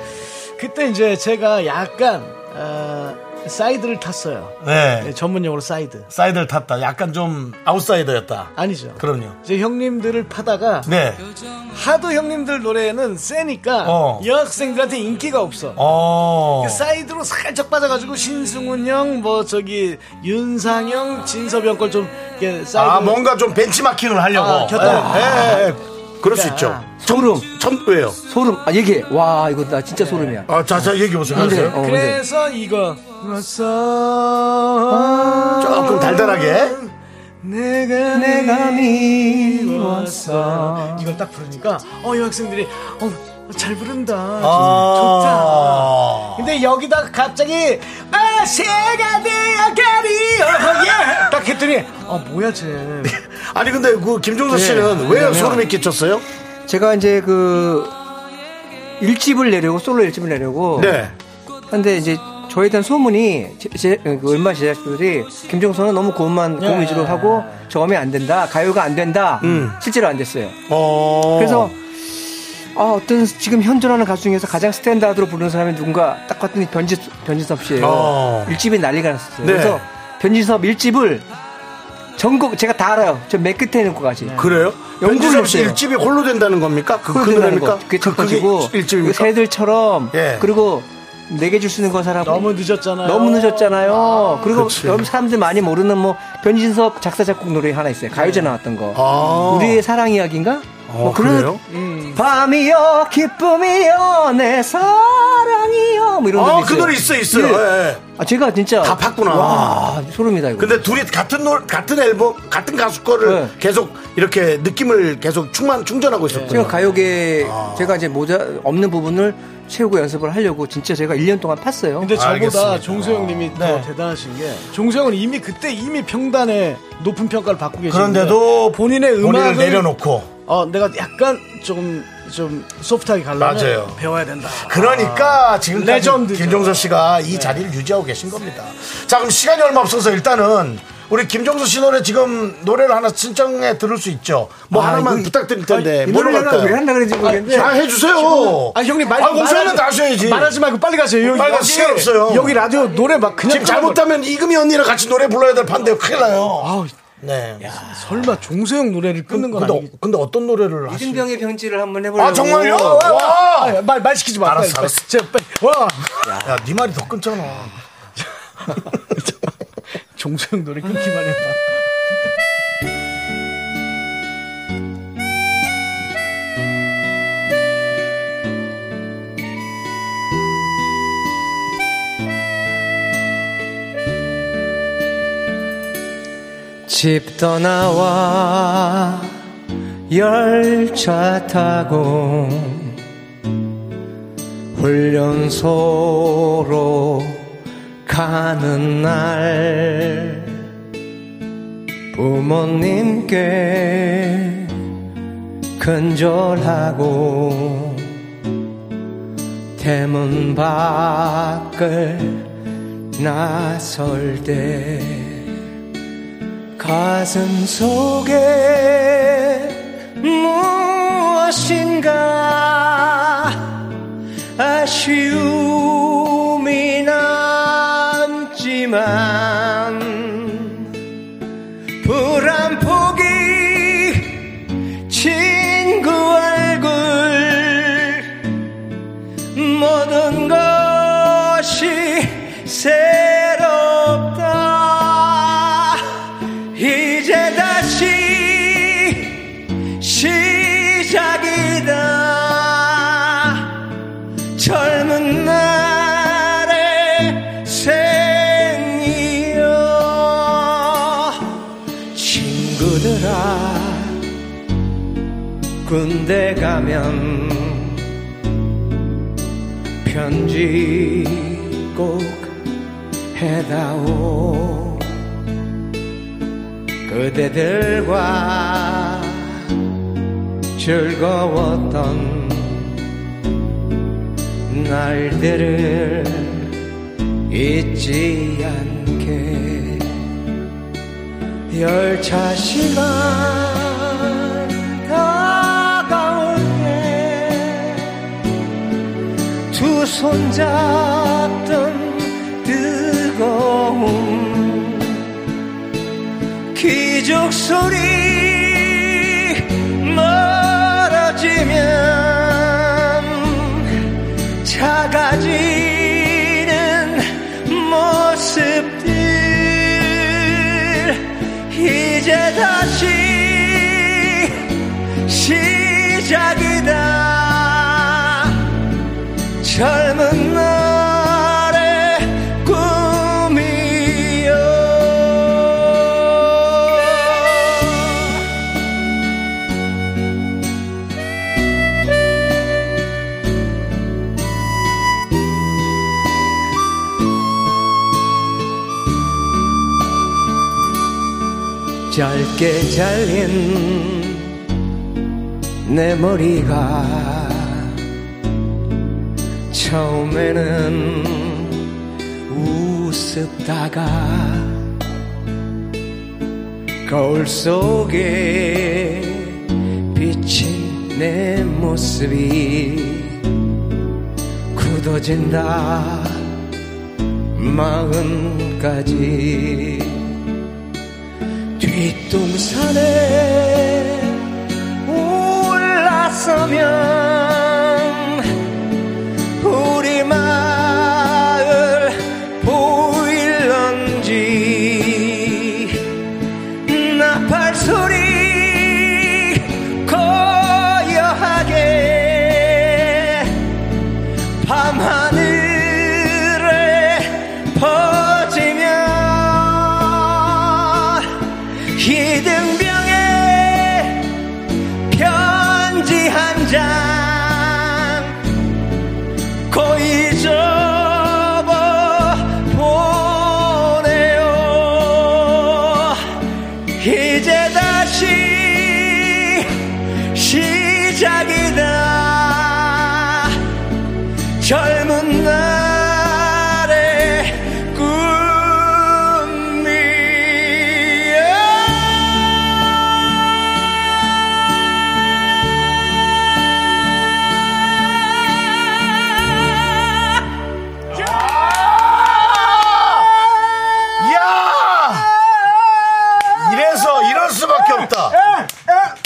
Speaker 4: 그때 이제 제가 약간 어, 사이드를 탔어요. 네,
Speaker 3: 네.
Speaker 4: 전문 용어로 사이드.
Speaker 3: 사이드를 탔다. 약간 좀 아웃사이더였다.
Speaker 4: 아니죠.
Speaker 3: 그럼요.
Speaker 4: 이제 형님들을 파다가
Speaker 3: 네.
Speaker 4: 하도 형님들 노래는 세니까
Speaker 3: 어.
Speaker 4: 여학생들한테 인기가 없어.
Speaker 3: 어.
Speaker 4: 그 사이드로 살짝 빠져가지고 신승훈 형, 뭐 저기 윤상형, 진섭형 걸 좀 이렇게 사이드.
Speaker 8: 그
Speaker 3: 아, 뭔가 좀 벤치마킹을 하려고.
Speaker 4: 아, 곁다리.
Speaker 3: 예, 예, 예.
Speaker 8: 아,
Speaker 3: 그럴 수 있죠.
Speaker 8: 소름.
Speaker 3: 전, 왜요?
Speaker 8: 소름. 아, 얘기해. 와, 이거 나 진짜 소름이야.
Speaker 3: 아, 자, 자, 얘기해보세요.
Speaker 8: 근데,
Speaker 3: 하세요.
Speaker 8: 어, 근데.
Speaker 4: 그래서 이거. 그래서
Speaker 3: 조금 달달하게.
Speaker 8: 음,
Speaker 4: 내가 내가 미웠어. 이걸 딱 부르니까 어 여학생들이 어잘 부른다. 좋다. 아.
Speaker 3: 아.
Speaker 4: 근데 여기다가 갑자기 아 새가 되어가리 어, 예. 딱 했더니 어 뭐야 쟤
Speaker 3: 아니 근데 그
Speaker 8: 네.
Speaker 3: 김종서 씨는 왜 소름이 끼쳤어요?
Speaker 8: 제가 이제 그, 일집을 내려고, 솔로 일집을 내려고.
Speaker 3: 네.
Speaker 8: 근데 이제 저에 대한 소문이, 제, 제, 그 웬만 제작진들이, 김종선은 너무 고음만,
Speaker 3: 네.
Speaker 8: 고음 위주로 하고, 저음이 안 된다, 가요가 안 된다. 실제로 안 됐어요.
Speaker 3: 음. 어.
Speaker 8: 그래서, 아, 어떤 지금 현존하는 가수 중에서 가장 스탠다드로 부르는 사람이 누군가 딱 봤더니 변진, 변진섭 씨예요
Speaker 3: 어.
Speaker 8: 일집이 난리가 났었어요.
Speaker 3: 네.
Speaker 8: 그래서 변진섭 일집을 전곡, 제가 다 알아요. 저 맨 끝에 있는 거까지.
Speaker 3: 그래요?
Speaker 8: 연구를
Speaker 3: 연구를 씨
Speaker 8: 해보세요.
Speaker 3: 일집이 홀로 된다는 겁니까? 그, 그
Speaker 8: 홀드라는
Speaker 3: 노래입니까?
Speaker 8: 거. 그게 첫
Speaker 3: 그- 그게
Speaker 8: 번째고
Speaker 3: 일집입니까?
Speaker 8: 새들처럼
Speaker 3: 예.
Speaker 8: 그리고 내게 줄 수 있는 건 사람
Speaker 4: 너무 늦었잖아요.
Speaker 8: 너무 늦었잖아요. 그리고
Speaker 3: 그치.
Speaker 8: 여러분 사람들 많이 모르는 뭐 변진섭 작사 작곡 노래 하나 있어요. 가요제 나왔던 거.
Speaker 3: 네. 아.
Speaker 8: 우리의 사랑 이야기인가? 뭐 음.
Speaker 3: 어, 그래요?
Speaker 8: 밤이여 기쁨이여 내 사랑이여 뭐 이런
Speaker 3: 아,
Speaker 8: 노래
Speaker 3: 그
Speaker 8: 있어요.
Speaker 3: 노래 있어 있어요.
Speaker 8: 예.
Speaker 3: 예, 예.
Speaker 8: 아, 제가 진짜
Speaker 3: 다 팠구나.
Speaker 8: 와 소름이다 이거.
Speaker 3: 근데 둘이 같은 노 같은 앨범 같은 가수 거를
Speaker 8: 네.
Speaker 3: 계속 이렇게 느낌을 계속 충만 충전하고 있었군요.
Speaker 8: 제가 가요계
Speaker 3: 아.
Speaker 8: 제가 이제 모자 없는 부분을 채우고 연습을 하려고 진짜 제가 1년 동안 팠어요.
Speaker 4: 근데 저보다 네.
Speaker 3: 알겠습니다.
Speaker 4: 종수형님이 더 대단하신 게 종수형은 이미 그때 이미 평단에 높은 평가를 받고 계시는데
Speaker 3: 그런데도
Speaker 4: 본인의
Speaker 3: 본인을
Speaker 4: 음악을
Speaker 3: 내려놓고
Speaker 4: 어 내가 약간 조금 좀 소프트하게
Speaker 3: 맞아요.
Speaker 4: 가려면 배워야 된다.
Speaker 3: 그러니까 지금까지
Speaker 4: 아, 레전드죠. 네.
Speaker 3: 김종서 씨가 이 자리를 유지하고 계신 겁니다. 자 그럼 시간이 얼마 없어서 일단은 우리 김종수 씨 노래 지금 노래를 하나 신청해 들을 수 있죠. 뭐
Speaker 8: 아,
Speaker 3: 하나만
Speaker 8: 이거-
Speaker 3: 부탁드릴 텐데.
Speaker 8: 이
Speaker 3: 뭘로
Speaker 8: 노래 하나 왜
Speaker 3: 갈까요?
Speaker 8: 한다 그랬지 모르겠는데.
Speaker 3: 잘 해주세요.
Speaker 4: 아 형님 말
Speaker 3: 아, 공수는 다 하셔야지.
Speaker 4: 말하지 말고 빨리 가세요. 여기
Speaker 3: 빨리 가,
Speaker 4: 여기-
Speaker 3: 시간 없어요.
Speaker 4: 여기 라디오 노래 막 그냥
Speaker 3: 지금 잘못하면 이금희 언니랑 같이 노래 불러야 될 판데요. 큰일 나요.
Speaker 4: 아
Speaker 3: 네.
Speaker 4: 설마 종소영 노래를 끊는 건
Speaker 3: 근데,
Speaker 4: 아니겠지?
Speaker 3: 근데 어떤 노래를 하시
Speaker 8: 이준병의 편지를 한번 해보려고.
Speaker 3: 아, 정말요?
Speaker 4: 와!
Speaker 3: 와!
Speaker 4: 아, 말, 말 시키지 마.
Speaker 3: 알았어,
Speaker 4: 빨리,
Speaker 3: 알았어.
Speaker 4: 빨리. 빨리. 와!
Speaker 3: 야, 네 말이 더 끊잖아.
Speaker 4: 종소영 노래 끊기만 해봐.
Speaker 9: 집 떠나와 열차 타고 훈련소로 가는 날 부모님께 근절하고 대문 밖을 나설 때 가슴 속에 무엇인가 아쉬움이 남지만 불안 포기 친구 얼굴 모든 것이 새롭다 이제 다시 시작이다 젊은 날의 생이여 친구들아 군대 가면 편지 꼭 해다오 그대들과 즐거웠던 날들을 잊지 않게 열차 시간 다가올 때 두 손잡던 뜨거움 기적 소리 멀어지면 작아지는 모습들 이제 다시 시작이다 젊은 날의 꿈이여 짧게 잘린 내 머리가 처음에는 우습다가 거울 속에 비친 내 모습이 굳어진다 마음까지 뒷동산에 올라서면 우리 마을 보일런지 나팔 소리 고요하게 밤하늘에 퍼지면 이등병의 편지 한장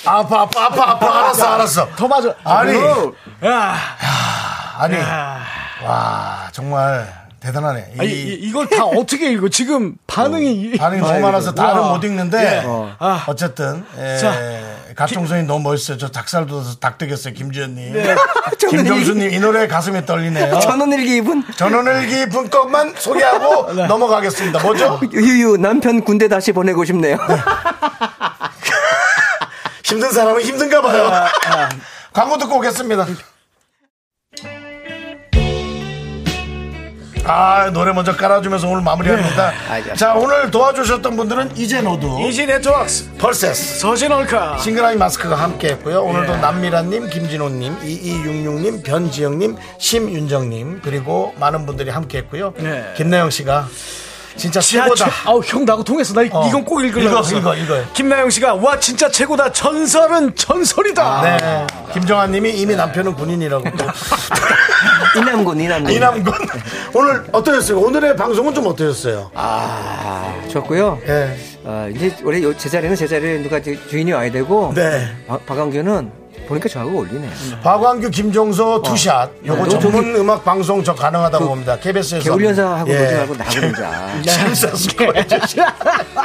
Speaker 3: 아파 아파 아파 아파 알았어 알았어
Speaker 4: 더 맞아.
Speaker 3: 아니.
Speaker 4: 야,
Speaker 3: 아니 와 정말 대단하네
Speaker 4: 아니, 이, 이걸 다 어떻게 읽어? 지금 반응이.
Speaker 3: 어.
Speaker 4: 어.
Speaker 3: 반응이 너무 많아서 다를 못 읽는데
Speaker 4: 예.
Speaker 3: 어.
Speaker 4: 아.
Speaker 3: 쨌든 예.
Speaker 4: 자.
Speaker 3: 갑종선이 너무 멋있어요. 저 닭살도 서 닭되겠어요. 김지현님,
Speaker 8: 저는
Speaker 3: 김정수님 이 노래 가슴이 떨리네요.
Speaker 8: 전원일기 입은
Speaker 3: 전원일기 분법만 소개하고 넘어가겠습니다. 뭐죠?
Speaker 8: 유유 남편 군대 다시 보내고 싶네요.
Speaker 3: 힘든 사람은 힘든가 봐요. 광고 듣고 오겠습니다. 아 노래 먼저 네. 깔아주면서 오늘 마무리합니다. 자 오늘 도와주셨던 분들은 이제 너도
Speaker 4: 어. 이지 네트워크스,
Speaker 3: 벌세스
Speaker 4: 서진 올카.
Speaker 3: 싱그라이 마스크가 함께했고요. 오늘도 남미라님, 김진호님, 2266님, 변지영님, 심윤정님 그리고 많은 분들이 함께했고요.
Speaker 4: 네.
Speaker 3: 김나영 씨가 진짜
Speaker 4: 최고다.
Speaker 3: 최고다.
Speaker 4: 아우 형 나하고 통했어. 나 이-
Speaker 3: 어.
Speaker 4: 이건 꼭 읽으려고.
Speaker 3: 읽어,
Speaker 4: 했어.
Speaker 3: 읽어, 읽어요.
Speaker 4: 김나영 씨가 와 진짜 최고다. 전설은 전설이다.
Speaker 3: 네. 김정환님이 이미 남편은 군인이라고.
Speaker 8: 이남군 이남군
Speaker 3: 아, 이남군 오늘 어떠셨어요? 오늘의 방송은 좀 어떠셨어요?
Speaker 8: 아 좋고요.
Speaker 3: 예.
Speaker 8: 아, 이제 원래 요 제자리는 제자리에 누가 이제 주인이 와야 되고
Speaker 3: 네. 음,
Speaker 8: 박- 박완규는 보니까 저하고 어울리네요.
Speaker 3: 박광규, 김종서
Speaker 8: 어.
Speaker 3: 투샷. 요거
Speaker 8: 너
Speaker 3: 전문 음악 방송 저 가능하다고 봅니다.
Speaker 8: 그
Speaker 3: KBS에서. 예.
Speaker 8: 개울연사하고 놀지 말고 나하고 네. 놀자.
Speaker 3: 재밌었을 거예요.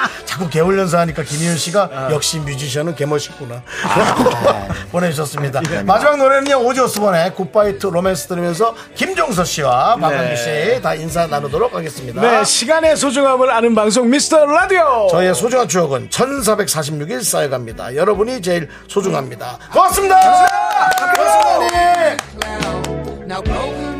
Speaker 3: 자꾸 개울연사 하니까 김희윤
Speaker 8: 아.
Speaker 3: 씨가 역시 뮤지션은 개멋있구나.
Speaker 8: 네.
Speaker 3: 보내주셨습니다. 마지막 노래는요, 오지오스번의 굿바이 투 로맨스 들으면서 김종서 씨와 박광규
Speaker 8: 네.
Speaker 3: 씨 다 인사 나누도록 하겠습니다.
Speaker 4: 네, 시간의 소중함을 아는 방송 미스터 라디오.
Speaker 3: 저희의 소중한 추억은 1446일 쌓여갑니다. 여러분이 제일 소중합니다. 고맙습니다! 고맙습니다.
Speaker 6: Now broken